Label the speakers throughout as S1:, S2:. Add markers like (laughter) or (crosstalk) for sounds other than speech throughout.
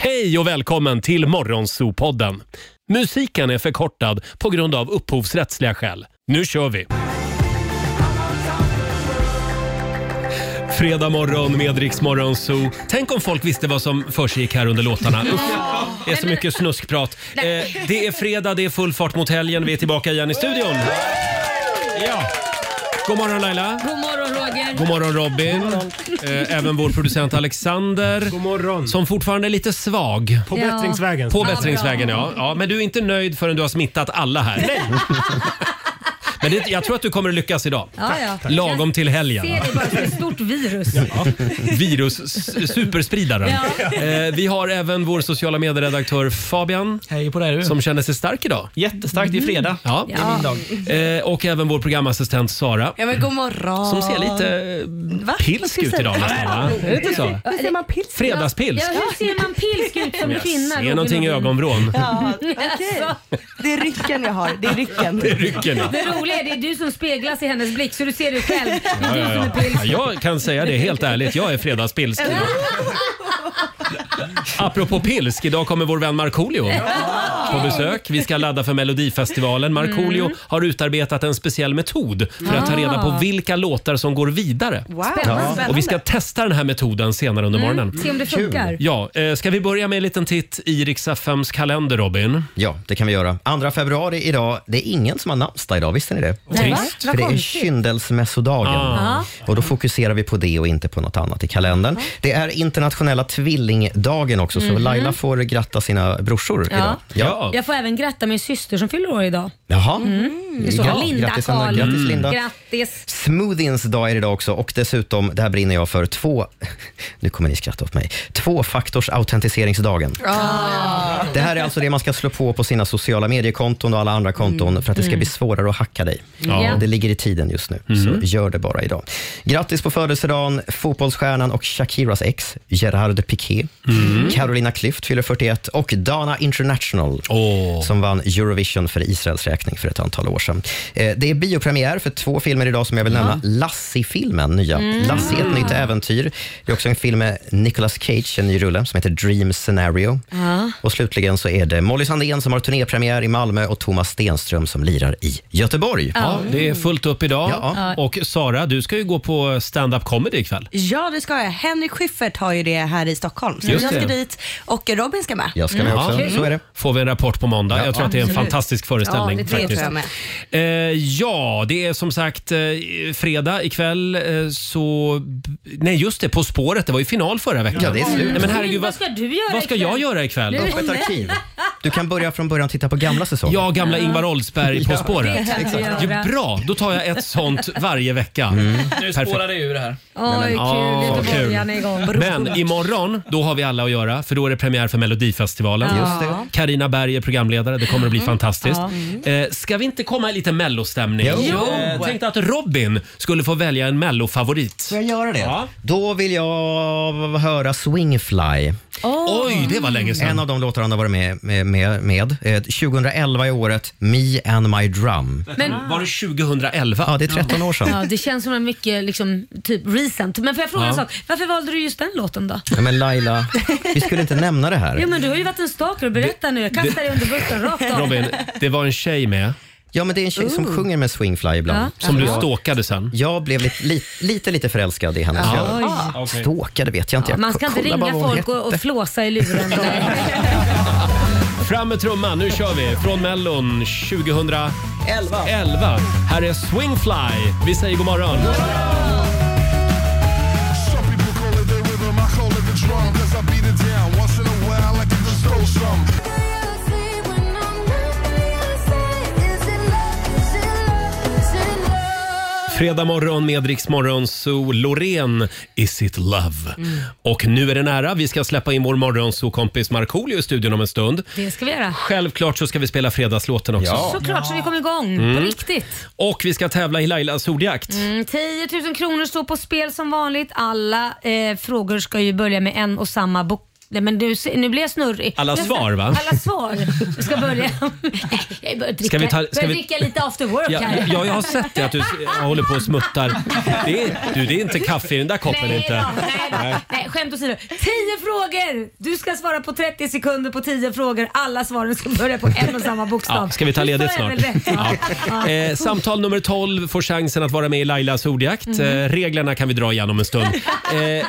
S1: Hej och välkommen till Morgonzoo-podden. Musiken är förkortad på grund av upphovsrättsliga skäl. Nu kör vi! Fredag morgon med Rix Morgon Zoo. Tänk om folk visste vad som försiggick här under låtarna. Usch, det är så mycket snuskprat. Eh, det är fredag, det är full fart mot helgen. Vi är tillbaka igen i studion. Ja. God morgon Laila.
S2: God morgon Roger.
S1: God morgon Robin. Eh, Även vår producent Alexander.
S3: God morgon.
S1: Som fortfarande är lite svag.
S3: På
S2: Ja.
S3: bättringsvägen.
S1: På
S2: bra.
S1: bättringsvägen ja. ja. Men du är inte nöjd förrän du har smittat alla här. (laughs) Men det, jag tror att du kommer att lyckas idag.
S2: Ja, ja.
S1: Lagom till helgen.
S2: Jag ser det bara som ett stort virus.
S1: Virus, s- superspridaren.
S2: Ja.
S1: Eh, vi har även vår sociala medieredaktör Fabian
S4: Hej på dig du.
S1: som känner sig stark idag.
S4: Jättestarkt, det är fredag.
S1: Ja.
S2: Mm. Ja.
S1: Eh, och även vår programassistent Sara.
S5: Ja men god morgon.
S1: Som ser lite eh, pilsk ut idag nästan va? Är det inte så?
S5: Hur ser man pilsk?
S1: Fredagspilsk.
S2: Ja, hur ser man pilsk ut som
S1: Jag
S2: kvinna?
S1: ser
S2: Roger
S1: någonting i
S2: Nordin?
S1: ögonvrån.
S2: (laughs)
S5: Ja, okej.
S6: alltså,
S5: Det är rycken jag har. Det
S1: (laughs)
S5: är rycken.
S1: Det rycker nu.
S2: Det roliga är det är du som speglas i hennes blick så du ser dig själv. Det
S1: Ja,
S2: är du
S1: ja,
S2: som
S1: ja.
S2: är pilsk.
S1: Ja, jag kan säga det helt ärligt. Jag är fredagspilsk. idag. Apropå pilsk, idag kommer vår vän Markoolio på besök. Vi ska ladda för Melodifestivalen. Markoolio
S2: Mm.
S1: har utarbetat en speciell metod för att ta reda på vilka låtar som går vidare.
S5: Wow.
S2: Ah. Spännande. Mm.
S1: Och vi ska testa den här metoden senare under morgonen.
S2: Se om det funkar.
S1: Ja, eh, ska vi börja med en liten titt i Rix FMs kalender, Robin?
S6: Ja, det kan vi göra. 2 februari idag. Det är ingen som har namnsdag idag, visste ni det?
S2: Nej, va?
S1: Trist.
S5: Vad
S6: För det är
S5: konstigt.
S6: kyndelsmässodagen.
S1: Ah.
S6: Och då fokuserar vi på det och inte på något annat i kalendern. Det är internationella tvillingdagen också, så Laila får gratta sina brorsor idag.
S1: Ja.
S2: Jag får även gratta min syster som fyller år idag. Mm.
S6: Jaha. Mm.
S2: Det är så. Linda
S6: grattis, Anna.
S2: Karl.
S6: Grattis, Linda.
S2: Grattis.
S6: Smoothiens dag är idag också och dessutom, det här brinner jag för, två... (laughs) Nu kommer ni skratta åt mig. Tvåfaktors autentiseringsdagen. (laughs) Det här är alltså det man ska slå på på sina sociala mediekonton och alla andra konton för att det ska bli svårare att hacka dig.
S2: Ja.
S6: Det ligger i tiden just nu, så gör det bara idag. Grattis på födelsedagen, fotbollsstjärnan och Shakiras ex, Gerard Piqué. Carolina Klüft fyller 41 och Dana International
S1: Åh.
S6: som vann Eurovision för Israels räkning för ett antal år sedan. Eh, det är biopremiär för två filmer idag som jag vill nämna. Lassie-filmen, nya. Lassie, ett nytt äventyr. Det är också en film med Nicolas Cage, en ny rulle, som heter Dream Scenario. Och slutligen så är det Molly Sandén som har turnépremiär i Malmö och Thomas Stenström som lirar i Göteborg.
S1: Ja, det är fullt upp idag.
S6: Ja.
S1: Och Sara, du ska ju gå på stand-up comedy ikväll.
S5: Ja det ska jag. Henrik Schyffert har ju det här i Stockholm. Så
S1: Just
S5: jag ska
S1: det. Mm.
S5: dit och Robin ska med.
S6: Jag ska med
S1: Ja.
S6: också, så är det.
S1: Får vi en rapport på måndag. jag tror att det är en
S2: absolut.
S1: fantastisk föreställning.
S2: Ja, det tror
S5: Det
S1: faktiskt.
S5: tror jag med.
S1: Eh, ja, det är som sagt eh, fredag ikväll eh, så... Nej, just det. På spåret. Det var ju final förra veckan.
S6: Ja, det är slut.
S1: Nej, men herregud, vad,
S2: Vad ska du göra
S1: vad ska
S2: ikväll?
S1: jag göra ikväll?
S2: Du-
S6: Öppet
S2: (laughs)
S6: arkiv. Du kan börja från början och titta på gamla säsonger.
S1: Jag gamla Ingvar Oldsberg På spåret.
S2: kan du
S1: Ja,
S2: göra.
S1: bra, då tar jag ett sånt varje vecka.
S6: Mm.
S4: Nu
S1: Perfekt.
S4: spårar det ur det här.
S2: Oj,
S1: Ah,
S2: kul. Göteborgarna är igång.
S1: Men imorgon, då har vi alla att göra för då är det premiär för Melodifestivalen.
S6: Just det.
S1: Carina Berg är programledare. Det kommer att
S2: Mm.
S1: bli fantastiskt. Eh, ska vi inte komma i lite mellostämning?
S6: Jo. Jo.
S1: Jag tänkte att Robin skulle få välja en mellofavorit.
S6: Får jag göra det?
S1: Ja.
S6: Då vill jag höra Swingfly.
S1: Oj, det var länge
S6: En
S1: sedan.
S6: av de låtar han har varit med med. med, med. Eh, 2011 är året Me and my drum.
S2: Men-
S1: Var det 2011?
S6: Ja, det är 13 år sedan.
S2: Ja, det känns som en mycket liksom, typ recent. Men får jag fråga
S1: Ja.
S2: en sak? Varför valde du just den låten då?
S6: Ja, men Laila, vi skulle inte nämna det här.
S2: Jo men du har ju varit en stalker, berätta nu. Jag kastar dig under bussen rakt
S1: (laughs)
S2: av.
S1: Robin, det var en tjej med
S6: Ja, men det är en tjej som sjunger med Swingfly ibland.
S1: som du stalkade sen.
S6: Jag blev lite, lite, lite, lite förälskad i henne.
S2: Oj.
S6: Ja. Ståkade vet jag inte. Jag
S2: Man ska inte
S6: kollar bara
S2: ringa
S6: vad hon
S2: folk och, och
S6: hette.
S2: flåsa
S1: (laughs)
S2: i luren.
S1: Fram med trumman, nu kör vi. Från Mellon 2011. Här är Swingfly. Vi säger god morgon.
S7: Some people call it the rhythm, I call it the drum. Cause I beat it down once in a while, I give the soul some.
S1: Fredag morgon med Rix Morgon, så Loreen, Is it love? Och nu är det nära. Vi ska släppa in vår morgonsokompis Markoolio i studion om en stund.
S2: Det ska vi göra.
S1: Självklart så ska vi spela fredagslåten också.
S6: Ja.
S2: Såklart så vi kom igång
S1: Mm.
S2: på riktigt.
S1: Och vi ska tävla i Lailas ordjakt.
S2: Mm, 10 000 kronor står på spel som vanligt. Alla eh, frågor ska ju börja med en och samma bok Nej, men nu, nu blir jag snurrig.
S1: Alla
S2: Jag ska-
S1: svar, va?
S2: Alla svar. Jag ska börja. Nej, jag börjar dricka,
S1: Ska vi ta- ska
S2: börjar
S1: vi-
S2: dricka lite after work
S1: Ja,
S2: här.
S1: ja, jag har sett det att du s-
S2: (laughs)
S1: håller på och smuttar. Det är, du, det är inte kaffe i den där koppen
S2: Nej,
S1: inte.
S2: då, nej, då. nej, skämt åsido. 10 frågor! Du ska svara på 30 sekunder på 10 frågor. Alla svaren ska börja på en och samma bokstav.
S1: Ja, ska vi ta
S2: Du
S1: ledigt
S2: får
S1: snart?
S2: även rätt, va?
S1: Ja.
S2: Ja.
S1: Eh, samtal nummer 12 får chansen att vara med i Lailas ordjakt.
S2: Mhm.
S1: Eh, reglerna kan vi dra igen om en
S2: (laughs)
S1: stund. Eh,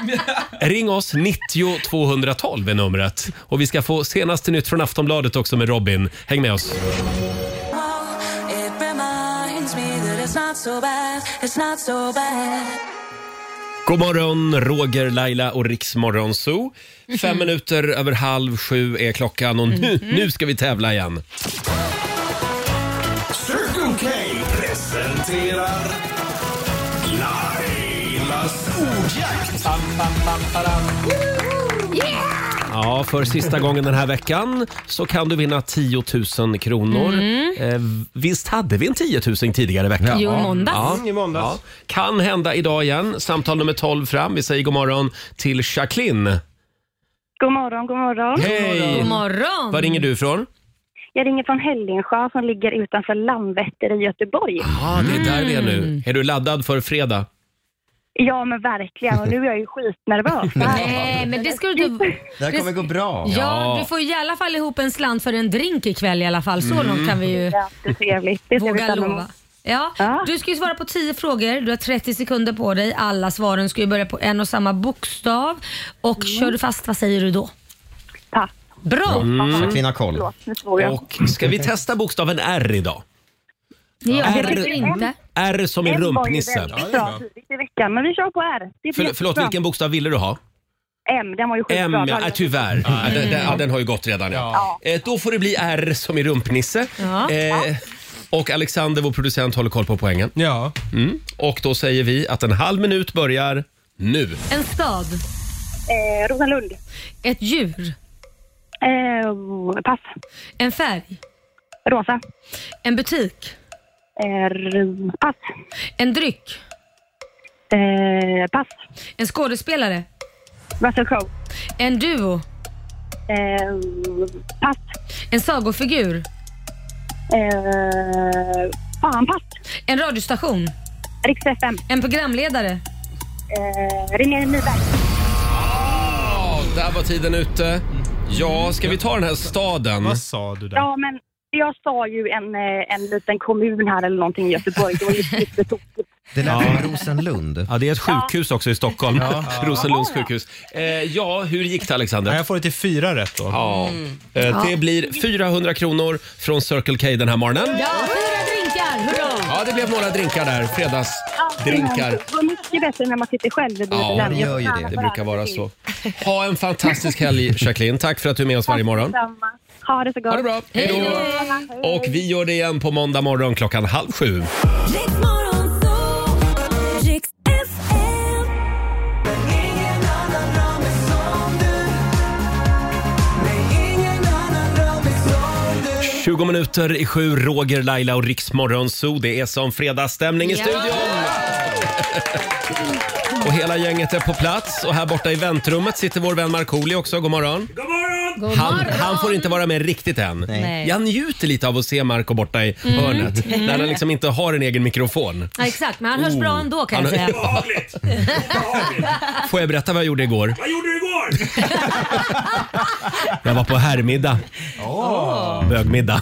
S1: ring oss, 90 212 är numret. Och vi ska få senaste nytt från Aftonbladet också med Robin. Häng med oss.
S3: It reminds me that it's not so bad, it's not so bad.
S1: God morgon, Roger, Laila och Riksmorgon Zoo. Fem minuter över halv sju är klockan och
S2: Mhm.
S1: nu, nu ska vi tävla igen.
S7: Circle K presenterar Lailas ordjakt.
S1: Ja, för sista gången den här veckan så kan du vinna 10 000 kronor. Eh, visst hade vi en 10 000 tidigare i veckan?
S2: Mm. Jo, i måndags.
S1: I måndags. Kan hända idag igen. Samtal nummer 12 fram. Vi säger god morgon till Jacqueline.
S4: God morgon, god morgon.
S1: Hej!
S2: God morgon!
S1: Var ringer du ifrån?
S4: Jag ringer från Hällingsjö som ligger utanför Landvetter i Göteborg.
S1: Ja, det är där vi är nu. Mm. Är du laddad för fredag?
S4: Ja, men verkligen. Och nu är jag ju
S1: (laughs)
S4: skitnervös.
S2: Nej, men det ska du inte...
S6: Det här kommer gå bra.
S2: Ja, du får i alla fall ihop en slant för en drink ikväll i alla fall. Så långt kan vi ju
S4: Jättetrevligt. Det ser vi
S2: våga
S4: fram emot.
S2: lova. Ja,
S4: Ja.
S2: Du ska ju svara på 10 frågor, du har 30 sekunder på dig. Alla svaren ska ju börja på en och samma bokstav. Och kör du fast, vad säger du då?
S4: Pass.
S2: Bra!
S7: Mm.
S6: Jacqueline har koll.
S4: Förlåt, nu svor jag.
S1: Mm. Och ska vi testa bokstaven R idag?
S2: Det gör
S1: Ja.
S2: vi faktiskt inte.
S1: R som i
S4: Den var ju
S1: rumpnisse.
S4: väldigt bra tidigt i veckan, men vi kör på R. Det blir
S1: För, förlåt,
S4: jättebra.
S1: vilken bokstav ville du ha?
S4: M, den var ju
S1: M,
S4: skitbra.
S1: ja, tyvärr. Ja, den, den, ja, den har ju gått redan. Ja. Eh, Då får det bli R som i rumpnisse.
S2: Ja.
S1: Eh, och Alexander, vår producent, håller koll på poängen.
S8: Ja.
S1: Mm. Och då säger vi att en halv minut börjar nu.
S2: En stad,
S4: Eh, Rosenlund.
S2: ett djur,
S4: Eh, pass.
S2: en färg,
S4: Rosa.
S2: en butik,
S4: Eh, r- pass.
S2: en dryck,
S4: Eh, pass.
S2: en skådespelare,
S4: Russell Crowe.
S2: en duo,
S4: Eh, pass.
S2: en sagofigur,
S4: Eh, fan, pass.
S2: en radiostation,
S4: Riks FM.
S2: en programledare.
S4: Eh, René Nyberg.
S1: Ja, där var tiden ute. Ja, ska vi ta den här staden?
S8: Vad sa du där?
S4: Ja, men jag sa ju en, eh, en liten kommun här eller någonting i Göteborg. Det var
S2: (laughs)
S4: ju supertokigt.
S6: Det lät som Rosenlund.
S1: Ja, det är ett sjukhus också i Stockholm. (laughs) Rosenlunds sjukhus. Eh, ja, hur gick det
S8: Ja,
S1: Alexander?
S8: jag får det till fyra rätt då.
S1: Ja. Eh, det blir 400 kronor från Circle K den här morgonen.
S2: Ja, fyra drinkar! Hurra!
S1: Ja, det blev några drinkar där. Fredagsdrinkar.
S4: Det var mycket bättre när man sitter själv i bilen.
S1: Ja, det
S6: gör ju det.
S1: Det brukar vara så. Ha en fantastisk helg Jacqueline. Tack för att du är med oss varje morgon.
S4: Detsamma. Ha det så gott.
S1: Ha det bra. Hej då. Och vi gör det igen på måndag morgon klockan halv sju.
S7: Circle
S1: 20 minuter i sju, Roger, Laila och Riksmorgon Zoo. Det är som fredagsstämning i
S2: Ja.
S1: studion. Och hela gänget är på plats och här borta i väntrummet sitter vår vän Markoolio också. God morgon.
S2: God
S1: Han,
S2: morgon.
S1: han får inte vara med riktigt än.
S2: Nej. Mm.
S1: Jag njuter lite av att se Marco borta i hörnet när han liksom inte har en egen mikrofon.
S2: Ja, exakt, men han hörs bra ändå kan jag
S1: Oh. Han-
S2: säga.
S1: Ja.
S2: (laughs)
S1: Får jag berätta vad jag gjorde igår?
S7: Vad gjorde du igår?
S1: Jag var på herrmiddag. Bögmiddag.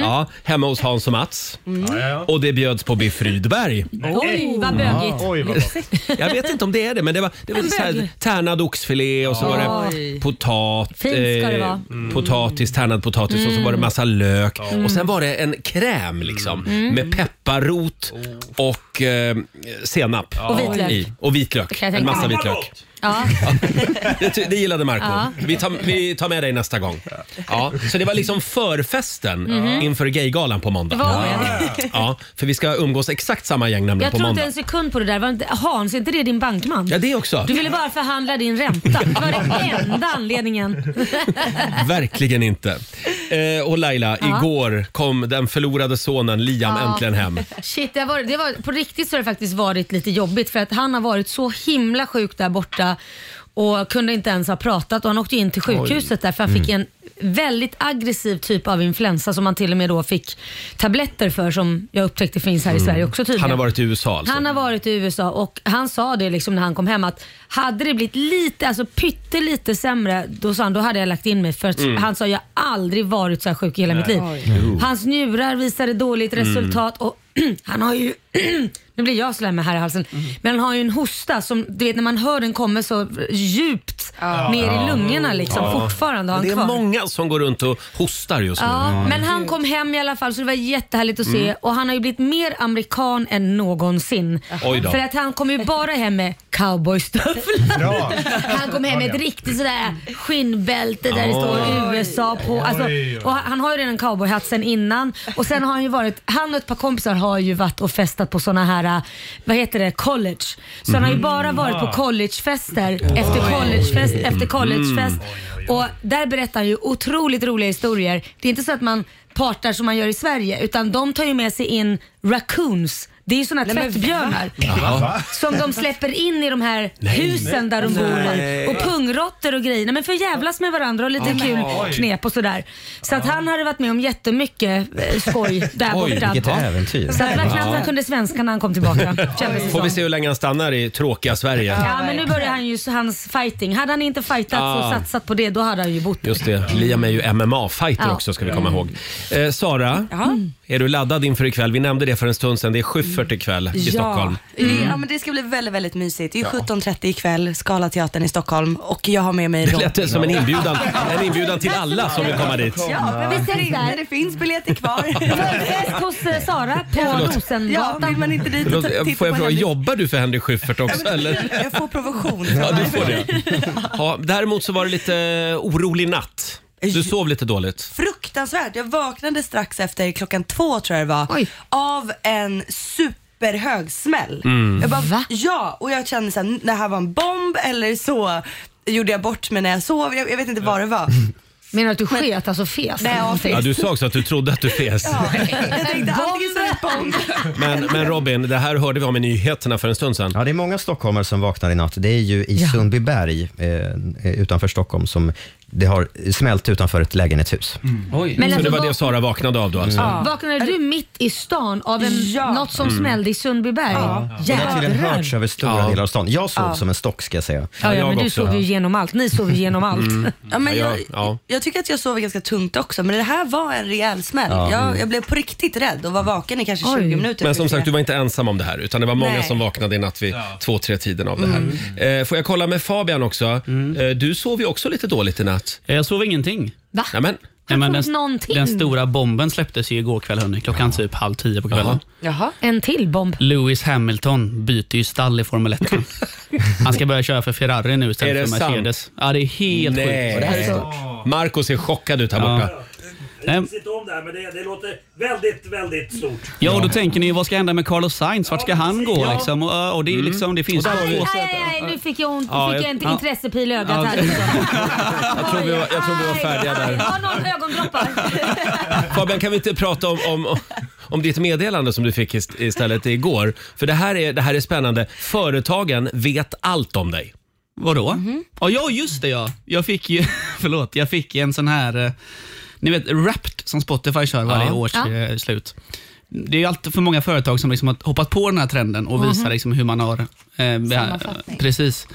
S1: Ja, hemma hos Hans och Mats.
S2: Mm.
S1: Och det bjöds på biff Rydberg.
S2: Oj, vad bögigt.
S8: Oj, vad gott.
S1: Jag vet inte om det är det, men det var, det var så här, tärnad oxfilé och så var det
S2: Oj.
S1: potat,
S2: Fint ska det
S1: eh,
S2: vara. Mm.
S1: potatis, tärnad potatis och så var det massa lök. Och sen var det en kräm liksom
S2: Mm.
S1: med pepparrot och eh, senap.
S2: Oh. Och vitlök.
S1: I. Och vitlök.
S2: Kan jag
S1: En
S2: tänka
S1: massa
S2: mig.
S1: vitlök.
S2: Ja.
S1: (laughs) Det, ty- det gillade Marco.
S2: Ja.
S1: Vi, tar, vi tar med dig nästa gång. Ja, så det var liksom förfesten
S2: Mhm.
S1: inför gaygalan på måndag.
S2: Det var det.
S1: Ja, för vi ska umgås exakt samma gäng nämligen
S2: Jag
S1: på
S2: tror inte
S1: måndag.
S2: en sekund på det där. Var inte- Hans, är inte det din bankman?
S1: Ja, det också.
S2: Du ville bara förhandla din ränta. Det var den enda anledningen.
S1: Verkligen inte. Eh, och Laila, igår kom den förlorade sonen Liam
S2: Ja.
S1: äntligen hem.
S2: Shit, det var, det var, på riktigt så har det faktiskt varit lite jobbigt för att han har varit så himla sjuk där borta. och kunde inte ens ha pratat och han åkte in till sjukhuset där för han fick
S1: Mm.
S2: en väldigt aggressiv typ av influensa som han till och med då fick tabletter för som jag upptäckte finns här i Sverige också tydligen.
S1: Mm. Han har varit i USA alltså.
S2: Han har varit i USA och han sa det liksom när han kom hem att hade det blivit lite, alltså pyttelite sämre, då sa han då hade jag lagt in mig för att
S1: Mm.
S2: han sa jag har aldrig varit så här sjuk i hela mitt liv. Hans njurar visade dåligt
S1: Mm.
S2: resultat och (clears throat) han har ju Nu blir jag slemmig här i halsen.
S1: Mm.
S2: Men han har ju en hosta som, du vet när man hör den kommer så djupt ner i lungorna liksom fortfarande har han
S1: Det är
S2: kvar.
S1: många som går runt och hostar just nu. Mm.
S2: Ja, men han kom hem i alla fall så det var jättehärligt att se och han har ju blivit mer amerikan än någonsin.
S1: Oj då.
S2: För att han kom ju bara hem med cowboystövlar.
S8: Bra.
S2: Han kom hem med ett riktigt sådär skinnbälte där det står USA på. Alltså,
S8: Oj, oj.
S2: och han har ju redan cowboyhatt sen innan och sen har han ju varit, han och ett par kompisar har ju varit och festat på såna här, äh, vad heter det, college. Så han har
S8: Mhm.
S2: ju bara varit
S8: Ah.
S2: på collegefester efter collegefest
S8: Mm.
S2: efter collegefest. Och där berättar han ju otroligt roliga historier. Det är inte så att man partar som man gör i Sverige utan de tar ju med sig in raccoons. Det är ju såna tvättbjörnar
S8: Va?
S2: som de släpper in i de här husen där de bor i. Och pungrotter och grejer. Nej, men för att jävlas med varandra och lite kul
S8: oj.
S2: knep och sådär. Så att han hade varit med om jättemycket eh, skoj där
S1: Oj,
S2: borta.
S6: Vilket
S2: Så
S6: äventyr.
S2: att verkligen att han kunde svenska när han kom tillbaka. Kändes
S1: (laughs)
S2: det
S1: Får vi
S2: som.
S1: se hur länge han stannar i tråkiga Sverige.
S2: Ja men nu börjar han ju s- hans fighting. Hade han inte fightat
S1: Ah.
S2: och satsat på det då hade han ju bott
S1: Just det, Liam är ju MMA-fighter
S2: Ja.
S1: också ska vi komma ihåg. Eh, Sara,
S2: Mm.
S1: är du laddad inför ikväll? Vi nämnde det för en stund sedan. Det är Schyffert ikväll i Stockholm.
S2: Mm.
S1: Mm.
S5: ja, men det ska bli väldigt, väldigt mysigt. Det är 17.30 ikväll, Skala teatern i Stockholm och jag har med mig
S1: Det
S5: Robin.
S1: lät som en inbjudan, en inbjudan till alla som vill komma dit.
S5: Ja, men
S2: Vi
S5: vi
S2: ses
S5: ses
S2: där.
S5: Det finns biljetter
S2: (laughs)
S5: kvar.
S2: Fest hos eh, Sara på
S5: ja,
S2: Rosengatan.
S5: vill man inte dit och
S1: Förlåt,
S5: t-
S1: jag-
S5: titta
S1: får jag
S5: på
S1: fråga,
S5: Henrik-
S1: jobbar du för Henry Schyffert
S2: (laughs)
S1: också eller?
S5: Jag får provision.
S1: Ja, du får det. Ja, däremot så var det lite orolig natt. Du sov lite dåligt.
S5: fruktansvärt. Jag vaknade strax efter klockan två tror jag det var
S2: Oj.
S5: av en superhög smäll.
S1: Mm.
S5: Jag bara,
S2: Va?
S5: Ja, och jag kände såhär, det här var en bomb eller så gjorde jag bort mig när jag sov. Jag, jag vet inte vad det var.
S2: (laughs) Menar du att du sket, alltså fes?
S5: Nej, ja,
S1: Ja, du sa också att du trodde att du fes.
S5: Jag tänkte antingen så är det en bomb.
S1: Men, men Robin, det här hörde vi om i nyheterna för en stund sedan.
S6: Ja, det är många stockholmare som vaknar i natt. Det är ju i Sundbyberg eh, utanför Stockholm som det har smält utanför ett lägenhetshus.
S2: Men
S1: Så det
S2: alltså, Mm.
S1: var det
S2: vak-
S1: Sara vaknade av då alltså?
S2: Ah. Vaknade du mitt i stan av en,
S5: Ja.
S2: något som smällde i Sundbyberg?
S6: Det har tydligen
S2: Jädrar!
S6: hörts över stora
S1: Ja.
S6: delar av stan. Jag sov som en stock ska jag säga.
S2: Ja,
S1: Ja,
S2: ja,
S1: jag
S2: men du
S1: också.
S2: sov ju genom allt. Ni sov ju genom allt.
S5: Ja, men
S1: Ja,
S5: jag,
S1: jag- ja.
S5: jag tycker att jag sover ganska tungt också, men det här var en rejäl smäll. Jag, jag blev på riktigt rädd och var vaken i kanske 20
S2: Oj.
S5: minuter.
S1: Mm. Men som
S5: Fick
S1: sagt, du
S5: jag-
S1: var inte ensam om det här utan det var många
S5: Nej.
S1: som vaknade i natt vid två, tre tiden av det här.
S2: Mm.
S1: Eh, får jag kolla med Fabian också? Eh, du sov ju också lite dåligt i natt.
S9: Jag sov ingenting.
S2: Va?
S1: Ja, men,
S2: Har
S9: Nej, men
S2: du sovit
S9: den,
S2: någonting?
S9: den stora bomben släpptes ju igår kväll, hörni. klockan typ halv tio på kvällen.
S5: Jaha.
S2: En till bomb.
S9: Lewis Hamilton byter ju stall i Formel
S1: (laughs)
S9: 1. Han ska börja köra för Ferrari nu
S1: Är det
S9: istället för Mercedes. Ja, det är helt sjukt.
S1: nej. Marco ser chockad ut här borta.
S9: Nej,
S10: sitta om det här, men det, det låter väldigt, väldigt stort.
S9: Ja, och då tänker ni vad ska hända med Carlos Sainz? Vart ska han gå? Liksom? Och, och det,
S1: Mm.
S9: är liksom, det finns två
S2: Aj,
S9: sätt.
S2: aj, aj, nu fick jag, ont,
S1: Ja,
S2: fick jag
S1: jag-
S2: en
S9: ja.
S2: intressepil i ögat här.
S1: Jag tror vi var, jag tror vi var
S2: Aj,
S1: färdiga
S2: aj,
S1: där.
S2: Har någon ögondroppar?
S1: (laughs) Fabian, kan vi inte prata om, om, om ditt meddelande som du fick ist- istället igår? För det här, är, det här är spännande. Företagen vet allt om dig.
S9: Vadå? Ja, ja, just det ja. Jag fick ju, (laughs) förlåt, jag fick ju en sån här, eh, ni vet Wrapped som Spotify kör varje
S1: Ja.
S9: års
S2: Ja.
S9: eh, slut. Det är ju alltid för många företag som liksom har hoppat på den här trenden och visar liksom hur man har... Eh,
S5: Sammanfattning.
S9: precis.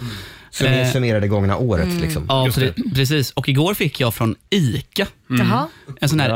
S6: Summer-
S9: Eh.
S6: Summerar det gångna året liksom.
S9: Ja, pre- precis. Och igår fick jag från ICA,
S2: (laughs) Mm. Jaha.
S9: en sån här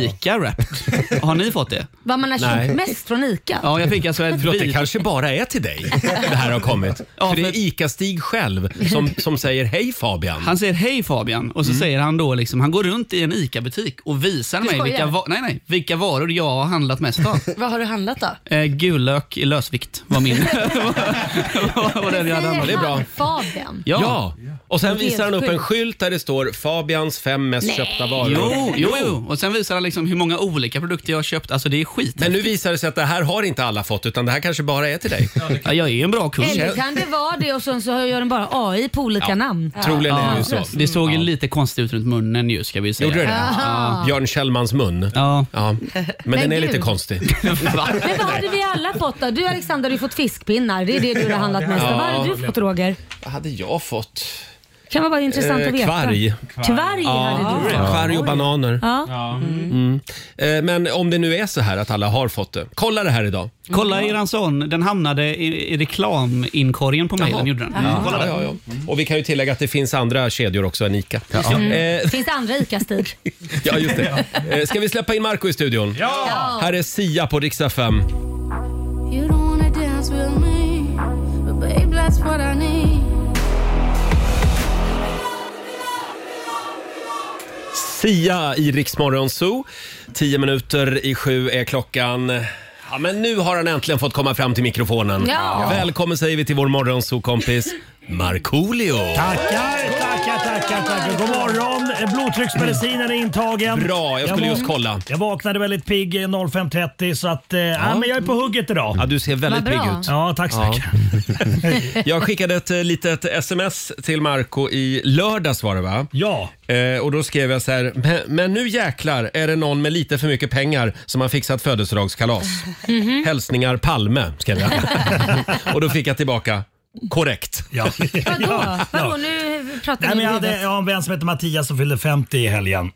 S6: (laughs)
S9: ICA-Wrapped. Har ni fått det?
S2: Vad man har
S1: Nej.
S2: köpt mest från ICA?
S9: Ja, jag fick alltså ett
S1: Förlåt, det
S9: vit-
S1: kanske bara är till dig
S9: (laughs)
S1: det här har kommit.
S9: Ja,
S1: för det är
S9: för-
S1: ICA-Stig själv som, som säger hej Fabian. Mm.
S9: Han säger hej Fabian och så säger han då liksom, han går runt i en ICA-butik och visar mig
S2: skojar?
S9: vilka, va- nej, nej, vilka varor jag har handlat mest av.
S5: Vad har du handlat då?
S9: Eh, gul lök i lösvikt var min. var, var den jag hade handlat.
S1: det är bra.
S2: han Fabian.
S9: Ja.
S1: Ja. Och sen
S2: Det är
S1: visar han upp en
S2: sjukt.
S1: skylt där det står Fabians fem mest köpta varor.
S9: Jo, jo, jo. Och sen visar han liksom hur många olika produkter jag har köpt. Alltså det är skit.
S1: Men nu visar det sig att det här har inte alla fått (laughs) utan det här kanske bara är till dig.
S9: ja, jag är en bra kund.
S2: Eller kan det vara det och sen så gör den bara AI på olika namn?
S1: Troligen är det ju så.
S9: Ja, det såg ju lite konstigt ut runt munnen ju ska vi säga.
S1: Gjorde du det? Björn Kjellmans mun.
S9: Ja.
S1: Ja. Men, den är
S2: gud.
S1: lite konstig. (laughs)
S9: Va?
S2: Men vad hade vi alla fått då? Du Alexander har ju fått fiskpinnar. Det är det du har handlat mest av. Vad hade du fått Roger?
S1: Vad hade jag fått?
S2: kan vara bara intressant
S1: Eh,
S2: att veta.
S1: kvarg.
S2: Kvarg hade du.
S1: Kvarg och bananer.
S2: Ja.
S1: Eh, Men om det nu är så här att alla har fått det. Kolla det här idag.
S9: Kolla er son, den hamnade i, i reklaminkorgen på mejlen. gjorde den. Mm. Kolla
S1: Ja,
S9: där.
S1: ja, ja. Och vi kan ju tillägga att det finns andra kedjor också än ICA. Ja, eh,
S2: Mm. Finns det andra
S1: (laughs)
S2: ICA-Stig?
S1: ja just det. (laughs) Eh, Ska vi släppa in Marco i studion?
S2: Ja.
S1: Här är Sia på riksdag 5.
S3: You don't wanna dance with me, but babe, that's what I
S7: (laughs)
S3: need.
S1: Sia i Riksmorgon Zoo. Tio minuter i sju är klockan. Ja, men nu har han äntligen fått komma fram till mikrofonen.
S2: Ja.
S1: Välkommen säger vi till vår morgonzoo-kompis Markoolio.
S10: Tackar, tackar, tackar, tackar. God morgon. Eh, Blodtrycksmedicinen är intagen.
S1: Bra, jag skulle
S10: vak-
S1: just kolla.
S10: Jag vaknade väldigt pigg eh, 05.30 så att, eh, ja. men jag är på hugget idag.
S1: Ja, du ser väldigt
S2: Vad
S1: pigg
S2: bra.
S1: ut.
S10: Ja, tack så
S1: Ja.
S10: mycket.
S1: Jag skickade ett eh, litet sms till Marco i lördags var det va?
S10: Ja.
S1: Eh, och då skrev jag så här, "Men- men nu jäklar är det någon med lite för mycket pengar som har fixat födelsedagskalas.
S2: Mhm.
S1: Hälsningar Palme, skrev
S2: (laughs)
S1: jag. och då fick jag tillbaka, korrekt.
S10: ja.
S2: Vadå?
S10: Ja.
S2: Vadå? Nu pratar
S10: Nej,
S2: vi
S10: men jag,
S2: i
S10: hade,
S2: huvudet.
S10: jag har en vän som heter Mattias som fyllde 50 i helgen.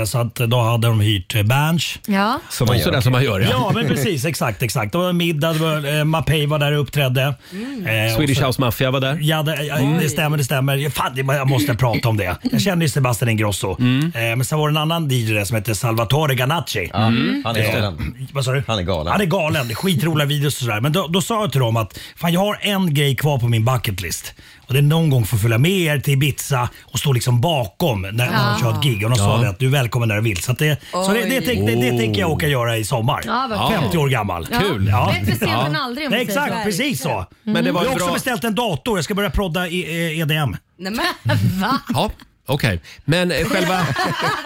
S10: Eh, Så att då hade de hyrt eh, Berns.
S2: Ja.
S1: Som man gör. Sådär som man gör ja.
S10: Ja men precis, exakt, exakt. Det var middag, det var, eh, Mapei var där och uppträdde.
S2: Mm.
S10: Eh, och
S1: Swedish
S10: så-
S1: House Mafia var där. Mm.
S10: Ja, det, ja, det stämmer, det stämmer. Fan, det- jag
S1: (clears throat)
S10: måste prata om det. Jag känner ju Sebastian Ingrosso.
S1: Mm.
S10: Eh, men sen var det en annan DJ där som hette Salvatore Ganacci.
S1: Mm.
S10: Eh,
S6: Han är galen.
S10: Vad sa du?
S6: Han är galen.
S10: Han är galen. Det är skitroliga videos och sådär. Men då, då sa jag till dem att fan, jag har en grej kvar på min bucket list. Och det är någon gång få följa med er till Ibiza och stå liksom bakom när när de kör ett gig. Och de sa det att du är välkommen när du vill. Så, att det, så det, det, tänk- det, det tänker jag åka göra i sommar.
S2: Ja, vad kul.
S10: 50 år gammal.
S2: Ja.
S1: Oh. Kul.
S10: Ja.
S2: Bättre sent än aldrig
S10: Nej,
S2: om man säger
S10: exakt,
S2: så. Mm.
S10: precis så.
S1: Men det var
S10: jag har
S1: en
S10: också
S1: bra...
S10: beställt en dator. Jag ska börja prodda i, eh, EDM.
S5: Nej, men,
S2: (laughs) Va?
S1: Ja, okej. Men eh,
S10: (laughs)
S1: själva...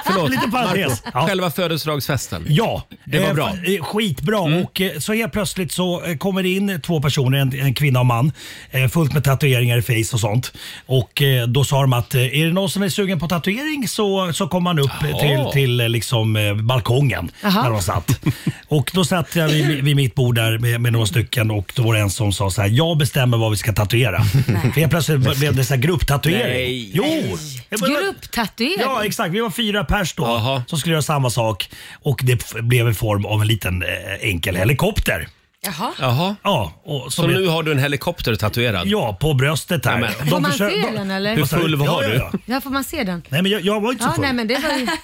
S1: Förlåt,
S10: Lite parentes.
S1: Marco,
S10: Ja.
S1: Själva födelsedagsfesten.
S10: Ja,
S1: Det var
S10: eh,
S1: bra. Mm.
S10: f- eh, Skitbra. Och eh, så helt plötsligt så eh, kommer det in två personer, en, en kvinna och en man, eh, fullt med tatueringar i face och sånt. Och eh, då sa de att eh, är det någon som är sugen på tatuering så, så kommer man upp eh,
S1: Jaha.
S10: till, till eh, liksom, eh, balkongen
S2: Jaha.
S10: där de satt. och då satt jag vid, vid mitt bord där med, med några stycken och då var det en som sa så här, jag bestämmer vad vi ska tatuera. För helt plötsligt blev det så här grupptatuering.
S1: Nej.
S10: Jo! Det var-
S2: Grupptatuering?
S10: Ja, exakt. Vi var fyra pers då
S1: Jaha.
S10: som skulle göra samma sak och det f- blev i form av en liten eh, enkel helikopter.
S5: jaha.
S1: Jaha.
S10: Ja, och
S1: Så
S10: som
S1: nu har du en helikopter tatuerad?
S10: Ja, på bröstet här.
S1: Nämen.
S10: De
S2: Får man
S10: försö-
S2: se
S10: de-
S2: den, eller?
S1: Hur full var
S10: ja,
S1: du?
S10: Ja, ja.
S2: Ja, får man se den?
S10: Nej, men jag, jag var inte så
S2: Ja,
S10: full.
S2: nej men det var ju... (laughs)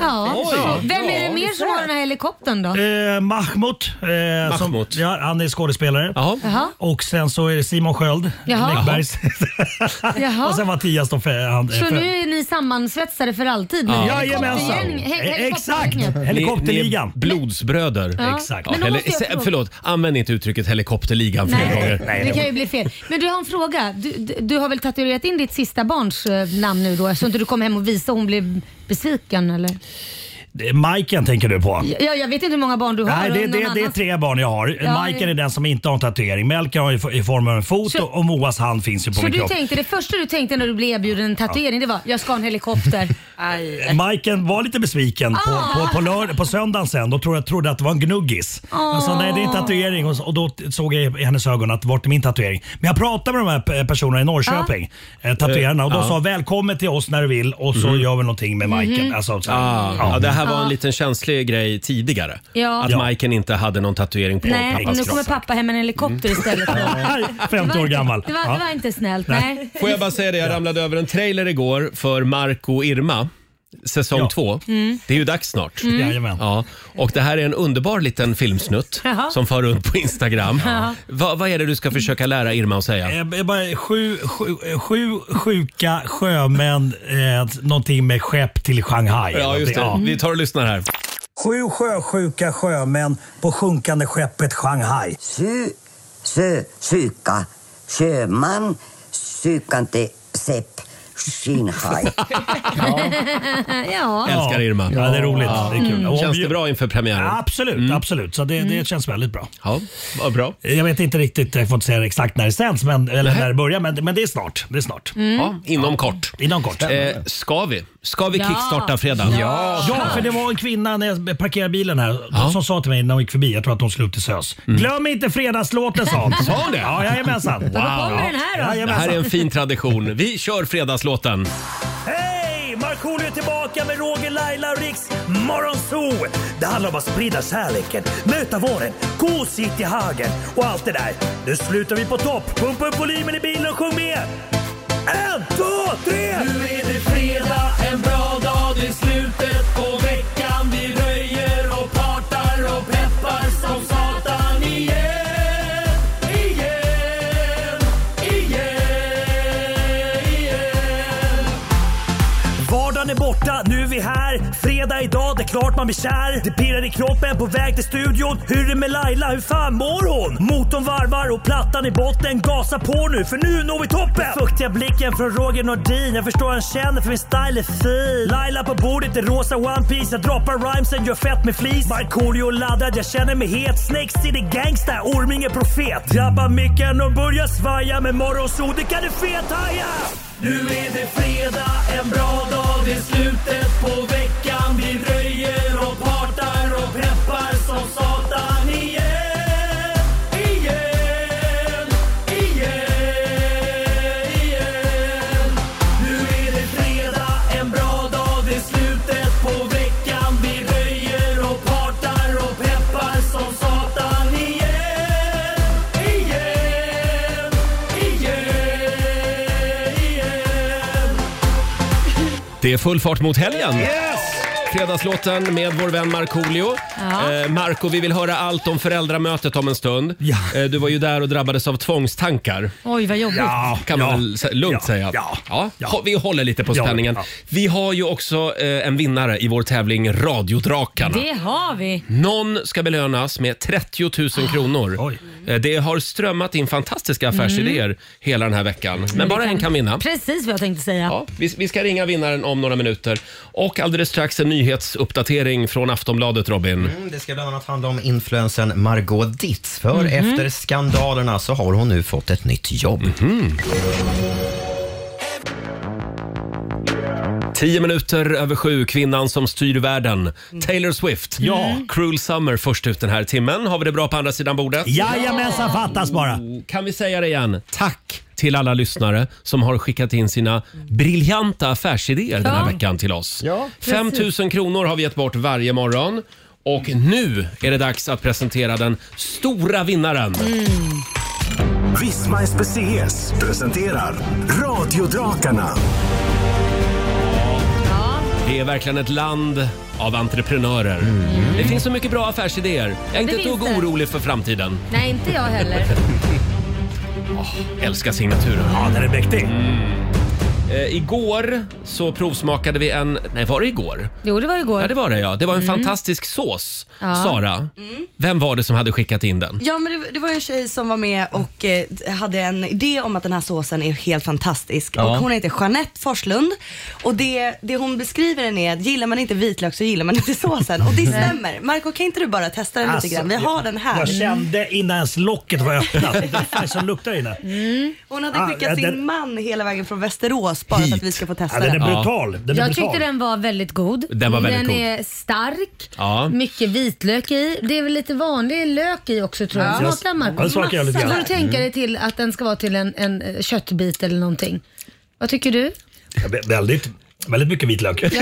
S2: Ja. Vem är det mer som har den här helikoptern då?
S10: Eh, Mahmoud, eh, som,
S1: Mahmoud.
S10: ja, han är skådespelare.
S1: Jaha.
S2: Jaha.
S10: Och sen så är det Simon Sköld,
S2: Jaha.
S10: Läckbergs. (laughs)
S2: Jaha.
S10: och sen Mattias. Då, för, han,
S2: Så
S10: för,
S2: nu är ni sammansvetsade för alltid?
S1: Ja.
S2: Ja.
S10: Jajamensan!
S2: Helikoptergäng- he-
S10: Eh, Exakt!
S2: helikoptergänget.
S10: Helikopterligan.
S1: Ni, ni är blodsbröder.
S10: Exakt.
S1: Ja,
S2: Men då
S1: heli-
S2: måste jag
S1: se-
S2: fråga-
S1: förlåt, använd inte uttrycket helikopterligan fler
S2: Nej,
S1: gånger.
S2: det kan ju bli fel. Men du har en fråga. Du, du, du har väl tatuerat in ditt sista barns eh, namn nu då? Så inte du kommer hem och visar och hon blir besviken eller?
S10: Det är Majken tänker du på?
S2: Ja, jag vet inte hur många barn du har.
S10: Nej,
S2: och
S10: det,
S2: någon
S10: det, det är
S2: annan-
S10: tre barn jag har.
S2: Ja,
S10: Majken
S2: det-
S10: är den som inte har en tatuering. Melker har ju f- i form av en fot
S2: Så-
S10: och Moas hand finns ju på
S2: Så
S10: min
S2: du
S10: kropp.
S2: tänkte, det första du tänkte när du blev erbjuden en tatuering det var jag ska ha en helikopter.
S5: Aj.
S10: Majken var lite besviken på,
S2: Ah.
S10: på, på, lörd- på söndagen sen. Då trodde jag, trodde att det var en gnuggis.
S2: Ah.
S10: Jag sa nej det är en tatuering och, så- och då t- såg jag i hennes ögon att vart är min tatuering? Men jag pratade med de här p- personerna i Norrköping,
S2: Ah.
S10: eh, tatuerarna, och de sa välkommen till oss när du vill och
S1: Mhm.
S10: så gör vi någonting
S2: Mhm.
S10: med Majken. Alltså, så,
S1: Ah, ja, det här var en liten känslig grej tidigare.
S2: Ja.
S1: Att
S10: Ja.
S1: Majken inte hade någon tatuering på
S2: Nej,
S1: pappas
S2: nu
S1: kropp.
S2: kommer pappa hem med en helikopter
S1: Mm. (laughs)
S2: istället. Det
S10: ja.
S2: var
S10: 50 år
S2: inte-
S10: gammal.
S2: Det var, det var
S10: Ja.
S2: inte snällt. Nej.
S1: Får jag bara säga det, jag ramlade över en trailer igår för Marco och Irma. Säsong
S10: Ja.
S1: två.
S2: Mm.
S1: Det är ju dags snart.
S10: Jajamän.
S1: Ja, och det här är en underbar liten filmsnutt
S2: Jaha.
S1: som far runt på Instagram. Va, vad är det du ska försöka lära Irma att säga?
S10: Eh, b- bara sju, sju, eh, sju sjuka sjömän, eh, någonting med skepp till Shanghai.
S1: Ja, just det.
S10: Ja.
S1: Vi tar och lyssnar här.
S10: Sju sjösjuka sjömän på sjunkande skeppet Shanghai.
S8: sy, sö, syka, sjöman, sykande sepp, Shanghai.
S2: Ja.
S1: Älskar Irma.
S10: Ja, det är roligt. Det är kul. Och om
S1: Känns det
S10: ju-
S1: bra inför premiären?
S10: Absolut, absolut. Så det, det känns väldigt bra.
S1: Mm. Ja, vad bra.
S10: Jag vet inte riktigt, jag får inte säga exakt när det sänds,
S1: Mm.
S10: men, eller när det börjar, men, men det är snart. Det är snart.
S1: Ja, inom kort.
S10: Inom kort.
S1: Eh, ska vi Ska vi
S10: Ja.
S1: kickstarta fredag?
S10: Ja, för det var en kvinna när jag parkerade bilen här
S1: Ja. Mm.
S10: som sa till mig när hon gick förbi, jag tror att hon slog till SÖS. Glöm inte fredagslåten sa hon.
S1: Sa hon det?
S10: Ja, jajamensan.
S1: Det här är en fin tradition. Vi kör fredagslåten.
S10: Hej! Markoolio är tillbaka med Roger, Laila och Riks Morgonzoo! Det handlar om att sprida kärleken, möta våren, gosigt i hagen och allt det där. Nu slutar vi på topp! Pumpa upp volymen i bilen och sjung med! En, två, tre!
S7: Nu är det fredag, en bra dag, det är slutet på veckan. Vi röjer och partar och peppar som satan igen. Igen, igen, igen.
S10: Vardagen är borta, nu är vi här. Fredag idag, det är klart man blir kär. Det pirrar i kroppen på väg till studion. Hur är det med Laila, hur fan mår hon? Motorn varvar och plattan i botten. Gasa på nu, för nu når vi toppen! Den Fuktiga blicken från Roger Nordin. Jag förstår han känner för min style är fin. Laila på bordet i rosa One Piece Jag droppar rhymesen, gör fett med flis. Markoolio laddad, jag känner mig het. Snake City Gangsta, Orming är profet. Drabbar micken och börjar svaja. Med morgonsol, det kan du fethaja!
S7: Nu är det fredag, en bra dag, det är slutet på veckan. Vi röjer och partar och peppar som satan igen. Igen, igen, igen. Nu är det fredag, en bra dag, det är slutet på veckan. Vi röjer och partar och peppar som satan igen. Igen, igen, igen.
S1: Det är full fart mot helgen. Fredagslåten med vår vän Markoolio.
S7: Ja.
S1: Eh, Marco, vi vill höra allt om föräldramötet om en stund. Eh, du var ju där och drabbades av tvångstankar.
S2: Oj, vad jobbigt.
S1: kan man väl sä- lugnt säga. Ja, hå- Vi håller lite på spänningen. Vi har ju också eh, en vinnare i vår tävling Radiodrakarna.
S2: Det har vi.
S1: Någon ska belönas med 30 000 kronor. Eh, Det har strömmat in fantastiska affärsidéer hela den här veckan. Men bara en kan vinna.
S2: Mm. Precis vad jag tänkte säga.
S1: Vi, vi ska ringa vinnaren om några minuter. Och alldeles strax en nyhetsuppdatering från Aftonbladet, Robin.
S6: Mm, det ska bland annat handla om influensen Margot Dietz. För
S1: Mhm.
S6: efter skandalerna så har hon nu fått ett nytt jobb.
S1: Tio minuter över sju, kvinnan som styr världen.
S2: Mm.
S1: Taylor Swift.
S10: Ja. Mm.
S1: Cruel Summer först ut den här timmen. Har vi det bra på andra sidan bordet?
S10: Jajamensan, fattas bara.
S1: Mm, Kan vi säga det igen? Tack till alla lyssnare som har skickat in sina briljanta affärsidéer den
S7: Ja.
S1: här veckan till oss. Ja,
S7: precis.
S1: 5 000 kronor har vi gett bort varje morgon. Och nu är det dags att presentera den stora vinnaren.
S11: Visma SPCS presenterar Radiodrakarna.
S1: Det är verkligen ett land av entreprenörer. Det finns så mycket bra affärsidéer. Jag är inte
S2: Det
S1: ett
S2: finns
S1: dugg
S2: det.
S1: orolig för framtiden.
S2: Nej, inte jag heller.
S1: Älskar signaturen.
S10: Ja, den är mäktig.
S1: Eh, igår så provsmakade vi en... Nej, var det igår?
S2: Jo, det var igår.
S1: Ja, det var det ja. Det var en
S2: Mm.
S1: fantastisk sås.
S5: Ja.
S1: Sara, vem var det som hade skickat in den?
S5: Ja men det, det var ju en tjej som var med och eh, hade en idé om att den här såsen är helt fantastisk.
S1: Ja.
S5: Och hon heter Jeanette Forslund och det, det hon beskriver den är att gillar man inte vitlök så gillar man inte (laughs) såsen. Och det stämmer. Marco kan inte du bara testa den lite grann? Vi har den här.
S10: Alltså, Jag kände innan ens locket var öppnat. Vad fan som luktar inne?
S5: Mm. Hon
S10: Ah,
S5: hade skickat
S10: ja,
S5: sin
S10: den-
S5: man hela vägen från Västerås bara för att vi ska få testa
S10: Ja, den är brutal. Den är
S2: jag
S10: brutal.
S2: tyckte den var väldigt god.
S1: Den var väldigt
S2: den
S1: god.
S2: är stark,
S1: Ja.
S2: mycket vitlök i. Det är väl lite vanlig lök i också tror jag.
S1: Ja.
S2: Smakar Marco?
S1: Ja, det smakar jag lite
S2: Massa.
S1: grann.
S2: Får du tänka
S1: Mm.
S2: dig till att den ska vara till en, en eh, köttbit eller någonting. Vad tycker du?
S10: Ja, vä- Väldigt, väldigt mycket vitlök.
S1: (laughs)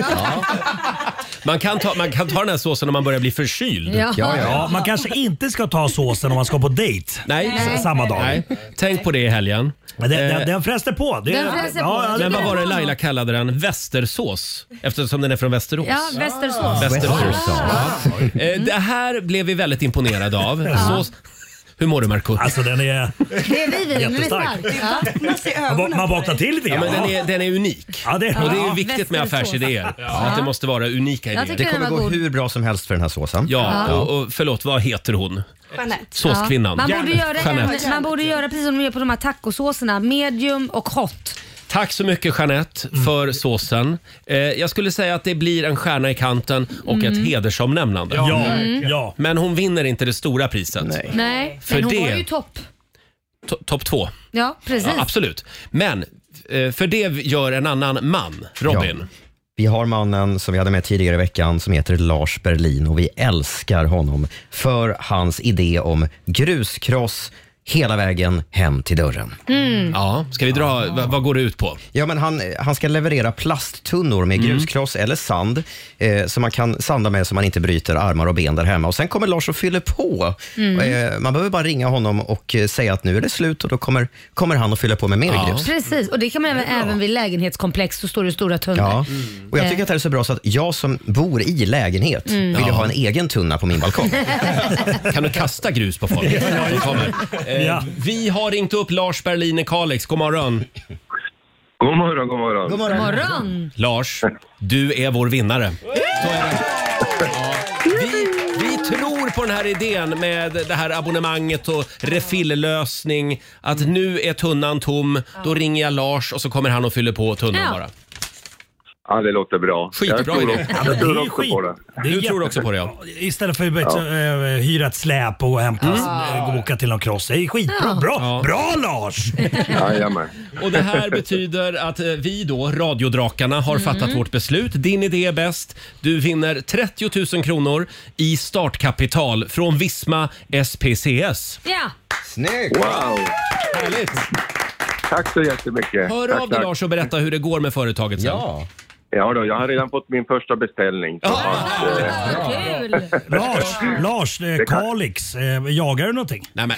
S1: Man kan, ta, man kan ta den här såsen om man börjar bli förkyld.
S10: Ja. Ja, ja. Man kanske inte ska ta såsen om man ska på dejt.
S1: Nej.
S10: S- samma dag.
S1: Nej. Tänk på det i helgen.
S10: Men den,
S1: Eh,
S10: den, den fräste på. Det-
S2: Den fräste på.
S10: ja,
S1: Men vad var det Laila kallade den? Västersås? Eftersom den är från Västerås.
S2: Ja, Västersås.
S1: Västerås. Ja. Eh, Det här blev vi väldigt imponerade av.
S2: Ja.
S1: Sås... Hur mår du Marco?
S10: Alltså den är...
S2: Det är vi, vi den är
S10: Jättestark.
S2: stark. Ja.
S10: Man, va- man vaknar till lite
S1: Ja,
S10: grann.
S1: men den, är, den är unik. Och det är ju
S2: Ja.
S1: viktigt med
S2: Västerås.
S1: affärsidéer.
S2: Ja.
S1: Att det måste vara unika
S2: Jag
S1: idéer.
S2: tycker Det kommer den var gå god.
S6: Hur bra som helst för den här såsen.
S1: Ja,
S2: Ja.
S1: och, och förlåt, vad heter hon?
S5: Jeanette.
S1: Såskvinnan.
S2: Man borde, göra
S1: Jeanette.
S2: en, man borde göra precis som de gör på de här tacosåserna, medium och hot.
S1: Tack så mycket Jeanette för såsen. Eh, jag skulle säga att det blir en stjärna i kanten och
S2: Mm.
S1: ett hedersomnämnande.
S10: Ja, Ja,
S2: Mm.
S10: ja.
S1: Men hon vinner inte det stora priset.
S2: Nej,
S1: För
S2: men hon
S1: det-
S2: var ju topp.
S1: To- Topp två.
S2: Ja, precis.
S1: Ja, absolut. Men eh, för det gör en annan man, Robin.
S6: Vi har mannen som vi hade med tidigare i veckan som heter Lars Berlin och vi älskar honom för hans idé om gruskross hela vägen hem till dörren.
S1: Mm.
S6: Ja, ska vi dra, vad går det ut på? Mm. Ja, men han, han ska leverera plasttunnor med gruskross eller sand eh, som man kan sanda med så man inte bryter armar och ben där hemma. Och Sen kommer Lars och fyller på.
S2: Mm.
S6: Eh, man behöver bara ringa honom och eh, säga att nu är det slut och då kommer, kommer han att fylla på med mer grus.
S2: Precis, och det kan man även, även vid lägenhetskomplex så står det stora tunnor.
S6: Ja. Och jag tycker att det här är så bra så att jag som bor i lägenhet
S2: Mm.
S6: vill ju
S2: Ja.
S6: ha en egen tunna på min (laughs) balkong.
S1: kan du kasta grus på
S6: (laughs)
S1: folk? som kommer. Eh, Vi har ringt upp Lars Berlin i Kalix. God morgon.
S12: God morgon, god morgon.
S2: God morgon. morgon.
S1: Lars, du är vår vinnare. Så är det. Ja. Vi, vi tror på den här idén med det här abonnemanget och refilllösning. Att nu är tunnan tom, då ringer jag Lars och så kommer han och fyller på tunnan
S12: Ja.
S1: bara.
S12: Ja, det låter bra. jag
S1: Skitbra
S12: tror,
S1: idé.
S12: också- jag tror också på det.
S1: Du tror också på det ja.
S10: Istället för att ja. eh, hyra ett släp och hämta
S1: Ja.
S10: eh, och åka till någon cross. Det är skitbra. Bra,
S1: Ja.
S10: bra Lars!
S12: Jajamän.
S1: Och det här betyder att eh, vi då, radiodrakarna, har fattat vårt beslut. Din idé är bäst. Du vinner 30 000 kronor i startkapital från Visma SPCS.
S2: Ja.
S6: Snyggt!
S12: Wow!
S1: Härligt!
S12: Tack så jättemycket.
S1: Hör
S12: tack,
S1: av dig
S12: tack.
S1: Lars och berätta hur det går med företaget sen. Ja.
S12: Ja, då, jag har redan fått min första beställning. Så att, eh,
S10: Lars, Lars eh, Kalix, eh, jagar du någonting?
S12: (laughs)
S1: Nej, men.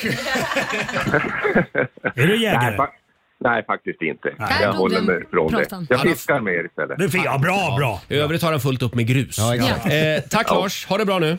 S10: Är du jägare?
S12: Nej, fa- nej, faktiskt inte.
S10: Nej.
S12: Jag
S10: Där
S12: håller
S10: tog
S12: mig
S10: den
S12: ifrån det.
S10: pratan.
S12: Jag
S10: Han har-
S12: fiskar mer istället.
S10: Du fick- ja, bra, bra.
S1: I övrigt har han fullt upp med grus.
S12: exakt.
S1: eh, tack Lars, ha det bra nu.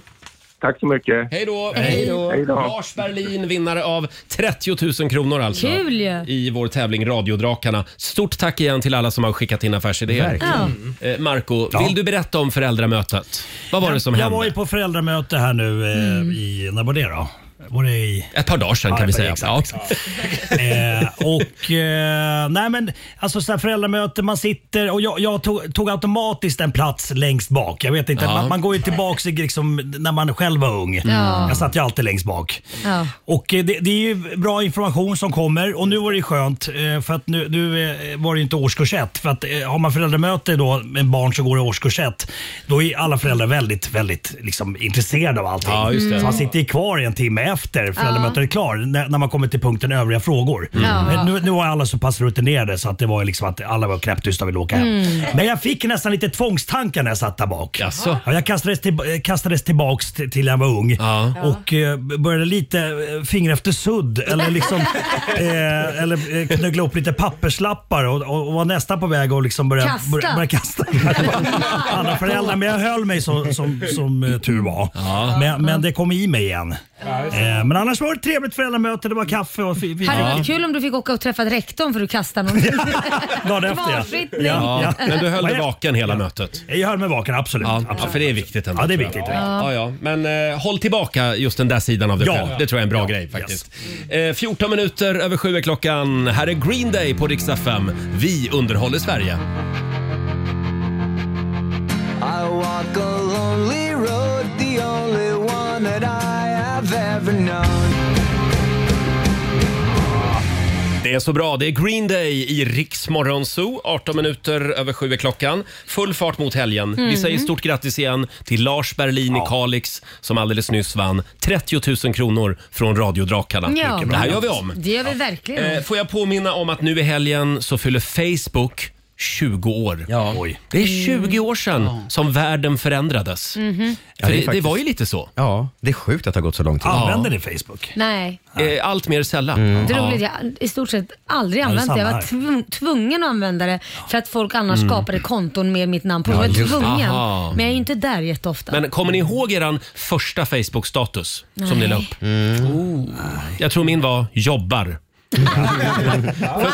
S12: Tack så mycket.
S1: Hej då!
S12: Hej då. Hej då.
S1: Lars Berlin, vinnare av 30 000 kronor alltså.
S2: Kul ju.
S1: I vår tävling Radiodrakarna. Stort tack igen till alla som har skickat in affärsidéer.
S10: Verkligen.
S1: Eh, Marco,
S10: Ja.
S1: vill du berätta om föräldramötet? Vad var det som
S10: jag
S1: hände?
S10: Jag var ju på föräldramöte här nu eh,
S5: Mm.
S10: i, när var det då? Var det i...
S1: Ett par dagar sedan
S10: Ja,
S1: kan vi
S10: ett par-
S1: säga.
S10: exakt,
S1: ja.
S10: eh, och eh, nej men alltså så här föräldramöte, man sitter och jag, jag tog, tog automatiskt en plats längst bak. Jag vet inte,
S13: Ja.
S10: man, man går ju tillbaks i liksom, när man själv var ung.
S13: Ja.
S10: Jag satt ju alltid längst bak.
S13: Ja.
S10: Och eh, det, det är ju bra information som kommer och nu var det ju skönt eh, för att nu, nu eh, var det ju inte årskurs ett. För att eh, har man föräldramöte då med barn som går i årskurs ett, då är alla föräldrar väldigt, väldigt liksom, intresserade av allting.
S1: Ja, just det.
S10: Så man
S13: Mm.
S10: sitter ju kvar i en timme efter föräldramötet är klar när, när man kommer till punkten övriga frågor.
S13: Mm. Ja.
S10: Men Nu, nu var alla så pass rutinerade så att det var ju liksom att alla var knäpptysta och ville åka hem.
S13: Mm.
S10: Men jag fick nästan lite tvångstankar när jag satt där bak.
S1: Jaså?
S10: Ja, jag kastades, till, eh, kastades tillbaks t- till när jag var ung och eh, började lite eh, fingra efter sudd eller liksom eh, eller eh, knöggla upp lite papperslappar och, och, och var nästan på väg att liksom börja
S13: Kasta.
S10: börja, börja kasta alla föräldrar. Men jag höll mig som, som, som eh, tur var. Men, men det kom i mig igen. Eh, men annars var det ett trevligt föräldramöte. Det var kaffe och fi- fi-
S2: Hade det varit kul om du fick åka och träffa rektorn för att
S1: (laughs)
S2: kasta någonting?
S10: Dagen efter ja.
S2: Kvarsittning.
S10: Ja, ja.
S1: Men du höll dig
S10: Ja.
S1: vaken hela mötet?
S10: Jag höll mig vaken, absolut.
S1: Ja, ja, för det är viktigt ändå.
S10: Ja, det är
S1: tror jag.
S10: viktigt, det är
S1: Ja. Ja, Men eh, håll tillbaka just den där sidan av dig
S10: Ja.
S1: själv. Det tror jag är en bra
S10: Ja.
S1: grej faktiskt. Eh, 14 minuter över sju är klockan. Här är Green Day på Rix FM. Vi underhåller Sverige.
S7: I walk a lonely road, the only one that I have ever known.
S1: Det är så bra. Det är Green Day i Rix Morgon Zoo. 18 minuter över sju är klockan. Full fart mot helgen. Vi
S7: Mm.
S1: säger stort grattis igen till Lars Berlin i Kalix som alldeles nyss vann 30 000 kronor från Radiodrakarna.
S2: Ja.
S1: Det här gör vi om.
S2: Det gör vi verkligen.
S1: Eh, får jag påminna om att nu i helgen så fyller Facebook 20 år. Det är 20 år sedan som världen förändrades.
S2: Mhm.
S1: För
S6: det är
S1: det, det
S6: faktiskt-
S1: var ju lite så.
S6: Ja, det är sjukt att det har gått så lång tid.
S1: Använder
S10: ni Facebook?
S2: Nej.
S1: Eh, Allt mer sällan.
S2: Mm. Det är roligt, jag har i stort sett aldrig
S1: Ja,
S2: använt det.
S1: det är
S2: Jag var
S1: samma
S2: tvung, tvungen att använda det för att folk annars
S1: Mm.
S2: skapade konton med mitt namn på. Jag
S1: Ja,
S2: var
S1: just det.
S2: tvungen.
S1: Aha.
S2: Men jag är ju inte där jätteofta.
S6: Mm.
S1: Men kommer ni ihåg eran första Facebook-status som ni la
S2: Nej.
S1: upp?
S6: Mm.
S1: Oh. Jag tror min var “jobbar”. För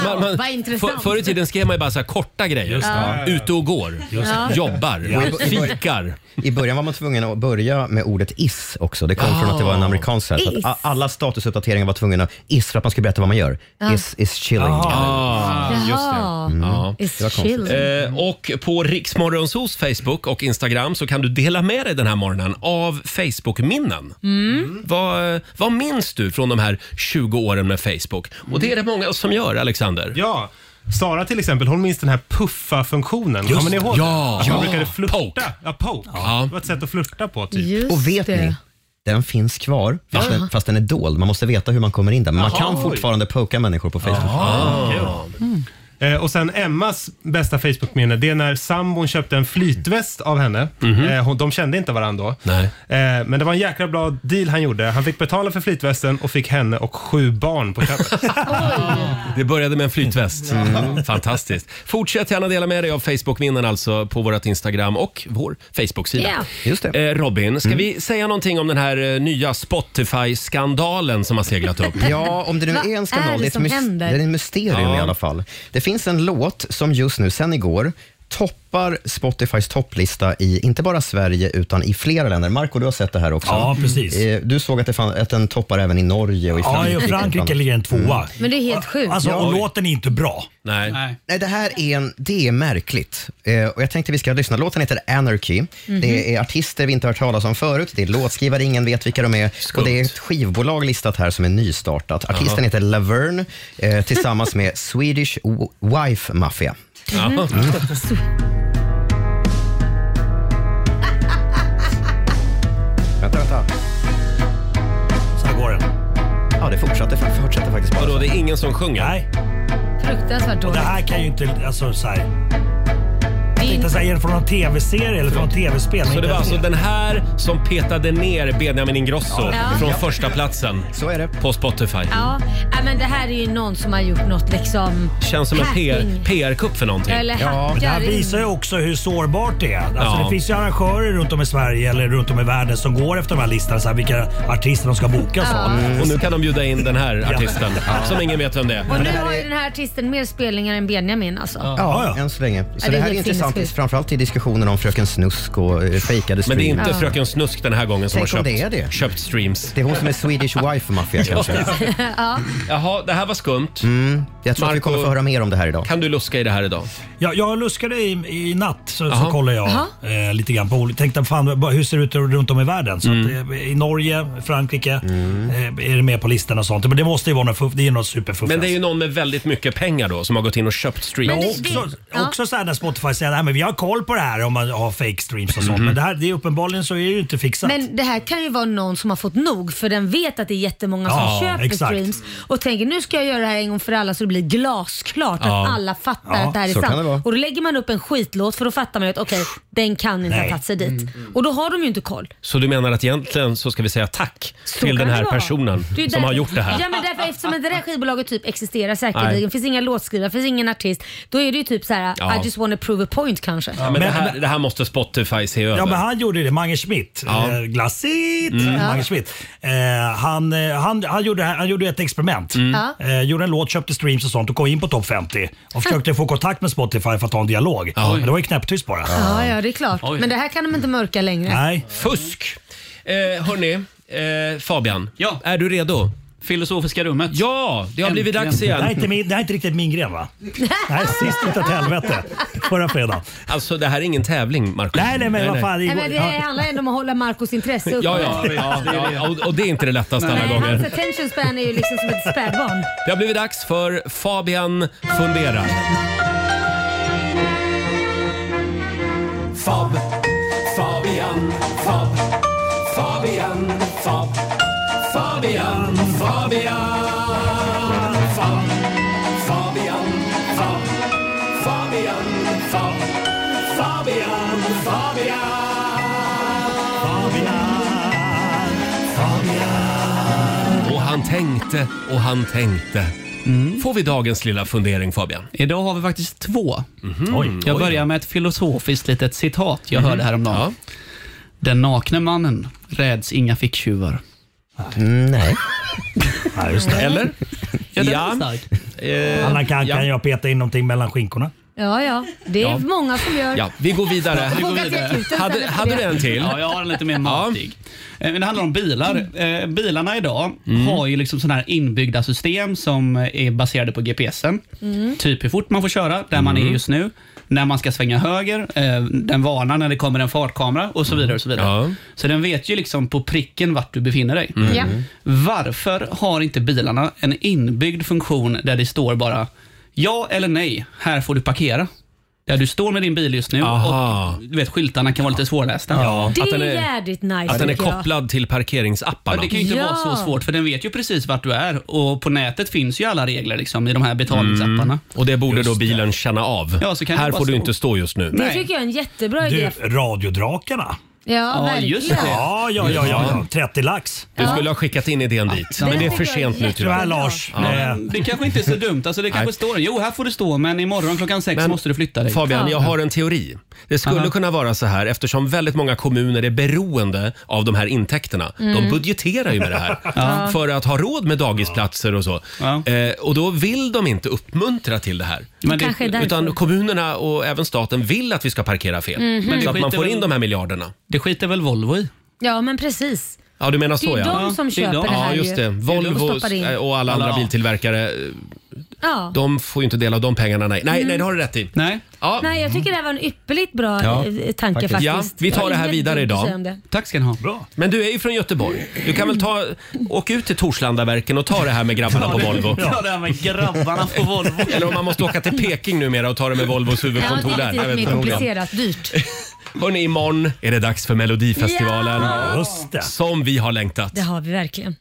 S1: man- man-
S2: vad intressant.
S1: för, förr i tiden skrev man ju bara så här korta grejer.
S6: Just det.
S1: Ute och går,
S6: Just det. Ja.
S1: jobbar,
S6: Ja.
S1: fikar.
S6: I början var man tvungen att börja med ordet is också. Det kom från att det
S1: Ah.
S6: var en amerikansk sätt.
S1: Is.
S6: Att a- alla statusuppdateringar var tvungna att is för att man skulle berätta vad man gör.
S1: Ja.
S6: Is is chilling.
S1: Ah,
S6: Eller-
S1: just det. Ja.
S6: It's Det var konstigt. chilling.
S1: Eh, och på Riksmorgonsos Facebook och Instagram så kan du dela med dig den här morgonen av Facebook-minnen.
S7: Mm.
S1: Vad, vad minns du från de här 20 åren med Facebook? Och det är det många som gör, Alexander.
S14: Ja,
S13: Sara till exempel, hon minns den här puffa-funktionen.
S1: Just
S13: Kommer ni ihåg
S1: det.
S13: den?
S1: Ja.
S13: Man brukade flirta. Ja, poke. Det var ett sätt att flirta på typ.
S6: och vet ni? Den finns kvar, fast,
S13: Ja.
S6: den, fast den är dold. Man måste veta hur man kommer in där. Men man
S13: Jaha,
S6: kan
S13: oj.
S6: fortfarande poka människor på Facebook.
S13: Ah.
S2: Mm.
S13: Eh, Och sen Emmas bästa Facebook-minne, det är när sambon köpte en flytväst av henne. Eh, hon, de kände inte varandra då.
S1: Mhm. Nej.
S13: Eh, men det var en jäkla bra deal han gjorde. Han fick betala för flytvästen och fick henne och sju barn på köpet.
S1: Det började med en flytväst. Mm. Fantastiskt. Fortsätt gärna dela med dig av Facebook-minnen alltså på vårt Instagram och vår Facebook-sida.
S2: Ja.
S1: Just det. Eh, Robin, ska vi säga någonting om den här eh, nya Spotify-skandalen som har seglat upp?
S6: (laughs) Ja, om det nu
S2: Vad
S6: är en skandal.
S2: är det
S6: ett
S2: som
S6: mys-
S2: händer?
S6: det är ett mysterium
S1: Ja.
S6: i alla fall. Det finns en låt som just nu, sen igår, toppar Spotifys topplista i inte bara Sverige utan i flera länder. Marco, du har sett det här också.
S10: Ja, precis.
S6: Eh, Du såg att, det fan, att den toppar även i Norge och i
S10: Ja,
S6: Frankrike. Mm.
S10: i Frankrike ligger en tvåa.
S2: Men det är helt sjukt.
S10: Alltså, och
S6: Oj.
S10: låten är inte bra.
S1: Nej.
S6: Nej, det här är, en, det är märkligt. Eh, och jag tänkte vi ska lyssna. Låten heter Anarchy.
S1: Mhm.
S6: Det är artister vi inte har hört talas om förut. Det är låtskrivare, ingen vet vilka de är. Och det är ett skivbolag listat här som är nystartat. Artisten
S1: Jaha.
S6: heter Laverne eh, tillsammans med Swedish W- Wife Mafia. Mm.
S1: Jaha.
S6: Vänta, vänta.
S10: Så här går den.
S6: Ja, det fortsätter, fortsätter faktiskt bara.
S1: Vadå, det är ingen som sjunger?
S10: Nej.
S2: (laughs) Fruktansvärt
S10: Och det
S2: dåligt.
S10: här kan ju inte... Alltså, så här.
S2: Det är
S10: Inte så här, är det från en tv-serie eller från ett tv-spel?
S1: Så
S10: Inte
S1: det var
S10: ens
S1: alltså den här som petade ner Benjamin Ingrosso
S2: Ja.
S1: från
S2: Ja.
S1: första platsen
S6: Så är det.
S1: på Spotify.
S2: Ja, nej, men det här är ju någon som har gjort något liksom...
S1: Känns som en
S2: hacking.
S1: PR PR-kupp för någonting.
S2: Eller hackar
S10: Men det här
S2: in.
S10: visar ju också hur sårbart det är. Alltså,
S1: Ja.
S10: Det finns ju arrangörer runt om i Sverige eller runt om i världen som går efter de här listorna, så här, vilka artister de ska boka. Så.
S1: Mm. Och nu kan de bjuda in den här artisten som ingen vet vem det är.
S2: Och nu har ju den här artisten mer spelningar än Benjamin alltså.
S6: Ja, än så länge. Så
S2: det är
S6: det här är
S2: helt
S6: intressant,
S2: sinnessjukt.
S6: framförallt i diskussionen om Fröken Snusk och eh, fejkade
S1: Men det är
S6: streams.
S1: inte Fröken Snusk den här gången som
S6: Tänk
S1: har
S6: om
S1: köpt,
S6: det är det.
S1: köpt streams.
S6: Det är hon som är Swedish Wife Mafia kanske.
S2: (laughs) ja.
S1: Jaha, det här var skumt.
S6: Mm, jag tror att vi
S1: Marco-
S6: kommer få höra mer om det här idag.
S1: Kan du luska i det här idag?
S10: Jag, jag luskade i, i natt så,
S1: Jaha.
S10: så kollade jag
S1: Jaha.
S10: eh, lite grann på olika. Tänkte fan, bara, hur ser det ut runt om i världen? Så att, eh, I Norge, Frankrike
S1: Mm.
S10: eh, är det med på listan och sånt. Men det måste ju vara något, fuff- det är något superfuffens.
S1: Men det är ju någon med väldigt mycket pengar då som har gått in och köpt
S10: Men
S1: streams.
S10: också, också så här när Spotify säger att vi har koll på det här om man har fake streams och sånt. Men det här, det är uppenbarligen så är det ju inte fixat.
S2: Men det här kan ju vara någon som har fått nog för den vet att det är jättemånga som
S10: Ja,
S2: köper
S10: exakt.
S2: streams och tänker nu ska jag göra det här en gång för alla så det blir glasklart
S10: Ja.
S2: att alla fattar
S10: Ja,
S2: att det här är
S10: så kan det vara.
S2: sant. Och då lägger man upp en skitlåt för då fattar man ju att okej, den kan inte ha
S1: Nej. Mm,
S2: tagit sig dit. Och då har de ju inte koll.
S1: Så du menar att egentligen så ska vi säga tack
S2: Så
S1: till
S2: kan
S1: den
S2: det
S1: här
S2: vara.
S1: personen
S2: Det är ju
S1: som
S2: därför-
S1: har gjort det här?
S2: Ja, men därför, eftersom det där skivbolaget typ existerar
S1: Nej.
S2: säkerligen, det finns inga låtskrivare, finns ingen artist. Då är det ju typ så här:
S1: Ja.
S2: I just wanna prove a point kanske.
S1: Ja, men det, här, det här måste Spotify se över.
S10: Ja, men han gjorde det. Mange Schmidt.
S1: Ja.
S10: Eh, Glassit.
S1: Mm.
S10: Mange
S1: Ja.
S10: Schmidt. Eh, han, eh, han, han, gjorde, han gjorde ett experiment.
S1: Mm.
S10: Eh, gjorde en låt, köpte streams och sånt och kom in på topp 50. Och försökte få kontakt med Spotify för att ta en dialog. Men det var ju knäpptyst bara.
S2: Ja, ja, det är klart.
S1: Oj.
S2: Men det här kan de inte mörka längre.
S1: Fusk! Eh, hörni, eh, Fabian. Ja. Är du redo?
S9: Filosofiska rummet.
S1: Ja, det har blivit dags igen.
S10: Det här är inte, min, det här är inte riktigt min gren va? Det här är sist utav helvete. Förra fredagen.
S1: Alltså det här är ingen tävling Markus.
S10: Nej, nej, men vad fan, det
S2: Nej, men det handlar ändå om att hålla Marcos intresse uppe.
S1: Ja, ja, ja, ja och, och det är inte det lättaste alla
S2: Nej, hans
S1: gånger.
S2: attention span är ju liksom som ett spädbarn.
S1: Det har blivit dags för Fabian funderar.
S7: Fab, Fabian, Fab, Fabian, Fab, Fabian, Fabian, Fab, Fabian, Fab, Fabian, Fab, Fabian, Fabian,
S1: Och han tänkte och han tänkte. Får vi dagens lilla fundering Fabian?
S9: Mm. Idag har vi faktiskt två.
S1: Oj.
S9: jag
S1: Oj.
S9: börjar med ett filosofiskt litet citat jag
S1: Mhm.
S9: hörde häromdagen. Den nakne mannen räds inga ficktjuvar. (laughs)
S6: Nej.
S1: Eller?
S9: Ja, den
S10: Ja.
S9: är stark.
S10: Alla kan, kan jag peta in någonting mellan skinkorna?
S2: Ja, ja. Det är
S10: Ja.
S2: många som gör.
S1: Ja, vi går vidare.
S2: Vi går Vågar vidare. se akuten
S9: Hade,
S2: istället för
S9: hade
S2: det.
S9: du en till? Ja, jag har en lite mer matig. Eh, Men det handlar om bilar. Eh, Bilarna idag har ju liksom sådana här inbyggda system som är baserade på GPSen.
S7: Mm.
S9: Typ hur fort man får köra, där man är
S7: Mm.
S9: just nu, när man ska svänga höger, eh, den varnar när det kommer en fartkamera och så vidare. Och så, vidare. så den vet ju liksom på pricken vart du befinner dig.
S7: Mm. Ja.
S9: Varför har inte bilarna en inbyggd funktion där det står bara Ja eller nej, här får du parkera. Där du står med din bil just nu och du vet, skyltarna kan vara lite svårlästa.
S2: Det är, jädrigt nice
S9: att den är
S2: tycker jag.
S9: kopplad
S1: till parkeringsapparna.
S9: Ja, det kan ju inte
S2: Ja.
S9: vara så svårt för den vet ju precis vart du är och på nätet finns ju alla regler liksom, i de här betalningsapparna.
S1: Mm. Och det borde då bilen känna av.
S9: Ja, så kan det
S1: Här
S9: bara
S1: får du
S9: stå.
S1: inte stå just nu.
S2: Det tycker jag är en jättebra idé.
S1: radiodrakarna.
S2: Ja, verkligen.
S10: Ja, ja, ja, ja,
S1: 30 lax. Du
S10: Ja.
S1: skulle ha skickat in idén dit.
S9: den
S1: Men det är för
S9: tycker jag är
S1: sent nu tyvärr.
S9: jättebra.
S10: eh,
S9: Nej, men det kanske inte är så dumt. Alltså, det kanske
S1: Nej.
S9: står jo här får du stå men imorgon klockan sex måste du flytta dig.
S1: Fabian, jag har en teori. Det skulle
S9: Aha.
S1: kunna vara så här eftersom väldigt många kommuner är beroende av de här intäkterna.
S9: Mm.
S1: De budgeterar ju med det här
S9: (laughs) Ja.
S1: för att ha råd med dagisplatser och så. Eh, och då vill de inte uppmuntra till det här.
S9: Men det- Kanske är därför.
S1: utan kommunerna och även staten vill att vi ska parkera fel.
S2: Mhm. Men det
S1: Så att man
S2: skiter
S1: får
S2: väl-
S1: in de här miljarderna.
S9: Det skiter väl Volvo i?
S2: Ja, men precis.
S1: Ja, du menar
S2: Det är
S1: så ja.
S2: de som
S1: det är
S2: köper det här
S1: Ja, just
S2: ju.
S1: det. Volvo
S2: Och stoppar in.
S1: och, alla andra
S9: Ja.
S1: biltillverkare, eh,
S2: Ja.
S1: de får ju inte del av de pengarna. Nej, nej,
S2: Mm.
S1: nej det har du rätt i.
S9: Nej.
S1: Ja.
S2: Nej, jag tycker det här var en ypperligt bra
S1: Ja,
S2: eh, tanke faktiskt.
S1: Ja, vi tar det här vidare idag.
S9: Tack ska ni ha.
S1: Bra. Men du är ju från Göteborg. Du kan väl ta, åka ut till Torslandaverken och ta det här med grabbarna på Volvo?
S9: (laughs) Ja, det här med grabbarna på Volvo.
S1: Eller om man måste åka till Peking numera och ta det med Volvos huvudkontor
S2: Ja, det är
S1: där.
S2: lite
S1: Jag vet
S2: mer
S1: inte.
S2: komplicerat, dyrt.
S1: Hörni, imorgon är det dags för Melodifestivalen.
S2: Ja! Just
S1: Som vi har längtat.
S2: Det har vi verkligen.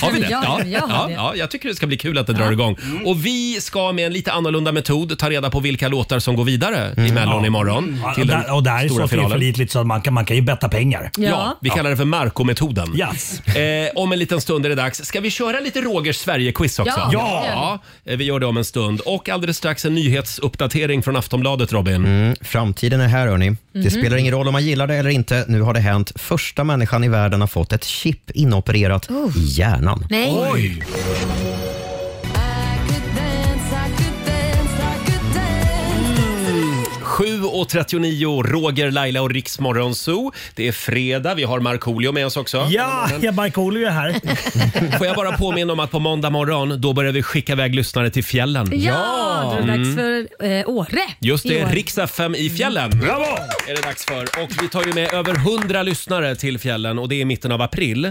S1: Har vi det?
S2: Ja,
S1: Ja,
S2: jag har
S1: ja,
S2: det.
S1: ja, jag tycker det ska bli kul att det drar igång. Och vi ska med en lite annorlunda metod ta reda på vilka låtar som går vidare i Mellon imorgon.
S10: Ja, Mm. och,
S1: Till den
S10: där, och där är
S1: stora
S10: så
S1: finalen.
S10: tillförlitligt så att man kan, man kan ju betta pengar.
S1: Ja. vi kallar det för Marco-metoden.
S10: Yes.
S1: Eh, om en liten stund är det dags. Ska vi köra lite Rogers Sverige-quiz också?
S10: Ja, Ja. det gör
S1: Ja, eh, vi gör det om en stund. Och alldeles strax en nyhetsuppdatering från Aftonbladet, Robin.
S6: Mm, framtiden är här, hörni. Det
S1: Mhm.
S6: spelar ingen roll om man gillar det eller inte. Nu har det hänt. Första människan i världen har fått ett chip inopererat i hjärnan.
S2: Nej.
S1: Oj. Mm. 7.39, Roger, Laila och Riksmorgon Zoo. Det är fredag, vi har Markoolio med oss också.
S10: Ja, ja Markoolio är
S2: (laughs)
S10: här.
S1: Får jag bara påminna om att på måndag morgon, då börjar vi skicka iväg lyssnare till fjällen.
S2: Ja, då är det dags
S1: Mm.
S2: för eh, Åre.
S1: Just
S2: i
S1: det,
S2: år.
S1: riks FM i fjällen.
S2: Mm. Bravo!
S1: Är det dags för. Och vi tar ju med över 100 lyssnare till fjällen och det är i mitten av april.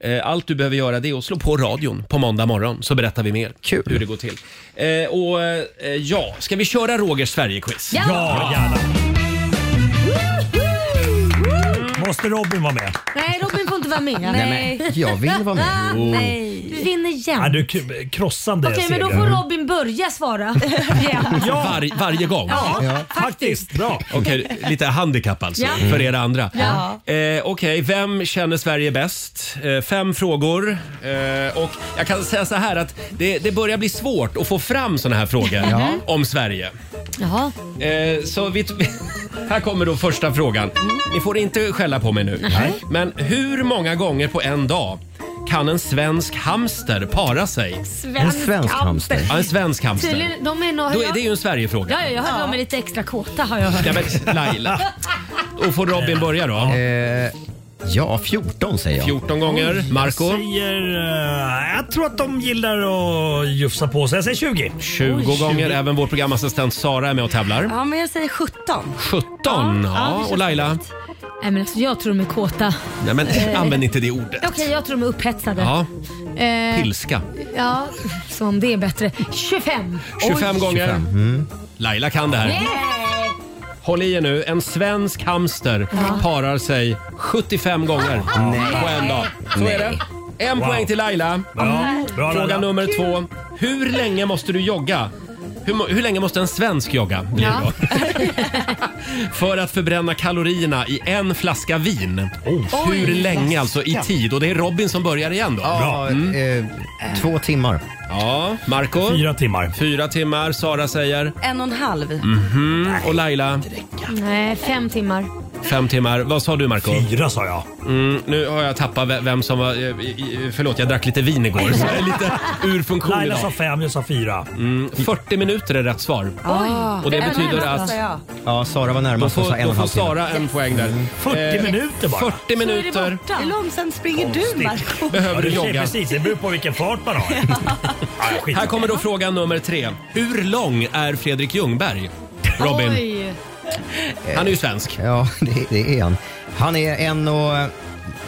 S1: Eh, Allt du behöver göra det är att slå på radion på måndag morgon så berättar vi mer Kul. hur det går till. Eh, Och eh, ja, ska vi köra Rogers Sverige-quiz?
S10: Ja! Ja, gärna. Måste Robin vara med?
S2: Nej, Robin får inte vara med.
S10: Nej, men jag vill vara med.
S2: Ah,
S10: Jo.
S2: (laughs) Nej.
S1: Oh.
S2: Du vinner
S10: Ja,
S2: jämt.
S10: du k- krossande
S2: Okej, men då
S10: seger.
S2: får
S1: Mm.
S2: Robin
S1: (laughs)
S2: börja svara. Igen.
S1: Var, varje gång?
S2: Ja,
S10: faktiskt. Bra.
S1: Okej, lite handikapp alltså
S2: Ja.
S1: för er andra.
S2: Ja.
S1: Eh, Okej, vem känner Sverige bäst? Eh, fem frågor. Eh, och jag kan säga så här att det, det börjar bli svårt att få fram såna här frågor
S2: Ja.
S1: om Sverige.
S2: Jaha.
S1: Eh, så vi, (laughs) här kommer då första frågan. Ni får inte skälla på mig nu.
S2: Nej.
S1: Men hur många gånger på en dag kan en svensk hamster para sig?
S2: Svensk En svensk hamster. hamster.
S1: Ja, en svensk hamster.
S2: Tydligen, de är nog...
S1: Då är det är ju en Sverigefråga.
S2: Ja, ja, jag hörde de är lite extra kåta har jag hört.
S1: Ja, men Laila. Och får Robin börja då?
S6: Eh, ja, 14 säger jag.
S1: 14 gånger. Marco?
S10: Jag säger... eh, jag tror att de gillar att jufsa på sig. Jag säger 20.
S1: 20 gånger. Även vår programassistent Sara är med och tävlar.
S5: Ja, men jag säger 17.
S1: 17. Ja,
S2: ja, precis.
S1: och Laila?
S2: Nej, men alltså, jag tror de är kåta.
S1: Nej, men
S2: Eh.
S1: använd inte det ordet.
S2: Okej, jag tror de är upphetsade.
S1: Ja,
S2: Eh,
S1: pilska.
S2: Ja, så om det är bättre. 25.
S1: 25
S2: Oj.
S1: gånger.
S6: mm.
S1: Laila kan det här.
S2: Nej!
S1: Håll i er nu. En svensk hamster
S2: Ja.
S1: parar sig 75 gånger
S7: Nej.
S1: på en dag. Så är det. En
S7: Wow.
S1: poäng till Laila.
S7: Bra.
S1: Fråga
S7: Bra, Laila.
S1: nummer två. Hur länge måste du jogga? Hur, mo- hur länge måste en svensk jogga? Blir det
S7: Ja.
S1: då? För att förbränna kalorierna i en flaska vin. hur
S6: Oj,
S1: länge alltså i
S6: flaska.
S1: tid? Och det är Robin som börjar igen då. Mm.
S6: Ja, eh, två timmar.
S1: Ja, Marco?
S10: Fyra timmar.
S1: Fyra timmar. Sara säger?
S5: En och en halv.
S1: Mhm. Och Laila?
S2: Nej, fem timmar.
S1: Fem timmar. Vad sa du Marco?
S10: Fyra sa jag.
S1: Mm, nu har jag tappat ve- vem som var... eh, i- i- Förlåt, jag drack lite vin igår. Så jag är lite ur funktion
S10: Laila
S1: idag.
S10: sa fem, jag sa fyra.
S1: Mm, 40 minuter är rätt svar.
S5: Oj.
S1: Och det
S5: En och en
S1: betyder
S5: halv, sa
S1: att...
S5: jag.
S6: Ja, Sara var
S1: Då
S6: närmast. Hon sa
S1: får,
S6: en och
S1: då
S6: en
S1: får
S6: halv timme.
S1: Sara en poäng där.
S6: Mm.
S1: 40
S10: minuter bara.
S1: 40 minuter.
S5: Hur långsamt springer du Marco?
S1: Behöver du
S10: Ja,
S1: jogga?
S10: Precis, det beror på vilken fart
S5: (laughs)
S10: man har.
S1: Här kommer då fråga nummer tre. Hur lång är Fredrik Ljungberg? Robin, han är ju
S6: Eh, (laughs)
S1: svensk.
S6: Ja, det, det är han. Han är en och...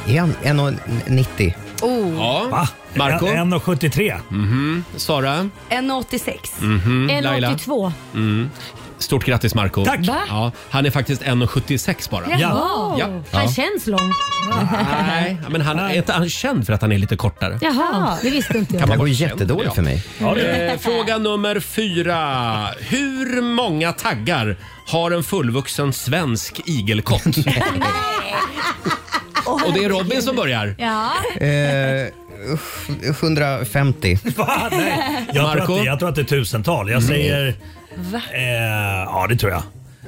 S6: Är han en och 90?
S5: Oh.
S1: Ja. Marco?
S10: 1,73.
S1: Mhm. Sara?
S5: 1,86.
S1: Mhm. Laila?
S2: 1,82.
S1: Mm. Stort grattis Marco
S2: Tack. Va?
S1: Ja, han är faktiskt 1,76 bara.
S2: Jaha. Ja.
S1: Ja.
S2: Han känns lång.
S1: Nej, men han är inte han är känd för att han är lite kortare.
S2: Jaha, det visste inte
S1: Kan
S2: jag.
S1: man vara
S6: jättedåligt
S1: känd?
S6: för mig.
S1: Ja, det är det. Eh, Fråga nummer fyra. Hur många taggar har en fullvuxen svensk igelkott?
S2: (laughs)
S1: Och det är Robin som börjar.
S2: Ja.
S6: Eh,
S1: (laughs)
S6: 150.
S10: Va? Nej. Jag, tror att, det- jag tror att det är tusental. Jag säger...
S2: Va?
S10: Eh, ja, det tror jag.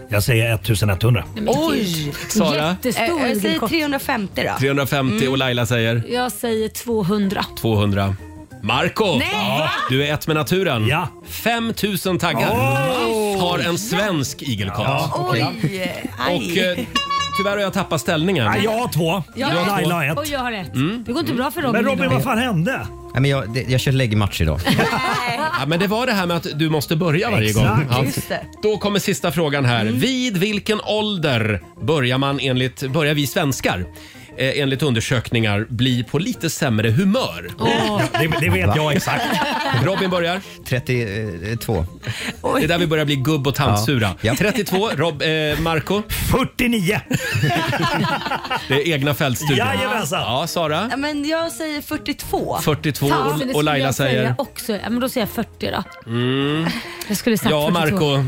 S10: Jag säger 1100.
S5: Oj!
S1: Sara?
S2: Jättestor
S5: Eh, Jag säger
S2: igelkott.
S5: 350 då. Mm.
S1: 350 och Laila säger
S2: Jag säger 200.
S1: 200. Marco,
S2: Nej, va?
S1: du är ett med naturen. Ja. 5000 taggar
S7: Oj.
S1: har en svensk igelkott.
S2: Oj!
S1: Och eh, tyvärr har jag tappat ställningen.
S10: Nej, jag har två.
S2: Jag
S1: Du har
S2: har
S1: två.
S2: Laila ett. Och jag har ett.
S1: Mm.
S2: Det går inte bra för Robin idag.
S10: hände?
S6: Nej, men jag, det, jag kör läggmatch idag.
S1: Ja, men det var det här med att du måste börja varje gång.
S6: Exakt.
S1: Ja.
S6: Just det.
S1: Då kommer sista frågan här.
S2: Mm.
S1: Vid vilken ålder börjar man enligt, börjar vi svenskar eh, enligt undersökningar bli på lite sämre humör?
S10: Åh. Det- det vet jag exakt.
S1: (laughs) Robin börjar.
S6: 32.
S1: Det är där vi börjar bli gubb och tantsura. 32, Rob, eh, Marco
S10: 49.
S1: (laughs) Det är egna fältstudion.
S10: Jajamensan.
S1: Ja, Sara?
S5: Ja, men jag säger 42.
S1: 42 och-
S2: men det skulle
S1: och Laila
S2: jag säga
S1: säger?
S2: Också. Ja, men då säger jag 40 då.
S1: Mm.
S2: Jag skulle sagt
S1: Ja,
S2: 42.
S1: Marco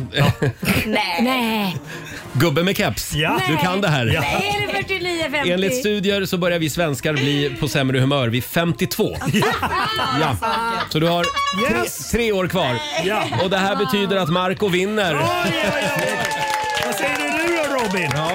S2: Nej. Nej.
S1: (laughs) Gubbe med keps. Ah, Du kan det här.
S2: Nej, är det 49, 50?
S1: Enligt studier så börjar vi svenskar bli på sämre humör vid 52. (laughs) Ja. Så du har tre, tre år kvar.
S10: Ja.
S1: Och det här betyder att Marco vinner.
S10: Vad säger du nu då Robin?
S1: Ja,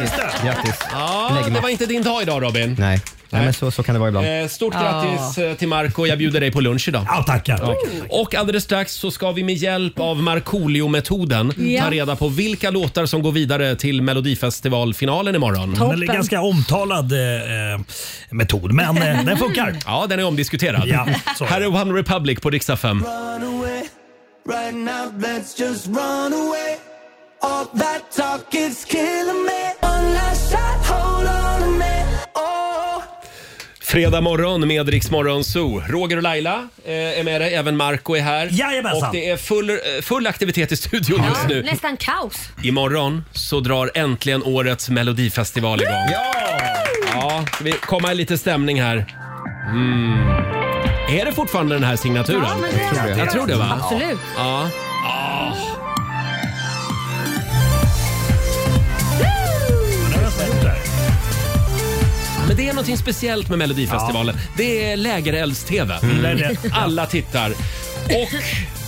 S10: just det.
S6: Grattis.
S1: Ja, det var inte din dag idag Robin.
S6: Nej, Nej men så, så kan det vara ibland.
S1: Eh, Stort grattis eh, till Marco. Jag bjuder dig på lunch idag.
S10: Ja, tackar.
S1: Och alldeles strax så ska vi med hjälp av Markoolio-metoden
S10: Ja.
S1: ta reda på vilka låtar som går vidare till Melodifestivalfinalen imorgon.
S10: Den är ganska omtalad eh, eh, metod, men eh, den funkar.
S1: (laughs) Ja, den är omdiskuterad.
S10: Ja,
S1: Här är One Republic på riksdag 5.
S7: Run away, right now let's just run away. All that talk is killing me. One last shot, hold on a minute.
S1: Ah,
S7: Oh.
S1: Fredag morgon med Rix Morgon Zoo. Roger och Laila eh, är med dig, även Marco är här.
S10: Jajamensan.
S1: Och det är full, eh, full (laughs) aktivitet i studion just nu.
S2: Nästan kaos.
S1: Imorgon så drar äntligen årets Melodifestival igång. Ja! Ja, ska vi komma i lite stämning här. Mm. Är det fortfarande den här signaturen?
S2: Ja, men det är
S1: jag, tror det va?
S2: Absolut.
S1: Ja. Ah. Men det är något speciellt med Melodifestivalen. Det är lägerelds-TV.
S7: Mm. Det är det.
S1: Alla tittar. Och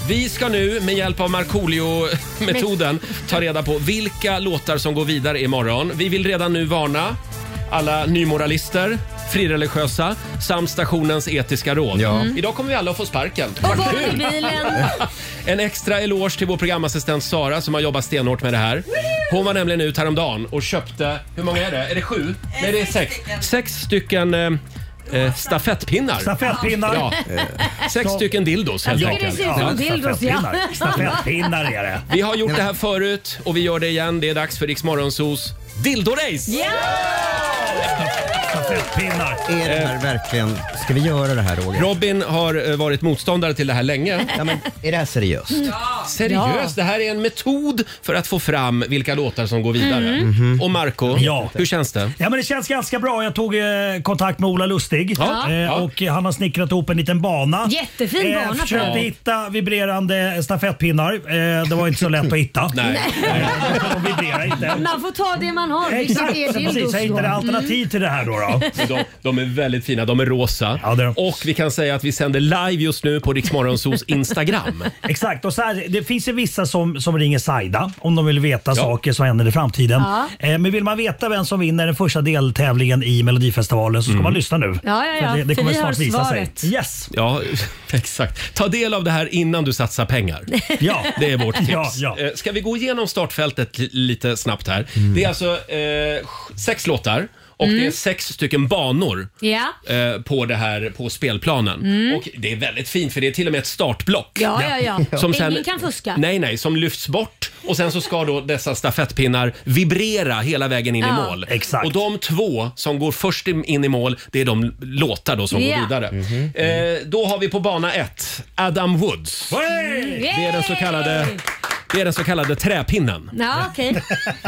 S1: vi ska nu med hjälp av Markoolio-metoden ta reda på vilka låtar som går vidare imorgon. Vi vill redan nu varna alla nymoralister, frireligiösa samt stationens etiska råd.
S2: Mm.
S1: Idag kommer vi alla att få sparken.
S2: Och bort i bilen.
S1: En extra eloge till vår programassistent Sara som har jobbat stenhårt med det här. Hon var nämligen ut häromdagen och köpte, hur många är det? Är det sju? Nej, det är Eh, sex. Sex stycken eh, eh, stafettpinnar.
S10: Stafettpinnar. (laughs)
S1: Ja. Sex
S10: Så-
S1: stycken dildos helt
S10: Ja.
S1: enkelt.
S10: Det ser ut som dildos, ja. Stafettpinnar. (laughs) Stafettpinnar är det.
S1: Vi har gjort det här förut och vi gör det igen. Det är dags för Rix Morgonzos Dildorace!
S10: Stafettpinnar.
S1: eh.
S6: Är det här verkligen... Ska vi göra det här Roger?
S1: Robin har eh, varit motståndare till det här länge.
S6: Ja, men är det här seriöst?
S1: Seriöst, det här är en metod för att få fram vilka låtar som går vidare.
S10: Mm.
S1: Och Marco,
S10: Ja.
S1: hur känns det?
S10: Ja men det känns ganska bra. Jag tog eh, kontakt med Ola Lustig
S1: Ja.
S10: Eh,
S1: Ja.
S10: och han har snickrat ihop en liten bana. Eh,
S2: Jättefin bana för
S10: Försökte
S2: övrigt.
S10: hitta vibrerande stafettpinnar. Eh, det var inte så lätt att hitta.
S1: (laughs) Nej.
S10: De vibrerar inte.
S2: Man får ta det man har. vilket
S10: Exakt,
S2: är
S10: så
S2: dildos
S10: precis. Jag
S2: då.
S10: hittade alternativ till det här då. då.
S1: (laughs) De, de är väldigt fina, de är rosa. Och vi kan säga att vi sänder live just nu på
S10: (laughs)
S1: Riksmorgonsos Instagram.
S2: Mm.
S10: Exakt, och så här, det finns ju vissa som, som ringer Saida om de vill veta saker som händer i framtiden.
S2: Ja.
S10: Eh, men vill man veta vem som vinner den första deltävlingen i Melodifestivalen så ska
S1: Mm.
S10: man lyssna nu.
S2: Ja, ja, ja,
S10: För det, det
S2: för
S10: kommer
S2: vi har
S10: snart visa
S2: svaret.
S10: sig. Yes!
S1: Ja, (laughs) exakt. Ta del av det här innan du satsar pengar.
S10: (laughs) Ja.
S1: Det är vårt tips.
S10: Ja, ja. Mm.
S1: Eh, Ska vi gå igenom startfältet li- lite snabbt här? Det är alltså eh, sj- sex låtar. och det är
S2: Mm.
S1: sex stycken banor
S2: Ja.
S1: eh, på, det här, på spelplanen.
S2: Mm.
S1: Och det är väldigt fint för det är till och med ett startblock.
S2: Ja, ja, ja.
S1: Som
S2: Ingen kan fuska.
S1: Nej, nej, som lyfts bort och sen så ska då dessa stafettpinnar vibrera hela vägen in
S2: Ja.
S1: i mål. Exakt. Och de två som går först in- in i mål, det är de låtar då som
S2: Ja.
S1: går vidare. Eh, då har vi på bana ett Adam Woods. Det är den så kallade, det är den så kallade träpinnen.
S2: Ja, okej.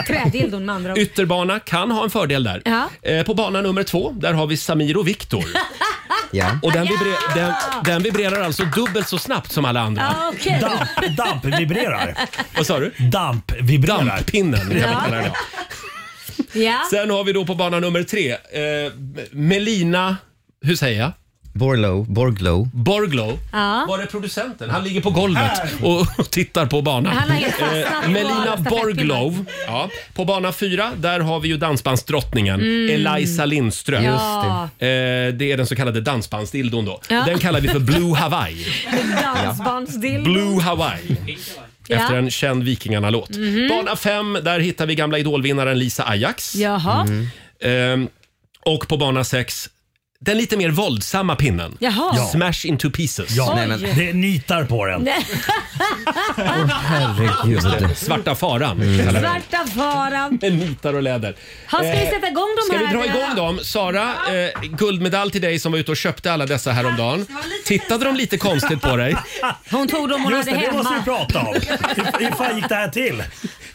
S2: Trädildon med andra ord.
S1: Ytterbana kan ha en fördel där.
S2: Ja.
S1: Eh, på bana nummer två, där har vi Samir och Viktor. Och den, vibre- den, den vibrerar alltså dubbelt så snabbt som alla andra.
S2: Ja, okej.
S10: Damp, damp vibrerar.
S1: (laughs) Vad sa du?
S10: Damp vibrerar.
S1: Damppinnen kan
S2: Ja.
S1: vi kalla den.
S2: Ja.
S1: Sen har vi då på bana nummer tre, eh, Melina, hur säger jag?
S6: Borlow, Borglow.
S1: Borglow.
S2: Ja.
S1: Var är producenten? Han ligger på golvet och, (laughs) och tittar på banan. Eh,
S2: Han har helt fastnat på
S1: Melina
S2: stafettpinnen.
S1: Borglow. Ja. På bana fyra, där har vi ju dansbandsdrottningen
S2: Mm.
S1: Eliza Lindström.
S2: Just
S1: det. Eh, det är den så kallade dansbandsdildon då.
S2: Ja.
S1: Den kallar vi för Blue Hawaii.
S2: Dansbandsdildo.
S1: Blue Hawaii.
S2: Ja.
S1: Efter
S2: (laughs)
S1: en känd Vikingarna-låt.
S2: Mhm.
S1: Bana fem, där hittar vi gamla idolvinnaren Lisa Ajax.
S2: Jaha.
S1: Ehm, och på bana sex, den lite mer våldsamma pinnen.
S2: Jaha. Ja.
S1: Smash into pieces.
S10: Ja, nej, men- Oj. det
S1: nitar på den.
S2: Nej.
S1: Herregud. Svarta faran. kallar vi den.
S2: Svarta faran.
S1: Med nitar och läder.
S2: Ha, ska vi
S1: Eh,
S2: sätta igång de
S1: Ska
S2: här?
S1: vi dra igång dem? Sara, eh, guldmedalj till dig som var ute och köpte alla dessa häromdagen. Tittade de lite konstigt på
S2: (laughs)
S1: dig?
S2: Hon tog dem hon
S10: Just
S2: hade
S10: det, det
S2: hemma.
S10: måste vi prata om. Hur- Hur fan gick det här till?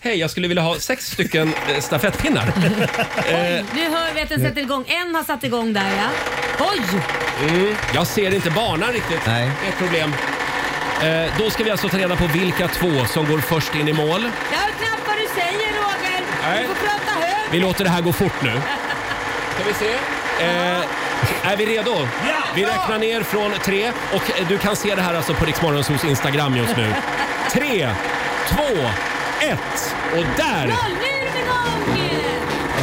S1: Hej, jag skulle vilja ha sex stycken eh,
S2: (laughs)
S1: stafettpinnar. Eh,
S2: Nu hör vi att den sätter igång. En har satt igång där ja. Oj!
S1: Mm, jag ser inte banan riktigt. Det är ett problem. Eh, då ska vi alltså ta reda på vilka två som går först in i mål.
S2: Jag hör knappt vad du säger Roger.
S1: Nej.
S2: Du får prata högt.
S1: Vi låter det här gå fort nu. Ska vi se? Eh, är vi redo? Vi räknar ner från tre och eh, du kan se det här alltså på Riksmorgonsos Instagram just nu. Tre, två, ett och där!
S2: Noll, nu är det igång!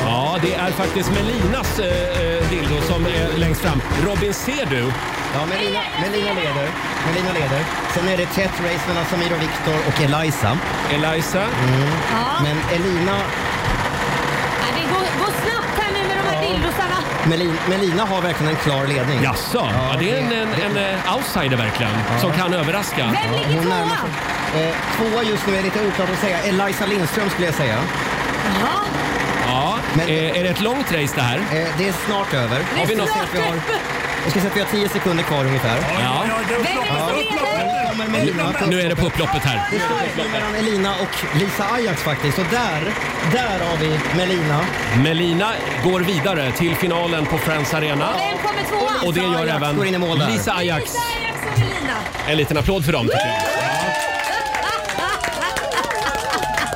S1: Ja, det är faktiskt Melinas eh, eh, dildo som är längst fram. Robin, ser du?
S6: Ja, Melina, Melina leder. Melina leder. Sen är det tätt race mellan Samir och Viktor och Eliza.
S1: Eliza.
S6: Mm. Men Elina,
S2: Nej, det går, går snabbt här nu med de här dildosarna.
S6: Melin, Melina har verkligen en klar ledning.
S1: Jaså? Ja, det är en, en, en eh, outsider verkligen som kan överraska.
S6: Vem ligger Hon tvåa? närmar sig. Eh, tvåa just nu är lite oklart att säga. Eliza Lindström skulle jag säga.
S1: Ja, eh, är det ett långt race det här?
S6: Eh, det är snart över.
S1: Har vi något?
S6: Vi har, jag ska säga att vi har tio sekunder kvar ungefär.
S1: Ja. Nu- Nu är det på upploppet här.
S6: Det står just nu mellan Elina och Lisa Ajax faktiskt. Och där, där har vi Melina.
S1: Melina går vidare till finalen på Friends Arena.
S2: Vem kommer tvåa?
S1: Och det gör
S6: Ajax
S1: även
S6: går in i mål där.
S1: Lisa Ajax.
S2: och Melina.
S1: En liten applåd för dem
S2: (laughs)
S1: tycker jag.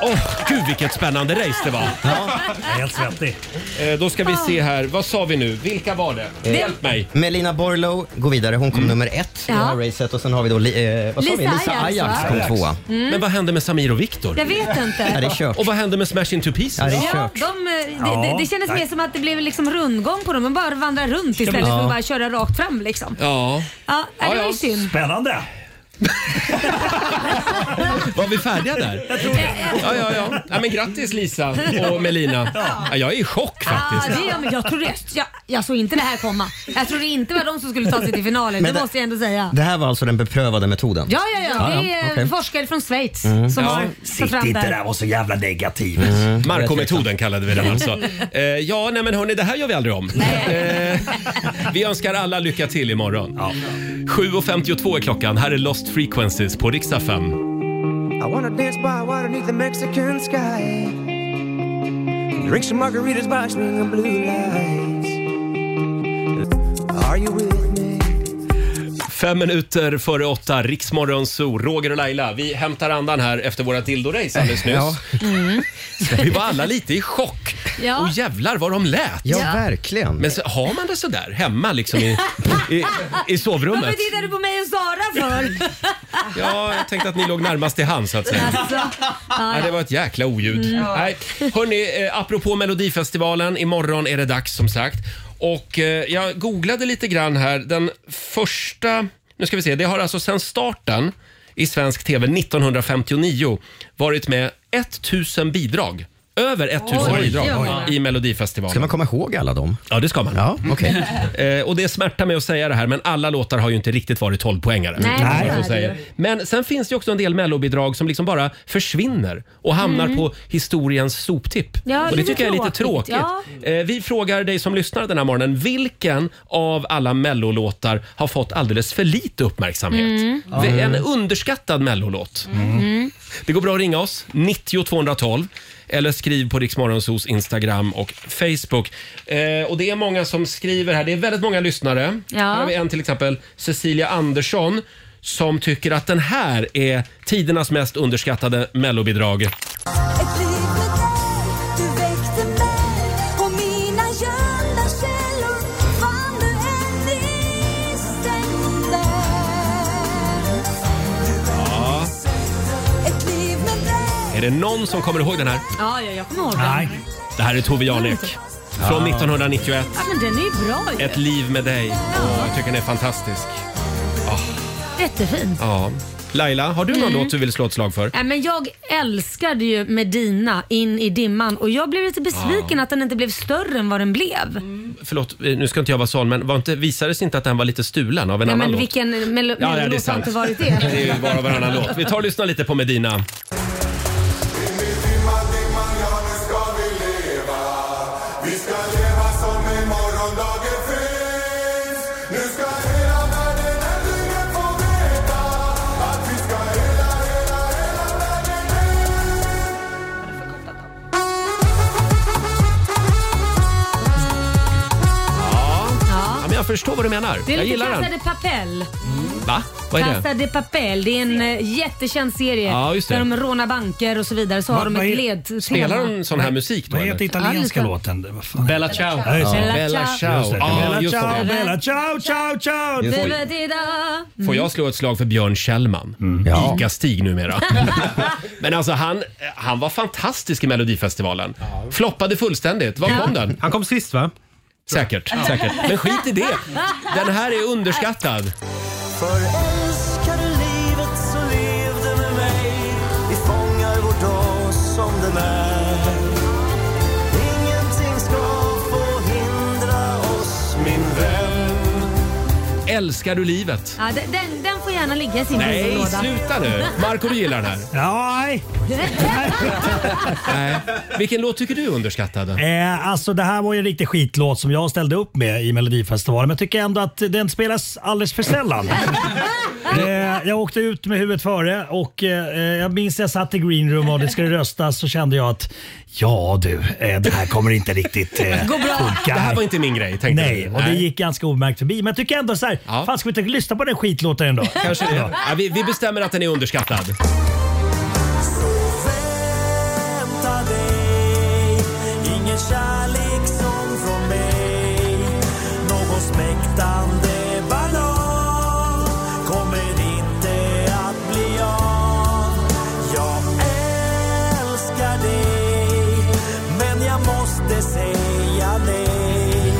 S1: Åh, gud vilket spännande race det var.
S10: Helt svettig.
S1: Eh, Då ska vi se här, vad sa vi nu? Vilka var det?
S6: Eh,
S1: Hjälp mig.
S6: Melina Borlow går vidare. Hon kom
S1: Mm.
S6: nummer ett i det här racet. Och sen har vi då Li- eh, vad sa vi?
S2: Lisa
S6: Lisa
S2: Ajax,
S6: Ajax
S2: va?
S6: kom
S2: Ajax.
S6: tvåa.
S2: Mm.
S1: Men vad hände med Samir och Viktor?
S2: Jag vet inte.
S6: Ja, det är kört.
S1: Och vad hände med Smash Into Pieces?
S6: Ja, det är
S2: Ja, de, eh, det, det, det kändes
S1: Ja.
S2: mer som att det blev liksom rundgång på dem. De bara vandrar runt istället
S1: Ja.
S2: för att bara köra rakt fram. Liksom.
S1: Ja.
S2: Ja, det var ju synd.
S10: Spännande.
S1: (laughs) Var vi färdiga där? Ja, ja, ja. ja men grattis Lisa och Melina. Ja, jag är i chock
S2: Ja,
S1: faktiskt.
S2: det gör mig. Jag, trodde, jag, jag såg inte det här komma. Jag trodde inte det var de som skulle ta sig till
S6: Men
S2: finalen. Det
S6: det-
S2: måste jag ändå säga.
S6: Det här var alltså den beprövade metoden?
S2: Ja, ja, ja. Det är eh,
S6: okej.
S2: forskare från Schweiz
S6: Mm.
S2: som
S6: Ja.
S2: har
S6: Sitt
S2: tagit fram det
S6: inte
S2: här.
S6: där.
S10: Det var så jävla negativt.
S1: Mm.
S6: Mm.
S1: Marco-metoden kallade vi den alltså.
S2: Mm.
S1: Eh, ja, nej men hörni, det här gör vi aldrig om. Eh, vi önskar alla lycka till imorgon. 7.52 är klockan. Här är Lost Frequencies på riksdag
S14: I
S1: 5.
S14: wanna dance by water beneath the Mexican sky. Drink some margaritas by a string of blue lights. Are you with me?
S1: Fem minuter före åtta, Riksmorgon Zoo, Roger och Laila. Vi hämtar andan här efter våra dildorace alldeles nyss.
S6: Ja.
S2: Mm.
S1: (laughs) Vi var alla lite i chock.
S2: Ja.
S1: Och jävlar vad de lät.
S6: Ja, verkligen.
S1: Men så, har man det sådär hemma liksom i, i, i
S2: Varför
S1: sovrummet?
S2: tittar du på mig och
S1: (laughs)
S2: Sara för?
S1: Ja, jag tänkte att ni låg närmast till hand så att säga.
S2: Alltså, ja,
S1: Nej, det
S2: ja.
S1: var ett jäkla oljud.
S2: Mm.
S1: Nej. Hörrni, eh, apropå Melodifestivalen, imorgon är det dags som sagt. Och eh, jag googlade lite grann här. Den första, nu ska vi se, det har alltså sedan starten i svensk TV 1959 varit med 1000 bidrag Över 1000
S6: Oj,
S1: bidrag
S6: oj, oj.
S1: i Melodifestivalen.
S6: Ska man komma ihåg alla dem?
S1: Ja, det ska man.
S6: Ja, okej.
S1: (laughs) Eh, och det smärtar mig att säga det här, men alla låtar har ju inte riktigt varit 12-poängare.
S6: Nej,
S1: som
S6: Nej.
S1: man
S6: det är
S1: säger.
S6: det ju.
S1: Men sen finns det ju också en del mellobidrag som liksom bara försvinner och hamnar
S2: Mm.
S1: på historiens soptipp.
S2: Ja,
S1: och det
S2: lite
S1: tycker jag är lite
S2: tråkigt,
S1: tråkigt. Eh, vi frågar dig som lyssnar den här morgonen, vilken av alla mellolåtar har fått alldeles för lite uppmärksamhet?
S2: Mm.
S1: Det är En
S2: Mm.
S1: underskattad mellolåt.
S2: Mm.
S1: Det går bra att ringa oss, 90 212 eller skriv på Riksmorgonsos Instagram och Facebook. Eh, och det är många som skriver här. Det är väldigt många lyssnare.
S2: Ja.
S1: Här har vi en till exempel, Cecilia Andersson som tycker att den här är tidernas mest underskattade mellobidrag.
S7: Ett liv med dig, du väckte mig och mina gömda källor fann du än i stängden.
S1: Ja.
S7: Ett liv med dig
S1: Är det någon som kommer ihåg den här?
S2: Ja, ja, jag kommer ihåg den.
S1: Det här är Tove Janek från
S2: Ja.
S1: 1991.
S2: Ja, men den är ju bra ju.
S1: Ett liv med dig. Åh, jag tycker den är fantastisk. Ah,
S2: Jättefin.
S1: ja. Laila, har du någon
S2: Mm.
S1: låt du vill slå ett slag för?
S2: Nej, men jag älskade ju Medina in i dimman och jag blev lite besviken
S1: Ah.
S2: att den inte blev större än vad den blev.
S1: Förlåt, eh, nu ska inte jag vara sån, men var inte, visades det inte att den var lite stulen av en
S2: Nej,
S1: annan
S2: men
S1: låt?
S2: vilken melo-
S1: Ja, ja, det är
S2: mellolåt har
S1: sant.
S2: inte
S1: (laughs)
S2: varit
S1: det? Det är ju bara varannan låt. Vi tar och lyssnar lite på Medina.
S7: Vi ska leva som i morgondagen finns Nu ska hela världen äntligen få veta Att vi ska hela, hela, hela världen
S1: Ja.
S2: Ja.
S1: ja, men jag förstår vad du menar.
S2: Det är
S1: Jag
S2: lite
S1: gillar
S2: Casa
S1: den. Mm.
S2: de Papel.
S1: Va? Vad är det?
S2: Casa de Papel. Det är en eh, jättekänd serie
S1: Ja, just det.
S2: där de rånar banker och så vidare. Så
S1: Vad-
S2: har de
S1: vad
S2: ett
S1: är-
S2: ledtema.
S1: Spelar de sån här musik då?
S10: Vad heter italienska
S2: Ja,
S10: låten? Vad fan
S1: Bella
S10: heter
S1: Ciao.
S10: den? Ja, just det.
S1: Ja. Bella Ciao.
S10: Just det.
S1: Ja,
S10: Bella
S1: just det.
S10: Ciao, Bella Ciao, Ciao, Ciao.
S1: Just det.
S2: Mm.
S1: Får jag slå ett slag för Björn Kjellman?
S6: Mm. Ja.
S1: Ica-Stig
S6: (laughs)
S1: numera. Men alltså han, han var fantastisk i Melodifestivalen. Floppade fullständigt. Var kom den? Han kom sist va? Säkert, säkert. Men skit i det. Den här är underskattad.
S7: För älskar du livet så lev det med mig Vi fångar vår dag som den är Ingenting ska få hindra oss min vän
S1: Älskar du livet?
S2: Ja, den- den, den får gärna ligga i sin
S1: Nej,
S2: byrålåda.
S1: sluta nu. Marco, du gillar den här?
S10: Nej.
S1: Nej. Vilken låt tycker du är underskattad?
S10: Eh, alltså det här var ju en riktig skitlåt som jag ställde upp med i Melodifestivalen men jag tycker ändå att den spelas alldeles för sällan.
S1: (laughs)
S10: eh, jag åkte ut med huvudet före och eh, jag minns jag satt i green room och det skulle röstas så kände jag att ja du, eh, det här kommer inte riktigt eh,
S1: Gå bra.
S10: funka.
S1: Det här var inte min grej, tänkte
S10: Nej,
S1: du.
S10: och det
S1: Nej.
S10: gick ganska omärkt förbi. Men jag tycker ändå så här, fan ska vi inte lyssna på den skitlåten ändå?
S1: (laughs) Kanske det. Ja, vi, vi bestämmer att den är underskattad.
S7: hämta dig Ingen kärlek som från mig Någon smäktande ballad kommer inte att bli av Jag älskar dig men jag måste säga nej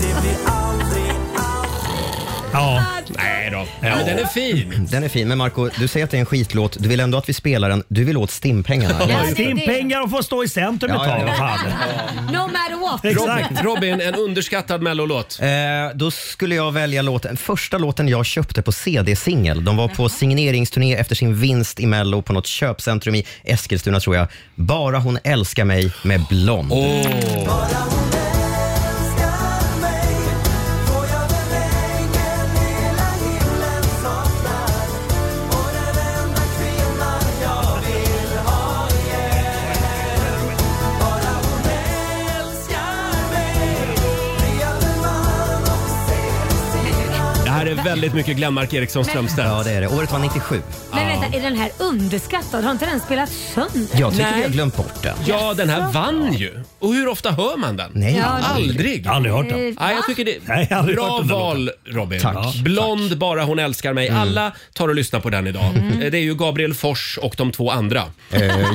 S7: Det blir aldrig
S10: Ja.
S1: Nej då. Ja, men den är fin.
S6: Mm. Den är fin, men Marco, du säger att det är en skitlåt. Du vill ändå att vi spelar den. Du vill åt stimpengarna.
S10: Ja, Stimpengar och får stå i centrum
S6: Ja,
S10: ett tag.
S6: ja, ja.
S10: Fan.
S2: No matter what.
S1: Robin, Robin, en underskattad mellolåt.
S6: Eh, då skulle jag välja låten, första låten jag köpte på CD-singel. De var på signeringsturné efter sin vinst i Mello på något köpcentrum i Eskilstuna tror jag. Bara hon älskar mig med Blond.
S1: Det här är väldigt mycket Glenmark Eriksson Strömstedt.
S6: Ja, det är det. Året var 97.
S2: Men vänta, är den här underskattad? Har inte den spelats sönder?
S6: Jag tycker vi har glömt bort den.
S1: Ja, den här vann ju. Och hur ofta hör man den?
S6: Nej.
S2: Ja,
S1: aldrig. Eh,
S10: Aldrig hört
S1: Nej,
S10: den.
S1: jag tycker det
S10: Nej, jag har aldrig hört
S1: bra
S10: den där
S1: val Robin.
S10: Tack.
S1: Ja. Blond bara hon älskar mig.
S6: Mm.
S1: Alla tar och lyssnar på den idag. Eh, Det är ju Gabriel Fors och de två andra.
S6: Eh,
S1: Eh,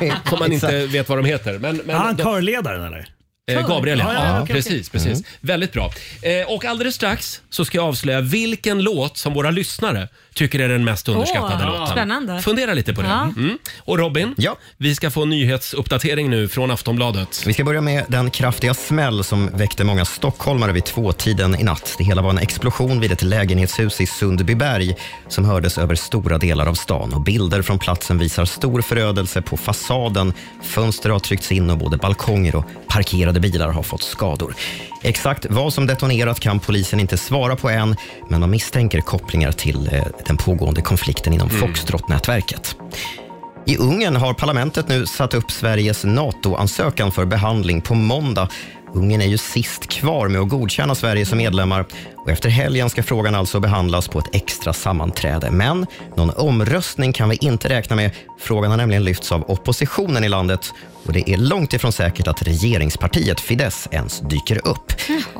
S1: (laughs) Som man inte vet vad de heter. Men, men
S10: Är han
S1: de-
S10: körledaren eller?
S1: Eh, Gabriel, ja.
S10: Ja, ja,
S1: ja,
S10: okej,
S1: precis,
S10: okej.
S1: precis. Väldigt bra. Eh, och alldeles strax så ska jag avslöja vilken låt som våra lyssnare tycker är den mest underskattade
S2: Åh,
S1: låten.
S2: spännande.
S1: Fundera lite på det.
S2: Ja.
S1: Mm. Och Robin, vi ska få en nyhetsuppdatering nu från Aftonbladet.
S6: Vi ska börja med den kraftiga smäll som väckte många stockholmare vid tvåtiden i natt. Det hela var en explosion vid ett lägenhetshus i Sundbyberg som hördes över stora delar av stan. Och bilder från platsen visar stor förödelse på fasaden. Fönster har tryckts in och både balkonger och parkerade bilar har fått skador. Exakt vad som detonerat kan polisen inte svara på än, men de misstänker kopplingar till eh, den pågående konflikten inom
S11: Mm.
S6: Foxtrot-nätverket. I Ungern har parlamentet nu satt upp Sveriges NATO-ansökan för behandling på måndag. Ungern är ju sist kvar med att godkänna Sverige som medlemmar och efter helgen ska frågan alltså behandlas på ett extra sammanträde. Men någon omröstning kan vi inte räkna med. Frågan har nämligen lyfts av oppositionen i landet och det är långt ifrån säkert att regeringspartiet Fidesz ens dyker upp.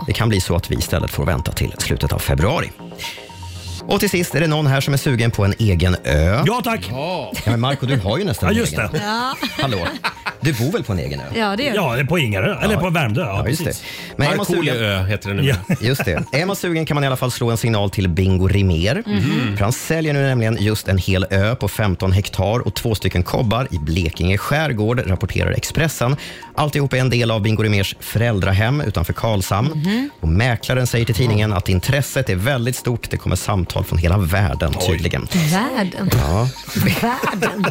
S6: Det kan bli så att vi istället får vänta till slutet av februari. Och till sist, är det någon här som är sugen på en egen ö?
S10: Ja tack!
S6: Ja, men Marco, du har ju nästan
S10: Ja, just
S6: en egen
S10: det.
S6: ö.
S2: Ja.
S6: Hallå, du bor väl på en egen ö?
S2: Ja, det gör jag.
S10: Ja, på Ingarö, eller på Värmdö. Ja,
S6: Ja, just det.
S10: precis.
S6: är man
S10: Markoolio
S6: sugen-
S10: ö heter det nu. Ja.
S6: Just det. Är man sugen kan man i alla fall slå en signal till Bingo Rimér.
S10: Mhm.
S6: För Han säljer nu nämligen just en hel ö på 15 hektar och två stycken kobbar i Blekinge skärgård, rapporterar Expressen. Alltihop är en del av Bingo Rimérs föräldrahem utanför Karlshamn.
S10: Mhm.
S6: Och mäklaren säger till tidningen att intresset är väldigt stort. Det kommer samtal från hela världen tydligen.
S2: Världen.
S6: Ja.
S2: Världen.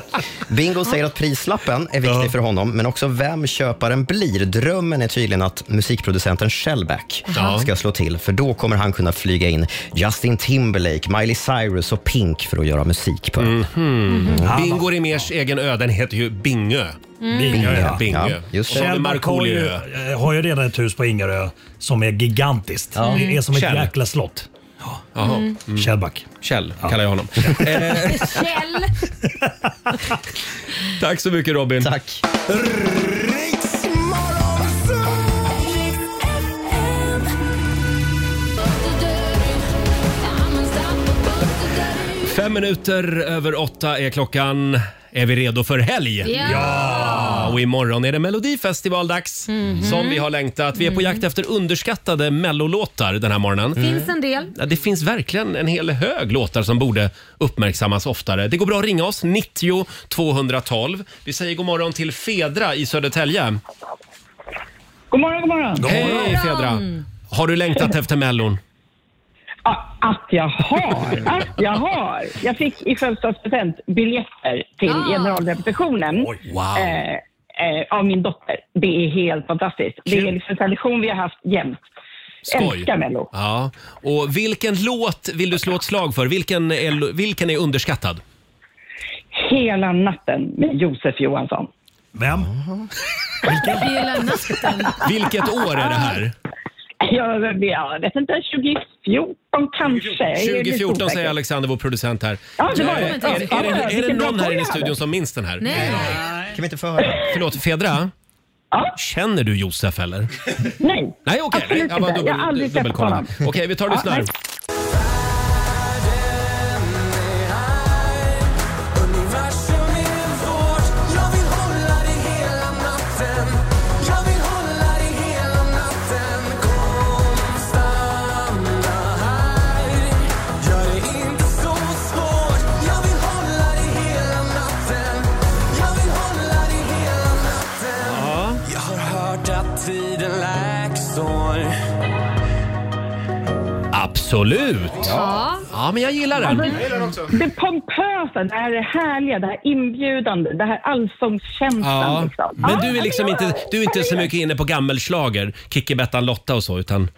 S6: Bingo säger att prislappen är viktig för honom, men också vem köparen blir. Drömmen är tydligen att musikproducenten Shellback
S1: Ja.
S6: ska slå till, för då kommer han kunna flyga in Justin Timberlake, Miley Cyrus och Pink för att göra musik på
S13: Mhm.
S6: mm
S1: Bingo Rimérs egen ö, den heter ju Bingö.
S10: Mm.
S1: Bingö, ja.
S6: Ja,
S1: Bingö.
S6: just det.
S1: Och
S10: Kjell har
S1: Markoolio
S10: ju,
S1: ö.
S10: eh, har ju redan ett hus på Ingarö som är gigantiskt.
S1: Ja.
S10: Det är som ett
S1: Kjell.
S10: jäkla slott.
S1: Jaha.
S10: Mm. Kjellback.
S1: Kjell kallar jag honom. Eh,
S2: Kjell.
S1: (laughs) Tack så mycket Robin.
S6: Tack.
S1: Fem minuter över åtta är klockan. Är vi redo för helg?
S7: Ja!
S1: Ja! Och imorgon är det Melodifestivaldags som vi har längtat. Vi är på jakt efter underskattade mellolåtar den här morgonen.
S6: Mm.
S2: Finns en del.
S1: Ja, det finns verkligen en hel hög låtar som borde uppmärksammas oftare. Det går bra att ringa oss, 90 212. Vi säger god morgon till Fedra i Södertälje.
S15: God morgon, god morgon.
S1: Hej Fedra! Har du längtat efter Mellon?
S15: Eh, Att jag har, att jag har. Jag fick i födelsedagspresent biljetter till
S4: Ah.
S15: generalrepetitionen
S1: wow.
S15: eh, eh, av min dotter. Det är helt fantastiskt. Det är liksom en tradition vi har haft jämt. Älskar Mello.
S1: Ja. Och vilken låt vill du slå ett slag för? Vilken är, vilken är underskattad?
S15: Hela natten med Josef Johansson.
S4: (laughs)
S10: Vem?
S2: Hela natten.
S1: Vilket år är det
S15: (laughs)
S1: här?
S15: Jag, jag vet inte, 2014 kanske. Jag är lite
S1: 2014
S15: osäker.
S1: säger Alexander, vår producent här.
S15: Ja, det var
S1: är,
S15: det.
S1: är, är,
S15: Ja,
S1: det- är det
S15: vilken bra
S1: någon här
S15: koll
S1: inne i
S15: jag hade.
S1: studion som minns den här?
S2: Nej.
S6: Kan vi inte få höra?
S1: Förlåt, Fedra? Känner du Josef eller?
S15: Nej.
S1: Nej, okej.
S15: Absolut
S1: Nej, jag var
S15: inte.
S1: dubbel,
S15: Jag har aldrig träffat
S1: dubbelkollad.
S15: honom.
S1: Okej, vi tar och
S15: Ja,
S1: lyssnar.
S15: nej.
S7: Universum är vårt Jag vill hålla dig hela natten Jag vill hålla dig hela natten Kom, stanna här Gör det inte så svårt Jag vill hålla dig hela natten Jag vill hålla dig hela natten Jag har hört att tiden läksår
S1: Absolut!
S15: Ja.
S1: ja, men jag gillar den.
S15: Alltså, Det pompösa, det här är härliga, det här inbjudande, det här allsångskänslan.
S1: Ja.
S15: Liksom.
S1: Men du är
S15: ja,
S1: liksom
S15: ja,
S1: inte,
S15: ja.
S1: du är inte så mycket inne på gammelslager, Kikki, Bettan, Lotta och så, utan
S15: Eh,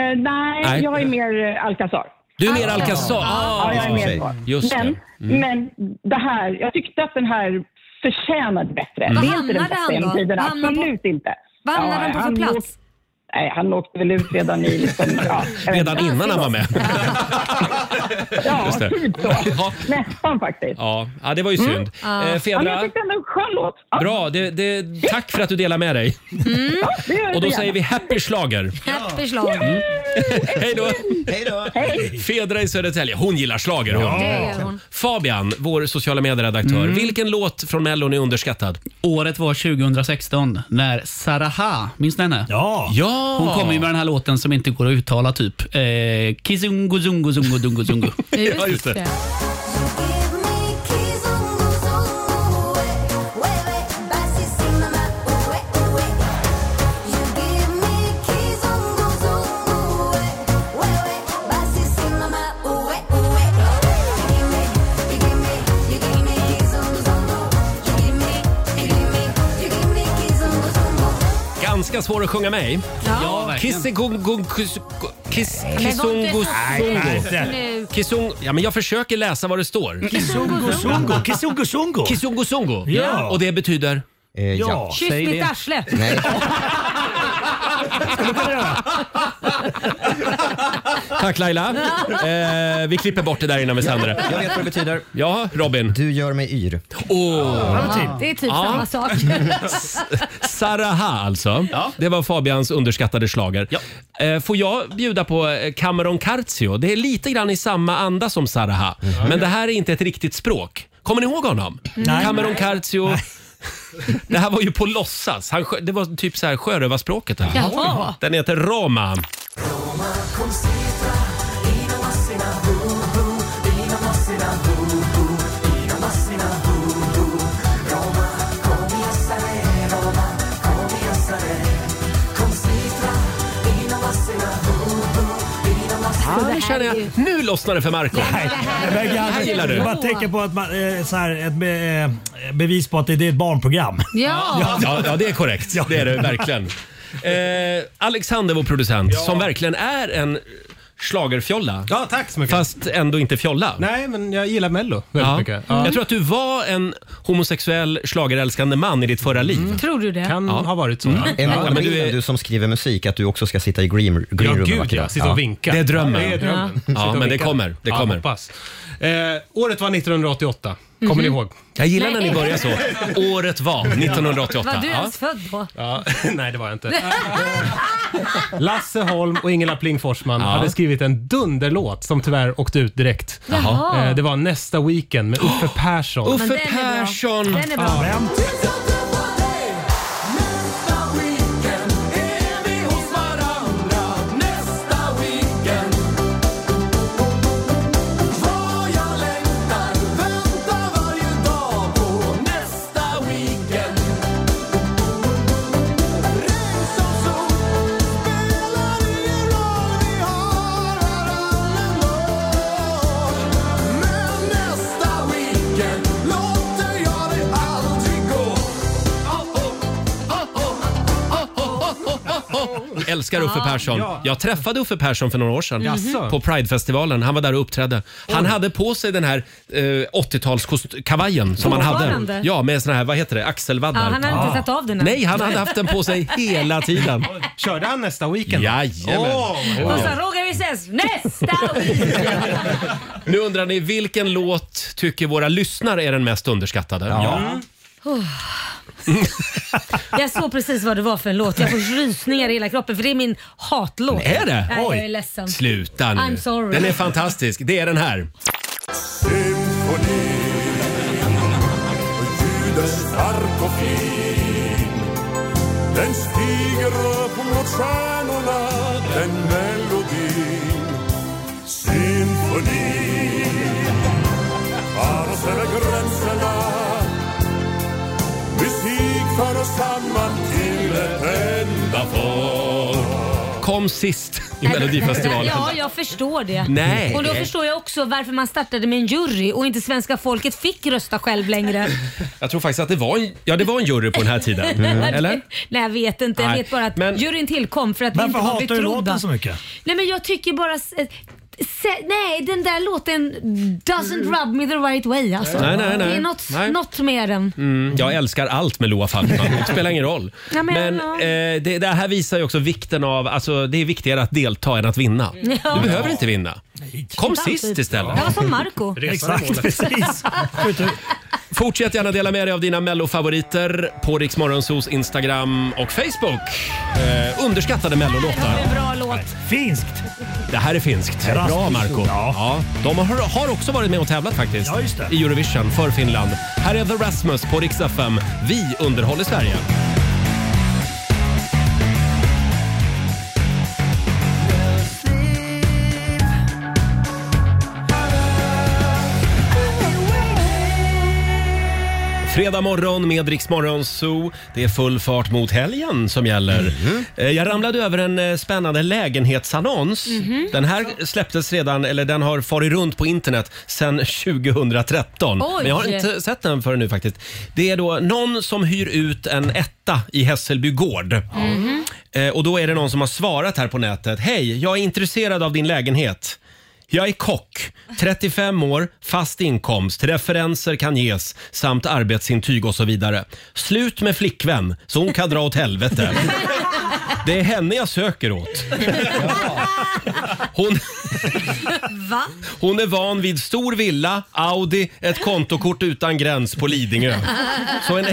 S15: nej,
S1: Nej.
S15: jag är mer eh, Alcazar. Ah.
S1: du är mer Alcazar. Ah,
S15: Ja, jag är mer så.
S1: Just
S15: men,
S1: det. Mm.
S15: men det här, jag tyckte att den här förtjänade bättre.
S1: Mm.
S15: Det
S1: Vad
S15: är inte den
S2: hamnade
S15: bästa
S2: han
S15: genom
S2: då?
S15: tiderna,
S2: Vad hamnade på-
S15: absolut inte.
S2: Vad hamnade
S15: Ja,
S2: han på för
S15: han
S2: plats?
S15: åkte- Nej, han åkte väl ut redan i... Liksom,
S1: (laughs)
S15: ja, jag vet
S1: Redan
S15: inte.
S1: innan han var (laughs) med.
S15: Ja,
S1: Just det.
S15: typ så. Nästan faktiskt.
S1: Ja, ja det var ju synd. Eh,
S15: Mm. Ja,
S2: Ah.
S15: men jag
S1: Fedra,
S15: tyckte ändå en skön låt.
S1: bra. Det, det, tack för att du delar med dig.
S15: Ja, det gör jag
S1: Mm. Och då
S15: gärna.
S1: säger vi happy schlager.
S2: Happy slag.
S1: Hej då! Fedra i Södertälje, hon gillar schlager hon.
S2: Ja. Det gör hon.
S1: Fabian, vår sociala medieredaktör.
S9: Mm.
S1: Vilken låt från Mellon är underskattad?
S9: Året var 2016 när Saraha, minns ni henne?
S10: Ja.
S1: ja!
S9: Hon kommer ju med den här låten som inte går att uttala typ. Eh, Kizungu zungu zungu dungu zungu.
S7: Ja, just det.
S1: Ganska svår att sjunga med i.
S2: Ja, verkligen.
S1: Kissegungung... kus- Kiss...
S2: Men var inte
S1: Kissungo...
S2: så snäll nu.
S1: Sungo. Kissung... Ja, men jag försöker läsa vad det står.
S10: Kisungozungo, kisungozungo.
S1: Kisungozungo.
S10: Ja.
S1: Och det betyder?
S10: ja.
S2: Kyss mitt arsle.
S1: Eh, Nej. Tack Laila. Eh, vi klipper bort det där innan vi sänder det.
S6: Jag vet vad det betyder.
S1: Ja, Robin.
S6: Du gör mig yr.
S2: Ja, det är typ
S1: Ja. (laughs)
S2: samma sak.
S1: Saraha alltså. Det var Fabians underskattade slager. Eh, Får jag bjuda på eh, Cameron Carzio? Det är lite grann i samma anda som Saraha. Men det här är inte ett riktigt språk. Kommer ni ihåg honom?
S10: Nej.
S1: Cameron
S10: Nej.
S1: Carzio. (laughs) Det här var ju på låtsas. Han, sjö- det var typ så här sjörövarspråket. det här.
S7: Jaha.
S1: Den heter Roma. Ah, nu känner jag, nu lossnar det för Marco.
S10: Men
S1: Det här gillar
S10: Jag bara
S1: du.
S10: tänker på att man, eh, så här, ett be, eh, bevis på att det, det är ett barnprogram.
S1: Ja. Ja, ja, det är korrekt. Det är det verkligen. Eh, Alexander, vår producent, som verkligen är en schlagerfjolla.
S13: Ja, tack så mycket.
S1: Fast ändå inte fjolla.
S13: Nej, men jag gillar Mello väldigt
S1: Ja.
S13: mycket. Ja.
S1: Jag tror att du var en homosexuell schlagerälskande man i ditt förra liv.
S2: Tror du det?
S13: Kan ha varit så.
S6: Mm.
S13: Ja.
S6: Är
S13: Ja, men
S6: målbilden
S13: du
S6: du, som skriver musik att du också ska sitta i green, green room en
S13: gud,
S6: vacker
S13: ja.
S6: dag?
S13: Sitta och vinka.
S1: Det är drömmen.
S13: Det är drömmen.
S1: Ja.
S13: Sitta och
S1: Ja, men det
S13: vinka.
S1: kommer. Det
S13: Ja,
S1: kommer.
S13: hoppas. Eh, året var 1988. Kommer ni
S1: Mhm.
S13: ihåg?
S1: Jag gillar när ni Nej. börjar så. Året (laughs) var 1988.
S2: Var du ens född då?
S13: Ja, (laughs) nej, det var jag inte. Lasse Holm och Ingela Pling Forsman
S1: Ja.
S13: hade skrivit en dunderlåt som tyvärr åkte ut direkt.
S1: Jaha.
S13: Eh, Det var Nästa Weekend med
S1: (gasps)
S13: Uffe Persson.
S1: Uffe Men den är bra. Persson. Den är bra.
S13: Ja.
S1: Vem? Älskar Uffe
S7: Ja.
S1: Persson.
S7: Ja.
S1: Jag träffade Uffe Persson för några år sedan Mm-hmm.
S7: Jaså?
S1: på Pridefestivalen. Han var där och uppträdde. Han
S7: Oj.
S1: hade på sig den här eh, 80-talskavajen som han
S2: Fortfarande?
S1: hade. Ja, med såna här, vad heter det, axelvaddar.
S2: Ja, han hade inte
S1: Ah.
S2: satt av den än.
S1: Nej, han hade haft den på
S2: (laughs)
S1: sig hela tiden.
S13: Körde han nästa weekend?
S1: Jajamän.
S2: Och så Roger vi ses nästa weekend.
S1: Nu undrar ni vilken låt tycker våra lyssnare är den mest underskattade? Ja.
S2: Oh. Jag såg precis vad det var för en låt. Jag får rysningar i hela kroppen för det är min hatlåt.
S1: Är det?
S2: Nej, jag är ledsen.
S1: Sluta nu.
S2: I'm sorry.
S1: Den är fantastisk. Det är den här.
S7: Gud är stark och fin Den stiger upp mot stjärnorna Den melodin Symfoni Far oss över gränserna Musik för oss samman till ett enda folk
S1: Kom sist i Melodifestivalen.
S2: Ja, jag förstår det.
S1: Nej.
S2: Och då förstår jag också varför man startade med en jury och inte svenska folket fick rösta själv längre. (laughs)
S1: Jag tror faktiskt att det var en, ja, det var en jury på den här tiden.
S2: Mm.
S1: Eller?
S2: Nej, jag vet inte. Jag
S1: Nej,
S2: vet bara att juryn tillkom för att vi inte
S10: Varför
S2: var
S10: hatar du
S2: betrodda.
S10: låten så mycket?
S2: Nej, men jag tycker bara... s- eh, se- Nej, den där låten doesn't rub me the right way alltså.
S1: Nej, nej, nej.
S2: Det är något,
S1: Nej.
S2: något med den.
S1: Mm, jag älskar allt med Loa Falkman. Det spelar ingen roll.
S2: Ja, men-
S1: Men eh, det, det här visar ju också vikten av... Alltså, det är viktigare att delta än att vinna.
S2: Ja.
S1: Du behöver inte vinna. Kom
S2: Inte
S1: sist
S2: alltid.
S1: istället.
S2: Jag var typ. som Marco
S1: Exakt, precis.
S10: (laughs)
S1: Fortsätt gärna dela med dig av dina mellofavoriter på Riksmorgonsos Instagram och Facebook. Eh, underskattade mellolåtar.
S2: Bra låt.
S10: Finskt.
S1: Det här är finskt. Bra
S10: Rasmus.
S1: Marco ja. De har, har också varit med och tävlat faktiskt
S10: Ja, just det.
S1: i Eurovision för Finland. Här är The Rasmus på Rix FM. Vi underhåller Sverige. Fredag morgon med Rix Morgon Zoo. Det är full fart mot helgen som gäller. Eh, Jag ramlade över en eh, spännande lägenhetsannons.
S7: Mhm.
S1: Den här släpptes redan, eller den har farit runt på internet sedan 2013.
S7: Oj.
S1: Men jag har inte sett den förrän nu faktiskt. Det är då någon som hyr ut en etta i Hässelby gård.
S7: Mm-hmm.
S1: Eh, Och då är det någon som har svarat här på nätet. Hej, jag är intresserad av din lägenhet. Jag är kock, 35 år, fast inkomst, referenser kan ges samt arbetsintyg och så vidare. Slut med flickvän, så hon kan dra åt helvete. Det är henne jag söker åt. Hon,
S2: Va?
S1: hon är van vid stor villa, Audi, ett kontokort utan gräns på Lidingö. Så en,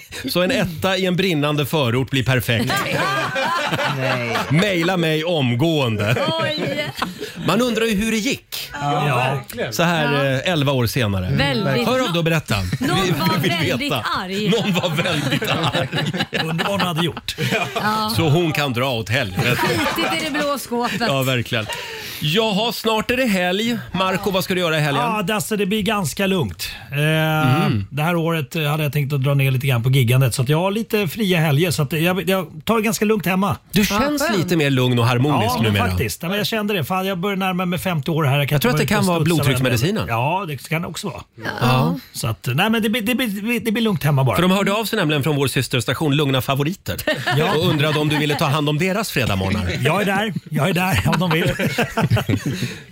S1: (laughs) så en etta i en brinnande förort blir perfekt. Maila mig omgående. Man undrar ju hur det gick.
S7: Ja, Ja. verkligen.
S1: Så här eh, 11 år senare.
S7: Mm, verkligen.
S1: Hör av dig och berätta.
S7: Någon
S1: Vi- vi
S7: var
S1: vill
S7: väldigt
S1: veta.
S7: arg.
S1: Någon var väldigt arg. Undrar vad hon hade gjort.
S2: Ja.
S1: Så hon kan dra åt helvete.
S2: Skitigt i det blå skåpet.
S1: Ja, verkligen. Jaha, snart är det helg. Marco, vad ska du göra i helgen?
S10: Ja, Dasse, det blir ganska lugnt. Eh,
S1: Mm.
S10: Det här året eh, hade jag tänkt att dra ner lite grann på giggandet så att jag har lite fria helger så att jag, jag tar det ganska lugnt hemma.
S1: Du känns lite mer lugn och harmonisk
S10: Ja, men
S1: numera.
S10: faktiskt. Ja, men jag kände det. Fan, jag börjar närma mig 50 år här.
S1: Jag tror att
S10: inte
S1: det kan
S10: ut och
S1: vara
S10: studsa
S1: blodtrycksmedicinen.
S10: varenda- Ja, det kan det också vara.
S1: Ja.
S10: Så att, nej, men det, blir- det, blir- det blir lugnt hemma bara.
S1: För de hörde av sig nämligen från vår systerstation Lugna favoriter
S10: Ja.
S1: och undrade om du ville ta hand om deras fredagsmorgnar.
S10: Jag är
S1: (laughs)
S10: där. Jag är där om de vill.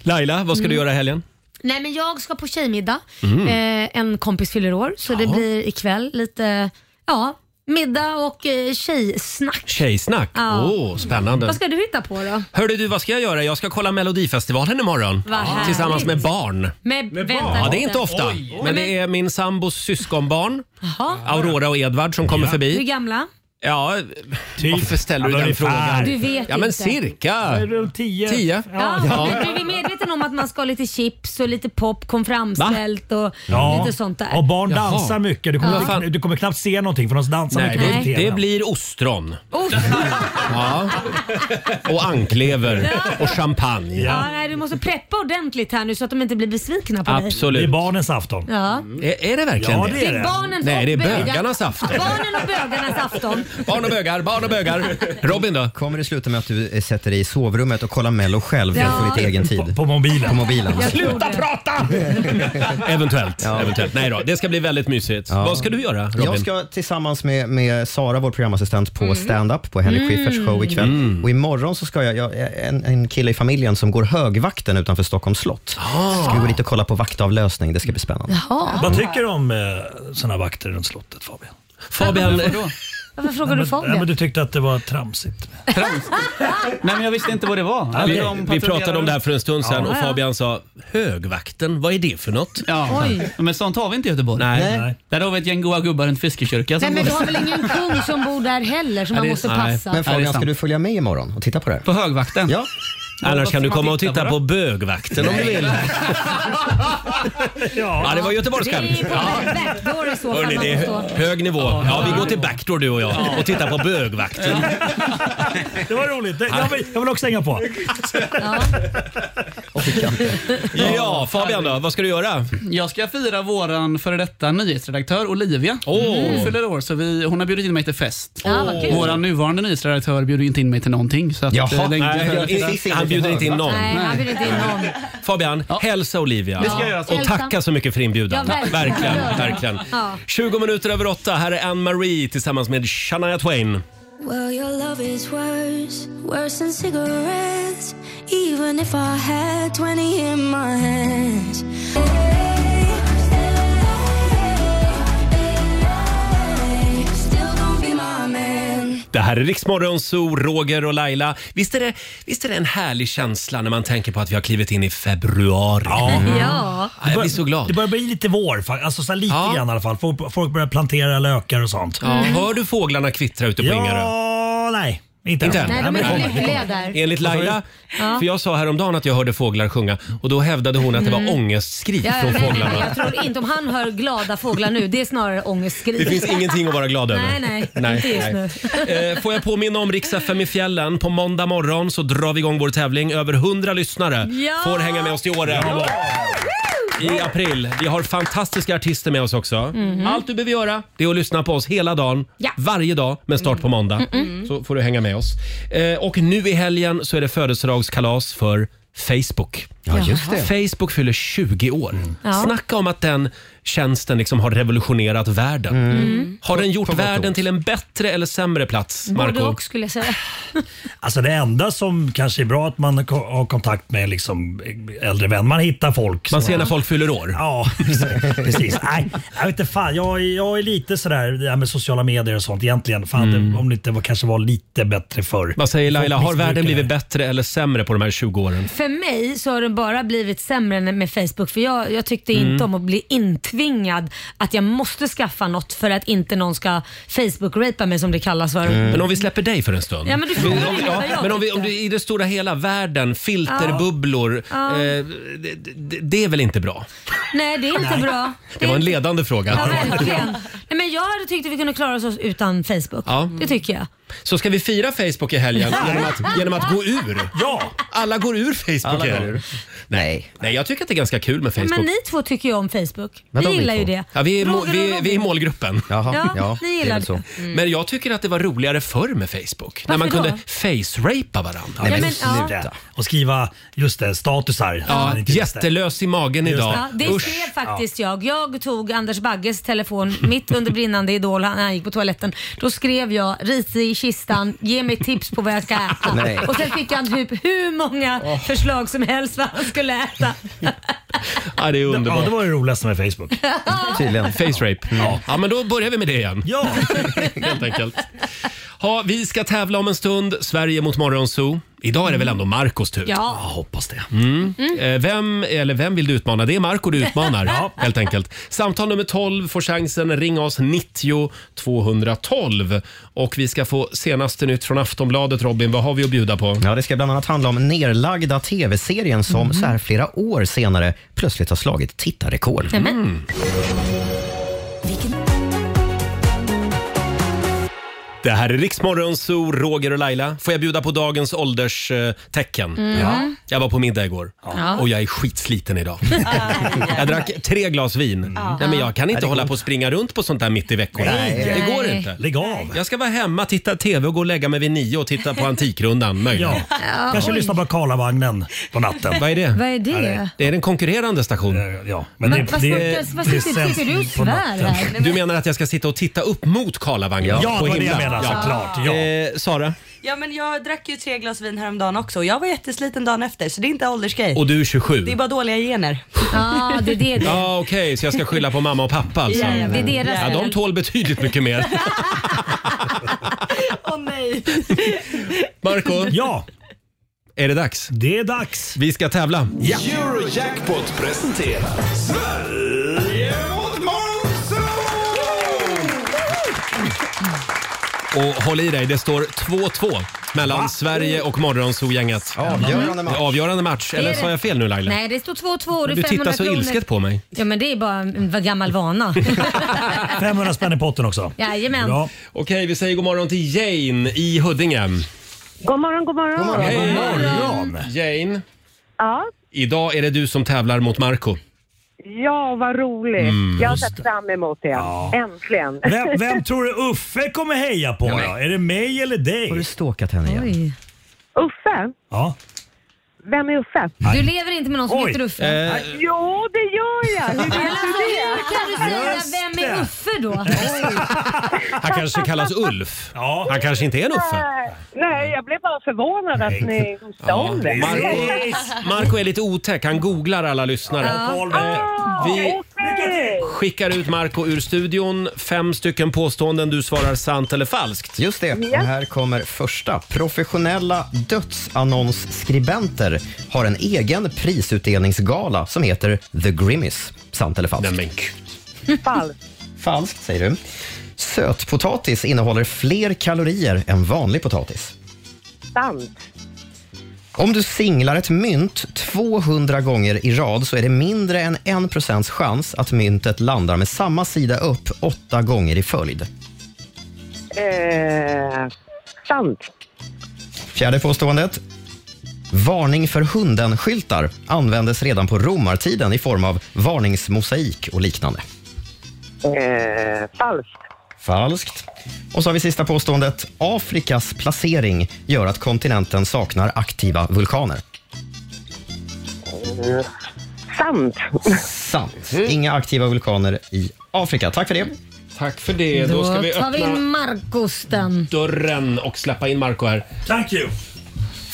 S1: Laila, vad ska du göra i helgen?
S2: Nej men jag ska på tjejmiddag.
S1: Mm.
S2: Eh, en kompis fyller år så det blir ikväll lite, ja, middag och eh, tjejsnack.
S1: Tjejsnack? Åh,
S2: Ja.
S1: spännande.
S2: Vad ska du hitta på då?
S1: Hörde du, vad ska jag göra? Jag ska kolla Melodifestivalen imorgon.
S2: Vad härligt.
S1: Tillsammans med barn.
S2: Med, vänta
S1: Ja, det är
S2: lite.
S1: inte ofta. Men det är min sambos syskonbarn,
S2: Jaha.
S1: Aurora och Edvard, som kommer
S2: Hur
S1: förbi.
S2: gamla?
S1: Ja, varför ställer du
S10: Typ. Ja, men
S1: den
S10: ungefär.
S1: frågan?
S2: Du vet
S1: ja, men
S2: inte.
S1: cirka.
S10: Runt tio.
S1: Tio.
S2: Ja,
S1: Ja.
S2: Men du är medveten om att man ska ha lite chips och lite popcorn framställt och lite sånt där.
S10: Och barn dansar mycket. Du
S1: Ja.
S10: kommer, du kommer knappt se någonting för de dansar
S1: Nej,
S10: mycket.
S1: det, det blir ostron.
S2: Oh,
S1: Ja. Och anklever och champagne.
S2: ja, nej, du måste preppa ordentligt här nu så att de inte blir besvikna på dig.
S1: Absolut. Det är
S10: barnens afton.
S2: Ja.
S1: Är, är det verkligen
S10: Ja, det är
S2: Det är barnens
S1: Nej, det är
S2: och bögarnas-
S1: bögarnas afton.
S2: Barnen och bögarnas afton.
S1: Barn och bögar, barn och bögar. Robin då?
S6: Kommer det sluta med att du eh, sätter dig i sovrummet och kollar Mello själv för att få
S2: Ja.
S6: lite egen tid? På,
S10: mobilen.
S6: På mobilen.
S7: Sluta
S1: prata! Eventuellt. Eventuellt. Nej då, det ska bli väldigt mysigt. Vad ska du göra Robin?
S6: Jag ska tillsammans med, med Sara, vår programassistent, på stand-up på Henrik
S1: Mm.
S6: Schyfferts show ikväll. Och imorgon så ska jag, jag en, en kille i familjen som går högvakten utanför Stockholms slott. Ska vi gå dit och kolla på vaktavlösning. Det ska bli spännande.
S10: Vad tycker du om eh, såna vakter runt slottet Fabian?
S1: (laughs) Fabian...
S2: Varför
S10: Nej,
S2: frågar
S10: men,
S2: du
S10: nej,
S2: Fabian?
S10: men Du tyckte att det var tramsigt.
S9: Nej, men jag visste inte vad det var. Alltså,
S1: Vi,
S9: de
S1: vi
S9: patrullerar-
S1: pratade om det här för en stund sedan
S9: Ja.
S1: och Fabian sa högvakten, vad är det för något?
S9: Ja.
S2: Oj.
S9: Men sånt har vi inte i Göteborg.
S1: Nej. Nej.
S9: Där har vi ett gäng goa gubbar runt Fiskekyrka.
S2: Nej
S9: som-
S2: men du har väl ingen kung som bor där heller som man måste passa?
S6: Men
S9: Nej, det är
S6: Fabian, ska
S9: sant.
S6: du följa med imorgon och titta på det?
S9: På högvakten?
S6: Ja.
S1: Annars kan du komma och titta på bögvakten om du vill. Ja, det var göteborgskan.
S2: Det är på
S1: Ja.
S2: backdoor i så fall
S1: Hörni,
S2: man
S1: det
S2: får stå.
S1: är hög nivå. Ja, vi går till backdoor du och jag och tittar på bögvakten.
S10: Det var roligt. Det, jag, vill, jag vill också hänga på.
S1: Ja, Fabian då, vad ska du göra?
S9: Jag ska fira våran före detta nyhetsredaktör Olivia.
S1: Åh.
S9: Hon fyller år, så vi, hon har bjudit in mig till fest.
S2: Ja, vad kul.
S9: Våran nuvarande nyhetsredaktör bjuder inte in mig till någonting. Så att
S1: Jaha.
S9: eh, den-
S1: Nej, jag-
S9: (laughs)
S1: i- han bjuder inte in någon.
S2: Nej, han bjuder inte in någon.
S1: Mm. Fabian, hälsa Olivia.
S2: Det ska jag göra.
S1: Och tacka så mycket för inbjudan.
S2: Ja, verkligen.
S1: verkligen.
S2: Ja.
S1: verkligen.
S2: Ja.
S1: 20 minuter över åtta. Här är Anne-Marie tillsammans med Shania Twain.
S3: Well, your love is worse, worse than cigarettes. Even if I had 20 in my hands. Still gonna be my man.
S1: Det här är Riksmorgon, Zoo, Roger och Laila. Visst är, det, visst är det en härlig känsla när man tänker på att vi har klivit in i februari?
S2: Ja.
S1: Ja, Jag blir så glad.
S10: Det börjar bli lite vår, fa- alltså så här lite grann i alla fall. Folk, folk börjar plantera lökar och sånt.
S1: Ja,
S2: Mm.
S1: Hör du fåglarna kvittra ute på
S10: Ja,
S1: Ingarö?
S10: nej. Inte,
S1: Inte än?
S10: än.
S1: Nej, de är
S10: men det
S1: inte
S10: kommer, det
S2: lyckliga
S10: kommer.
S2: där.
S1: Enligt Laila,
S2: Ja.
S1: för jag sa häromdagen att jag hörde fåglar sjunga och då hävdade hon att det var
S2: Mm.
S1: ångestskrik
S2: Ja,
S1: från
S2: nej, nej,
S1: fåglarna.
S2: nej, jag tror inte om han hör glada fåglar nu. Det är snarare ångestskrik.
S1: Det finns ingenting att vara glad över.
S2: Nej, nej, inte just
S1: Eh, Får jag påminna om Rix FM i fjällen. På måndag morgon så drar vi igång vår tävling. Över 100 lyssnare
S2: Ja!
S1: får hänga med oss i Åre. i april. Vi har fantastiska artister med oss också.
S2: Mm-hmm.
S7: Mhm.
S1: Allt du behöver göra det är att lyssna på oss hela dagen,
S7: Ja.
S1: varje dag med start på
S2: Mm,
S1: måndag. Så får du hänga med oss. Eh, och nu i helgen så är det födelsedagskalas för Facebook.
S7: Ja, just det. Mm.
S1: Facebook fyller 20 år.
S7: Ja.
S1: Snacka om att den tjänsten liksom har revolutionerat världen.
S2: Mm.
S1: Har den gjort världen till en bättre eller sämre plats,
S2: Både
S1: Marco?
S2: och skulle jag säga.
S10: Alltså det enda som kanske är bra att man ko- har kontakt med liksom äldre vänner. Man hittar folk.
S1: Man
S10: som-
S1: ser när folk fyller år.
S10: Ja, (laughs) precis. precis. Nej, jag vet inte fan. Jag, är- jag är lite sådär, det här med sociala medier och sånt egentligen. Fan, det, om det inte var, kanske var lite bättre förr.
S1: Mm. Vad säger Laila,
S10: Folk
S1: har världen
S10: missbrukar
S1: blivit bättre eller sämre på de här 20 åren?
S2: För mig så har det bara blivit sämre än med Facebook för jag, jag tyckte
S1: Mm.
S2: inte om att bli intvingad att jag måste skaffa något för att inte någon ska Facebook-rapa mig som det kallas för.
S1: Eh. Mm. Men om vi släpper dig för en stund.
S2: Eh. Ja, men du frågar
S1: om,
S2: ju vad jag
S1: men om, vi,
S2: tyckte.
S1: om du, i det stora hela, världen, filterbubblor.
S2: Ja.
S1: Eh, det, det, det är väl inte bra?
S2: Nej, det är inte
S1: Nej.
S2: bra.
S1: Det var en ledande
S2: Ja,
S1: fråga.
S2: verkligen. Nej, men jag hade tyckt att vi kunde klara oss utan Facebook.
S1: Ja.
S2: Det tycker jag.
S1: Så ska vi fira Facebook i helgen genom att, genom att gå ur?
S10: Ja!
S1: Alla går ur Facebook
S7: Alla
S1: i
S7: går
S1: helgen. Nej. Nej, jag tycker att det är ganska kul med Facebook.
S2: Men ni två tycker ju om Facebook.
S1: Men
S2: vi
S1: de
S2: gillar
S1: vi
S2: ju
S1: två.
S2: det.
S1: Ja, vi, är, må-
S2: Roger och
S1: vi, är- vi är i målgruppen.
S2: Ja, ja, ni det är gillar väl så. det. Mm.
S1: Men jag tycker att det var roligare förr med Facebook. när man
S2: då?
S1: kunde face-rapa varandra.
S10: Nej, men, sluta. Och skriva, just det, statusar.
S1: Ja, jättelös i magen idag.
S2: Ja, det skrev faktiskt jag. Jag tog Anders Bagges telefon mitt under brinnande Idol när han gick på toaletten. Då skrev jag “Ris i kistan, ge mig tips på vad jag ska äta”.
S1: Nej.
S2: Och sen fick han typ hur många förslag som helst vad han skulle
S1: (laughs)
S2: äta.
S1: Ja, det är underbart.
S10: Ja, det var det roligaste med Facebook.
S1: Tydligen. Face rape. Ja. ja, men då börjar vi med det igen.
S10: Ja.
S1: (laughs) Helt enkelt. Ha, vi ska tävla om en stund. Sverige mot Morgonzoo. Idag är det väl ändå Marcos tur?
S7: Ja.
S1: hoppas det. Mm. Eh, Vem, eller vem vill du utmana? Det är Marco du utmanar.
S7: Ja.
S1: helt enkelt. Samtal nummer 12 får chansen. Ring oss 90 212. Och vi ska få senaste nytt från Aftonbladet. Robin, vad har vi att bjuda på?
S6: Ja, det ska bland annat handla om nerlagda tv-serien som så här flera år senare plötsligt har slagit tittarrekord.
S7: Nämen.
S1: Mm. Det här är Riksmorgon, så Roger och Laila. Får jag bjuda på dagens ålderstecken?
S7: Mm. Ja.
S1: Jag var på middag igår
S7: Ja.
S1: och jag är skitsliten
S10: (laughs)
S1: idag. jag drack tre glas vin.
S10: Mm.
S1: Nej, men jag kan inte hålla på och springa runt på sånt där mitt i veckorna.
S10: Nej.
S1: Det går
S10: Nej.
S1: inte.
S10: Lägg av.
S1: Jag ska vara hemma, titta TV och gå och lägga mig vid nio och titta på
S10: (laughs)
S1: Antikrundan. Möjligen.
S10: Ja. Kanske lyssna på Karlavagnen på natten.
S1: Vad är det?
S2: Vad är det?
S1: Ja, Det är en konkurrerande station.
S10: Ja,
S2: men Men det- vad det- sitter- vad det sitter- sänds sitter du och på svär natten. här?
S1: Du menar att jag ska sitta och titta upp mot Karlavagnen?
S10: Ja, det
S1: på
S10: var det
S1: himlen?
S10: jag menar, såklart, ja.
S1: Eh, Sara?
S5: Ja men jag drack ju tre glas vin häromdagen också och jag var jättesliten dagen efter så det är inte åldersgrej.
S1: Och du är 27?
S5: Det är bara dåliga gener.
S2: Ja, Ah, det är det det
S1: Ja, okej, så jag ska skylla på mamma och pappa alltså.
S2: Ja, ja, det är deras
S1: ja, de
S2: fel.
S1: tål betydligt mycket mer.
S5: Åh nej.
S1: Marco?
S10: Ja?
S1: Är det dags?
S10: Det är dags.
S1: Vi ska tävla.
S11: Eurojackpot presenterar Sverige mot
S1: Och håll i dig, det står 2-2 mellan Sverige och Morgonzoo-gänget.
S6: Avgörande
S1: match. Avgörande match. Eller sa jag fel nu Laila?
S2: Nej, det står 2-2 och det är
S1: Du tittar
S2: 500
S1: så
S2: kronor.
S1: ilsket på
S10: (laughs)
S1: mig.
S2: Ja, men det är bara en gammal vana.
S10: 500 spänn i potten också.
S2: Jajamän.
S1: Okej, vi säger god morgon till Jane i Huddinge.
S4: God morgon, god morgon.
S1: Hej. Jane,
S4: Ja,
S1: idag är det du som tävlar mot Marco.
S4: ja vad roligt.
S1: Mm,
S4: jag har
S1: just
S4: sett fram emot det. Äntligen.
S10: Vem,
S4: (laughs)
S10: vem tror du Uffe kommer heja på då? Är det mig eller dig? Har du
S6: stalkat henne igen?
S4: Uffe?
S10: Ja.
S4: (laughs) Vem är Uffe?
S2: Du lever inte med någon som
S4: Oj.
S2: heter Uffe?
S4: Eh. Jo, det gör jag. Hur vet
S2: Men
S4: du
S2: alltså,
S4: det?
S2: hur kan du säga
S4: Just
S2: “Vem är
S4: det.
S2: Uffe” då?
S1: Han kanske kallas Ulf. Han kanske inte är en Uffe.
S4: Nej, Nej, jag blev bara förvånad att ni hostade
S1: Ja,
S4: om det.
S1: Marco, Marco är lite otäck. Han googlar alla lyssnare.
S4: Ah,
S1: Vi-
S4: okej.
S1: Skickar ut Marco ur studion. Fem stycken påståenden. Du svarar sant eller falskt.
S6: Just det. Och här kommer första. Professionella dödsannonsskribenter har en egen prisutdelningsgala som heter The Grimmies. Sant eller falskt?
S4: Falskt.
S6: Falskt, säger du. Sötpotatis innehåller fler kalorier än vanlig potatis.
S4: Sant.
S6: Om du singlar ett mynt 200 gånger i rad så är det mindre än 1 chans att myntet landar med samma sida upp åtta gånger i följd.
S4: Eh, sant.
S6: Fjärde påståendet. Varning för hunden-skyltar användes redan på romartiden i form av varningsmosaik och liknande.
S15: Eh, falskt.
S6: Falskt. Och så har vi sista påståendet. Afrikas placering gör att kontinenten saknar aktiva vulkaner.
S15: Eh, sant.
S6: Sant.
S1: Mm.
S6: Inga aktiva vulkaner i Afrika. Tack för det.
S1: Tack för det.
S2: Då tar vi in Marcos den.
S1: dörren och släppa in Marco här.
S10: Thank you!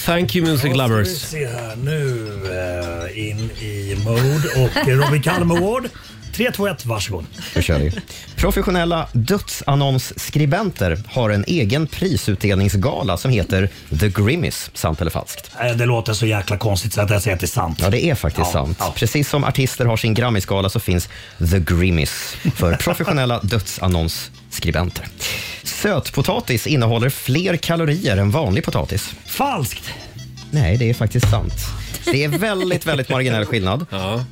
S1: Thank you music
S10: Då ska vi
S1: lovers.
S10: se här nu. eh, in i mode och eh, Robin
S1: (laughs)
S10: Kalm Award. 3, 2, 1, varsågod.
S6: Då kör vi. Professionella dödsannonsskribenter har en egen prisutdelningsgala som heter The Grimmies. Sant eller falskt?
S10: Eh, Det låter så jäkla konstigt så att jag säger att det är sant.
S6: Ja, det är faktiskt
S10: Ja,
S6: sant. Precis som artister har sin Grammisgala så finns The Grimmies
S10: (laughs)
S6: för professionella dödsannonsskribenter. Sötpotatis innehåller fler kalorier än vanlig potatis.
S10: Falskt!
S6: Nej, det är faktiskt sant. Det är väldigt, väldigt marginell
S10: (laughs)
S6: skillnad.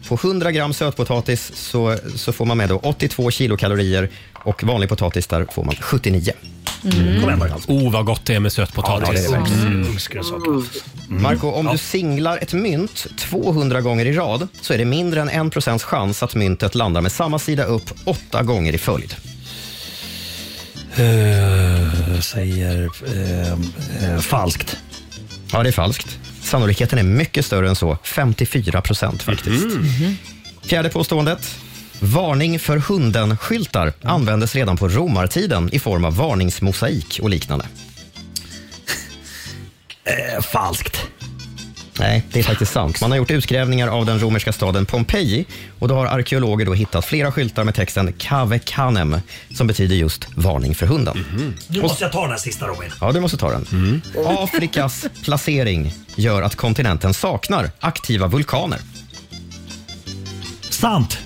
S6: På 100 gram sötpotatis så, så får man med då 82 kilokalorier och vanlig potatis där får man 79.
S2: Mm. Kom igen,
S6: Marco.
S1: Oh, vad gott det är med sötpotatis.
S6: Ja, det är det verkligen.
S1: Mm.
S6: Mm. Marco, om du singlar ett mynt 200 gånger i rad så är det mindre än 1 chans att myntet landar med samma sida upp åtta gånger i följd.
S10: Eh, säger eh, eh, falskt.
S6: Ja, det är falskt. Sannolikheten är mycket större än så, 54 procent faktiskt.
S10: Mhm.
S6: Fjärde påståendet. Varning för hunden-skyltar användes redan på romartiden i form av varningsmosaik och liknande.
S10: Eh, falskt.
S6: Nej, det är faktiskt sant. Man har gjort utgrävningar av den romerska staden Pompeji och då har arkeologer då hittat flera skyltar med texten Cave canem som betyder just varning för hunden.
S10: Nu måste jag ta den här sista Robin.
S6: Ja, du måste ta den.
S10: Mm.
S6: Afrikas placering gör att kontinenten saknar aktiva vulkaner.
S10: Sant.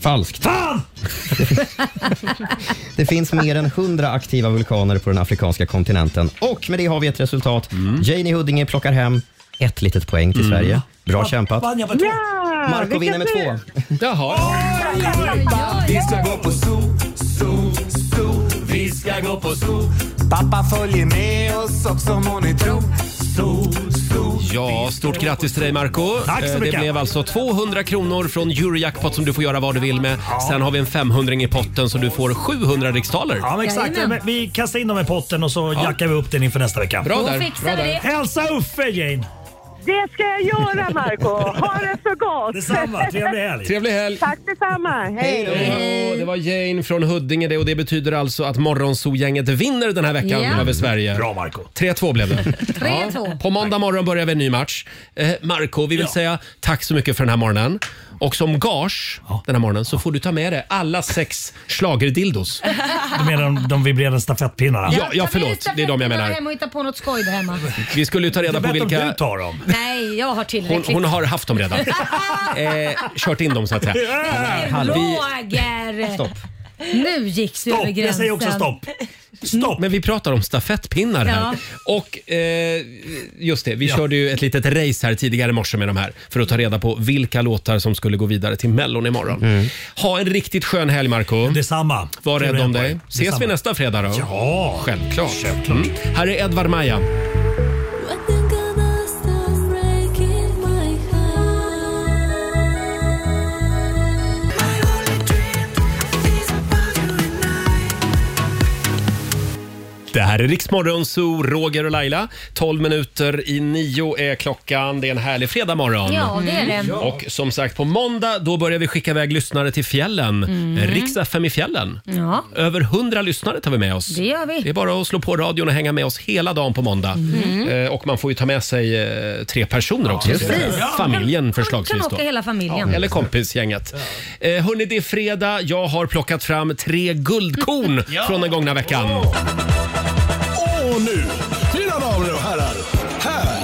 S6: Falskt.
S10: Fan!
S6: (laughs) Det finns mer än 100 aktiva vulkaner på den afrikanska kontinenten och med det har vi ett resultat.
S10: Mm.
S6: Jane i Huddinge plockar hem ett litet poäng till Sverige. Bra kämpat.
S10: Vann Mm. jag med två?
S6: Marco vinner med två.
S1: Jaha.
S7: Vi ska gå på zoo, zoo, zoo. Vi ska gå på zoo. Pappa följer med oss också må ni tro. Zoo, zoo.
S1: Ja, stort grattis till dig Marco.
S7: Tack så
S1: Eh, Det
S7: mycket.
S1: blev alltså 200 kronor från Eurojackpot som du får göra vad du vill med. Sen har vi en 500 i potten så du får 700 riksdaler.
S10: Ja, men exakt.
S2: Jajamän.
S10: Men Vi kastar in dem i potten och så jackar vi upp den inför nästa vecka.
S1: Bra
S2: Då där, fixar bra vi där. det.
S10: Hälsa Uffe, Jane!
S15: Det ska jag göra, Marco. Ha det så gott.
S10: Detsamma. Trevlig helg.
S1: Trevlig helg!
S15: Tack detsamma. Hej.
S1: Ja, Det var Jane från Huddinge det och det betyder alltså att Morgonzoo-gänget vinner den här veckan
S2: Ja.
S1: över Sverige.
S10: Bra Marco.
S1: 3-2 blev
S2: (laughs)
S1: det.
S2: 3-2.
S1: På måndag morgon börjar vi en ny match. Eh, Marco, vi vill säga tack så mycket för den här morgonen. Och som gage den här morgonen så får du ta med dig alla sex schlagerdildos.
S10: Du menar de, de vibrerande stafettpinnarna?
S1: Ja, ja, förlåt. Det är de jag
S2: Jag
S1: menar.
S2: hem och hitta på något skoj där hemma.
S1: Vi skulle ju ta
S10: Det
S1: reda
S10: är
S1: på
S10: bättre om
S1: vilka...
S10: du tar dem.
S2: Nej, jag har
S1: Hon,
S2: tillräckligt.
S1: hon har haft dem
S2: (laughs)
S1: redan. Eh, kört in dem så att säga. Vi-
S2: Roger!
S1: Stopp.
S2: Nu gick du över
S10: Stopp!
S2: gränsen.
S10: Jag säger också stopp. Stopp!
S1: Men vi pratar om stafettpinnar här. Och eh, just det, vi körde ju ett litet race här tidigare i morse med de här för att ta reda på vilka låtar som skulle gå vidare till Mellon imorgon. Ha en riktigt skön helg Marco.
S10: Mm. Detsamma.
S1: Var rädd
S10: Trevlig
S1: om
S10: helg.
S1: dig. Ses vi
S10: Detsamma.
S1: nästa fredag då?
S10: Ja.
S1: Självklart. Mm. Här är Edvard Maja. Det här är Riksmorgon Zoo, Roger och Laila. 12 minuter i nio är klockan. Det är en härlig fredag morgon.
S2: Ja, det är det.
S1: Och som sagt, på måndag då börjar vi skicka iväg lyssnare till fjällen. Mm. Riks FM i fjällen.
S2: Ja,
S1: Över 100 lyssnare tar vi med oss.
S2: det gör
S1: Det
S2: vi.
S1: är bara att slå på radion och hänga med oss hela dagen på måndag.
S2: Mm.
S1: Eh, och man får ju ta med sig eh, tre personer också.
S2: just det. Ja.
S1: Familjen
S2: Kan
S1: förslagsvis
S2: åka
S1: då.
S2: hela familjen.
S1: Eller kompisgänget. Eh, hörni, det är fredag. Jag har plockat fram tre guldkorn från den gångna veckan.
S11: Och nu, mina damer och herrar, här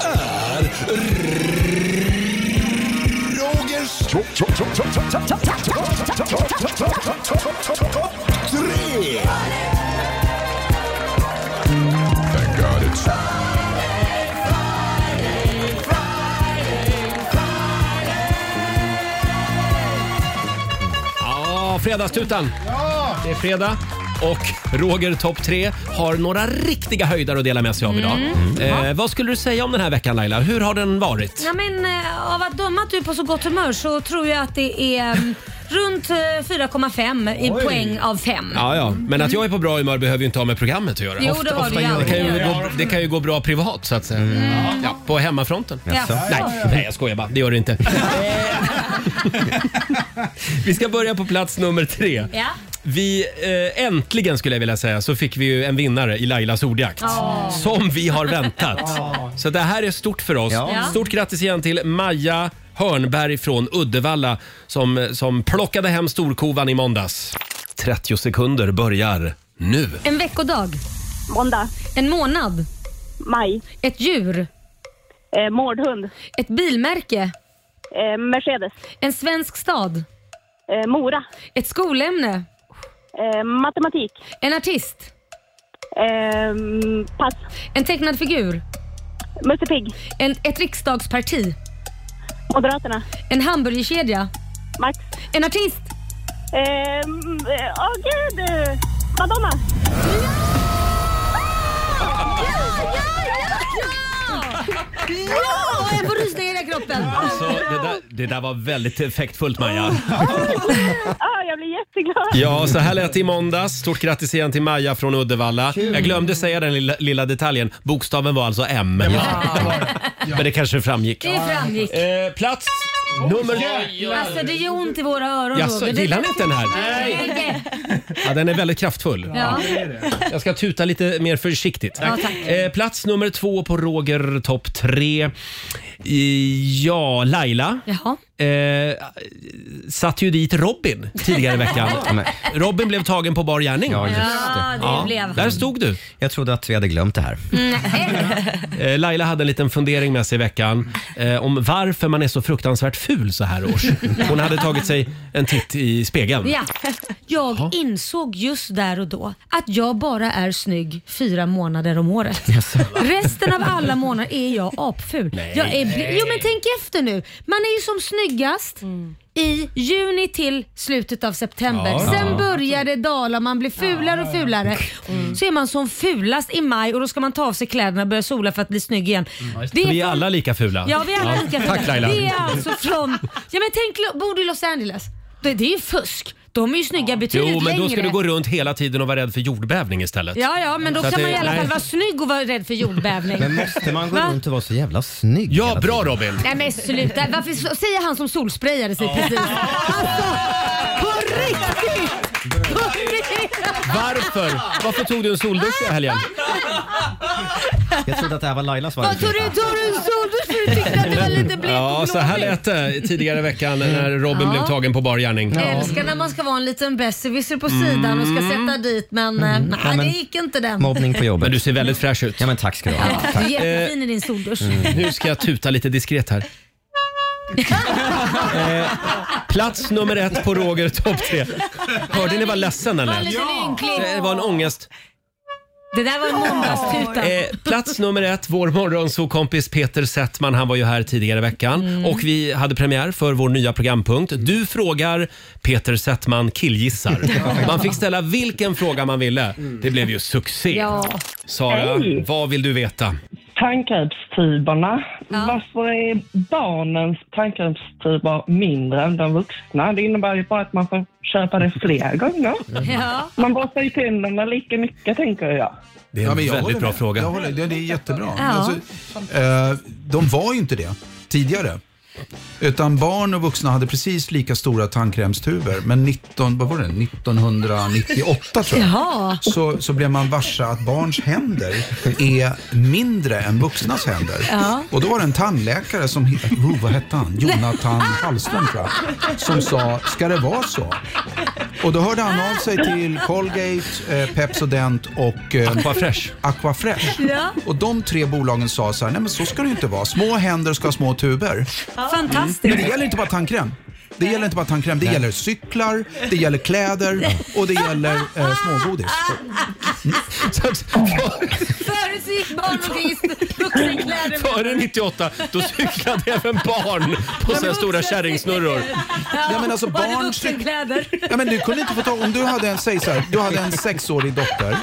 S11: är Rogers topp tre! Thank God it's...
S1: Ja, fredagstutan. Det är fredag. Och Roger topp tre har några riktiga höjder att dela med sig av idag.
S2: Mm.
S1: Eh, vad skulle du säga om den här veckan Laila? Hur har den varit?
S2: Ja, men, eh, av att döma att du är på så gott humör så tror jag att det är mm, runt eh, 4,5 i
S1: Oj.
S2: poäng av 5.
S1: Ja, ja. Men att jag är på bra humör behöver ju inte ha med programmet att göra.
S2: Jo, det
S1: Ofta-
S2: har du
S1: ofta
S2: ju
S1: gör- det, kan ju
S2: alltid.
S1: gå, det kan ju gå bra privat så att säga. Ja, på hemmafronten.
S2: Mm. Jaså?
S1: Nej, nej, jag skojar bara. Det gör det
S2: (laughs)
S1: inte. Vi ska börja på plats nummer tre.
S2: Ja.
S1: Vi, eh, äntligen skulle jag vilja säga, så fick vi ju en vinnare i Lailas ordjakt.
S7: Ja.
S1: Som vi har väntat. Så det här är stort för oss.
S7: Ja.
S1: Stort grattis igen till Maja Hörnberg från Uddevalla som, som plockade hem storkovan i måndags. 30 sekunder börjar nu.
S2: En veckodag. Måndag. En månad. Maj. Ett djur. Eh, mårdhund. Ett bilmärke. Mercedes. En svensk stad. Mora. Ett skolämne. matematik. En artist. pass. En tecknad figur. Musse Pigg. En, ett riksdagsparti. Moderaterna. En hamburgerkedja. Max. Eh, mm, En artist.
S4: Åh gud! eh, Madonna!
S2: Ja, jag får rysningar i hela kroppen.
S1: Så
S16: Alltså.
S1: det, där, det där var väldigt effektfullt Maja. (laughs)
S4: Ja, jag blir jätteglad.
S1: Ja, så här lät det i måndags. Stort grattis igen till Maja från Uddevalla.
S4: Kul.
S1: Jag glömde säga den lilla, lilla detaljen. Bokstaven var alltså M. (laughs) Men det kanske framgick.
S2: Det framgick.
S1: plats nummer...
S2: Alltså det gör ont i våra öron
S1: Jaså,
S2: Roger. Det-
S1: gillar ni inte den här?
S2: Nej.
S1: Ja, den är väldigt kraftfull.
S2: Ja.
S1: Jag ska tuta lite mer försiktigt.
S2: Ja, tack.
S1: Eh, plats nummer två på Roger topp tre. I- Ja, Laila.
S2: Jaha.
S1: Eh, satt ju dit Robin tidigare i
S2: (laughs)
S1: veckan.
S6: Ja, men-
S1: Robin blev tagen på bar gärning.
S6: Ja, just det.
S2: Ja, det blev han.
S1: Där stod du.
S6: Jag trodde att vi hade glömt det här.
S2: Mm.
S1: Eh, Laila hade en liten fundering med sig i veckan eh, om varför man är så fruktansvärt ful så här års. Hon hade tagit sig en titt i spegeln.
S2: Ja. Jag insåg just där och då att jag bara är snygg fyra månader om året. Resten av alla månader är jag apful.
S7: Nej. Mm.
S2: Jag är bli- jo men tänk efter nu. Man är ju som snyggast i juni till slutet av september.
S7: Ja.
S2: Sen
S7: Ja.
S2: börjar det dala, man blir fulare och fulare.
S7: Mm.
S2: Så är man som fulast i maj och då ska man ta av sig kläderna och börja sola för att bli snygg igen.
S7: Mm.
S2: Det
S1: Vi är
S2: från-
S1: alla lika fula.
S2: Ja, vi är alla lika fula.
S1: Tack Laila.
S2: Det är alltså från... Ja, men tänk, Lo- bor du i Los Angeles? Det, det är ju fusk. De är ju snygga betydligt
S1: Jo, men
S2: längre.
S1: då ska du gå runt hela tiden och vara rädd för jordbävning istället.
S2: Ja, ja, men då
S1: Så att
S2: kan man i
S1: det-
S2: alla
S1: nej.
S2: fall vara snygg och vara rädd för jordbävning.
S6: Men måste man gå
S2: Va?
S6: runt och vara så jävla snygg Ja,
S1: bra Robin.
S2: Nej men sluta. Varför så- säger han som solsprayade sig
S6: Ja.
S2: precis? Alltså, på riktigt! På riktigt!
S1: Varför? Varför tog du en soldusch i helgen?
S6: Jag trodde att det här var Lailas varje
S2: Vad tog du, tog du en soldusch för du tyckte att det var lite blekt
S1: Ja,
S2: och
S1: så här
S2: blåvit?
S1: lät det tidigare i veckan när
S6: Mm.
S1: Robin
S2: Ja.
S1: blev tagen på bar gärning.
S2: Jag älskar när man ska vara en liten besserwisser på sidan och ska sätta dit men, eh, nej
S1: Mm. Ja, men-
S2: det gick inte den. (laughs)
S1: Men du ser väldigt fräsch ut. Eh, Ja,
S6: men tack ska du ha.
S2: Du är jättefin i din soldusch.
S1: Mm. Nu ska jag tuta lite diskret
S15: (laughs)
S1: här. eh, plats nummer ett på Roger topp tre. Hörde ni vad ledsen den
S2: Var
S1: lät?
S2: lite ynklig.
S1: Det var en ångest.
S2: Det där var en måndagstuta.
S1: Eh, plats nummer ett, vår morgonsokompis Peter Settman. Han var ju här tidigare i veckan
S15: Mm.
S1: och vi hade premiär för vår nya programpunkt. Du frågar, Peter Settman killgissar. Man fick ställa vilken fråga man ville. Det blev ju succé.
S15: Mm. Ja.
S1: Sara,
S15: Hej.
S1: vad vill du veta?
S15: Tandkrämstiberna. Varför är barnens tandkrämstiber mindre än de vuxna? Det innebär ju bara att man får köpa det fler gånger.
S2: Ja.
S15: Man borstar ju tänderna lika mycket, tänker jag.
S1: Det är en
S16: men jag
S1: väldigt
S16: håller
S1: bra
S16: med.
S1: fråga.
S16: Jag håller, det, det är jättebra.
S15: Ja.
S16: Alltså, eh, de var ju inte det tidigare. Utan barn och vuxna hade precis lika stora tandkrämstuber. Men 19, vad var det? 1998 tror jag.
S2: Jaha.
S16: Så, så blev man varse att barns händer är mindre än vuxnas händer.
S7: Ja.
S16: Och då var det en tandläkare som, he- oh, vad hette han? Jonathan Hallström tror jag. Som sa, ska det vara så? Och då hörde han av sig till Colgate, eh, Pepsodent och eh,
S1: Aquafresh.
S16: Aquafresh.
S2: Ja.
S16: Och de tre bolagen sa så här, nej men så ska det ju inte vara. Små händer ska ha små tuber. Mm.
S2: Fantastiskt.
S16: Men det gäller inte bara tandkräm. Det gäller inte bara tandkräm, det gäller cyklar, det gäller kläder och det gäller eh, smågodis.
S1: Så att,
S2: Förut så gick barn omkring i st-
S1: (laughs)
S2: vuxenkläder.
S1: före 98 då cyklade även barn på så här stora kärringsnurror.
S16: Ja, men alltså
S2: Var det
S16: barn-
S2: vuxenkläder?
S16: Ja, men du kunde inte få tag om du hade en, säg så här, du hade en sexårig dotter.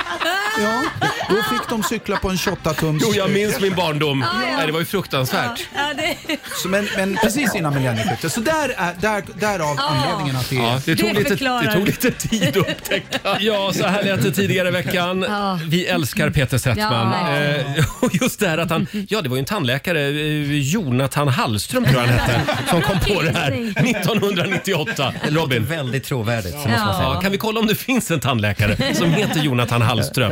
S16: Ja, då fick de cykla på en 28-tums...
S1: Jo, jag minns min barndom.
S16: Ja, ja.
S1: Nej, det var ju fruktansvärt.
S2: Ja, det...
S16: Så, men, men precis innan millennieskiftet. Så där är, där, därav
S2: Ja.
S16: anledningen att det är...
S1: Ja, det tog lite, det tog lite tid att
S16: upptäcka.
S1: Ja, så här lät det tidigare i veckan.
S2: Ja.
S1: Vi älskar Peter Settman.
S2: Ja, verkligen.
S1: Eh, (laughs) och just det här att han, ja det var ju en tandläkare, eh, Jonathan Hallström tror jag han hette, som kom på det här 1998. Robin.
S6: Väldigt trovärdigt. så
S1: Ja.
S6: måste man säga.
S1: kan vi kolla om det finns en tandläkare som heter Jonathan Hallström?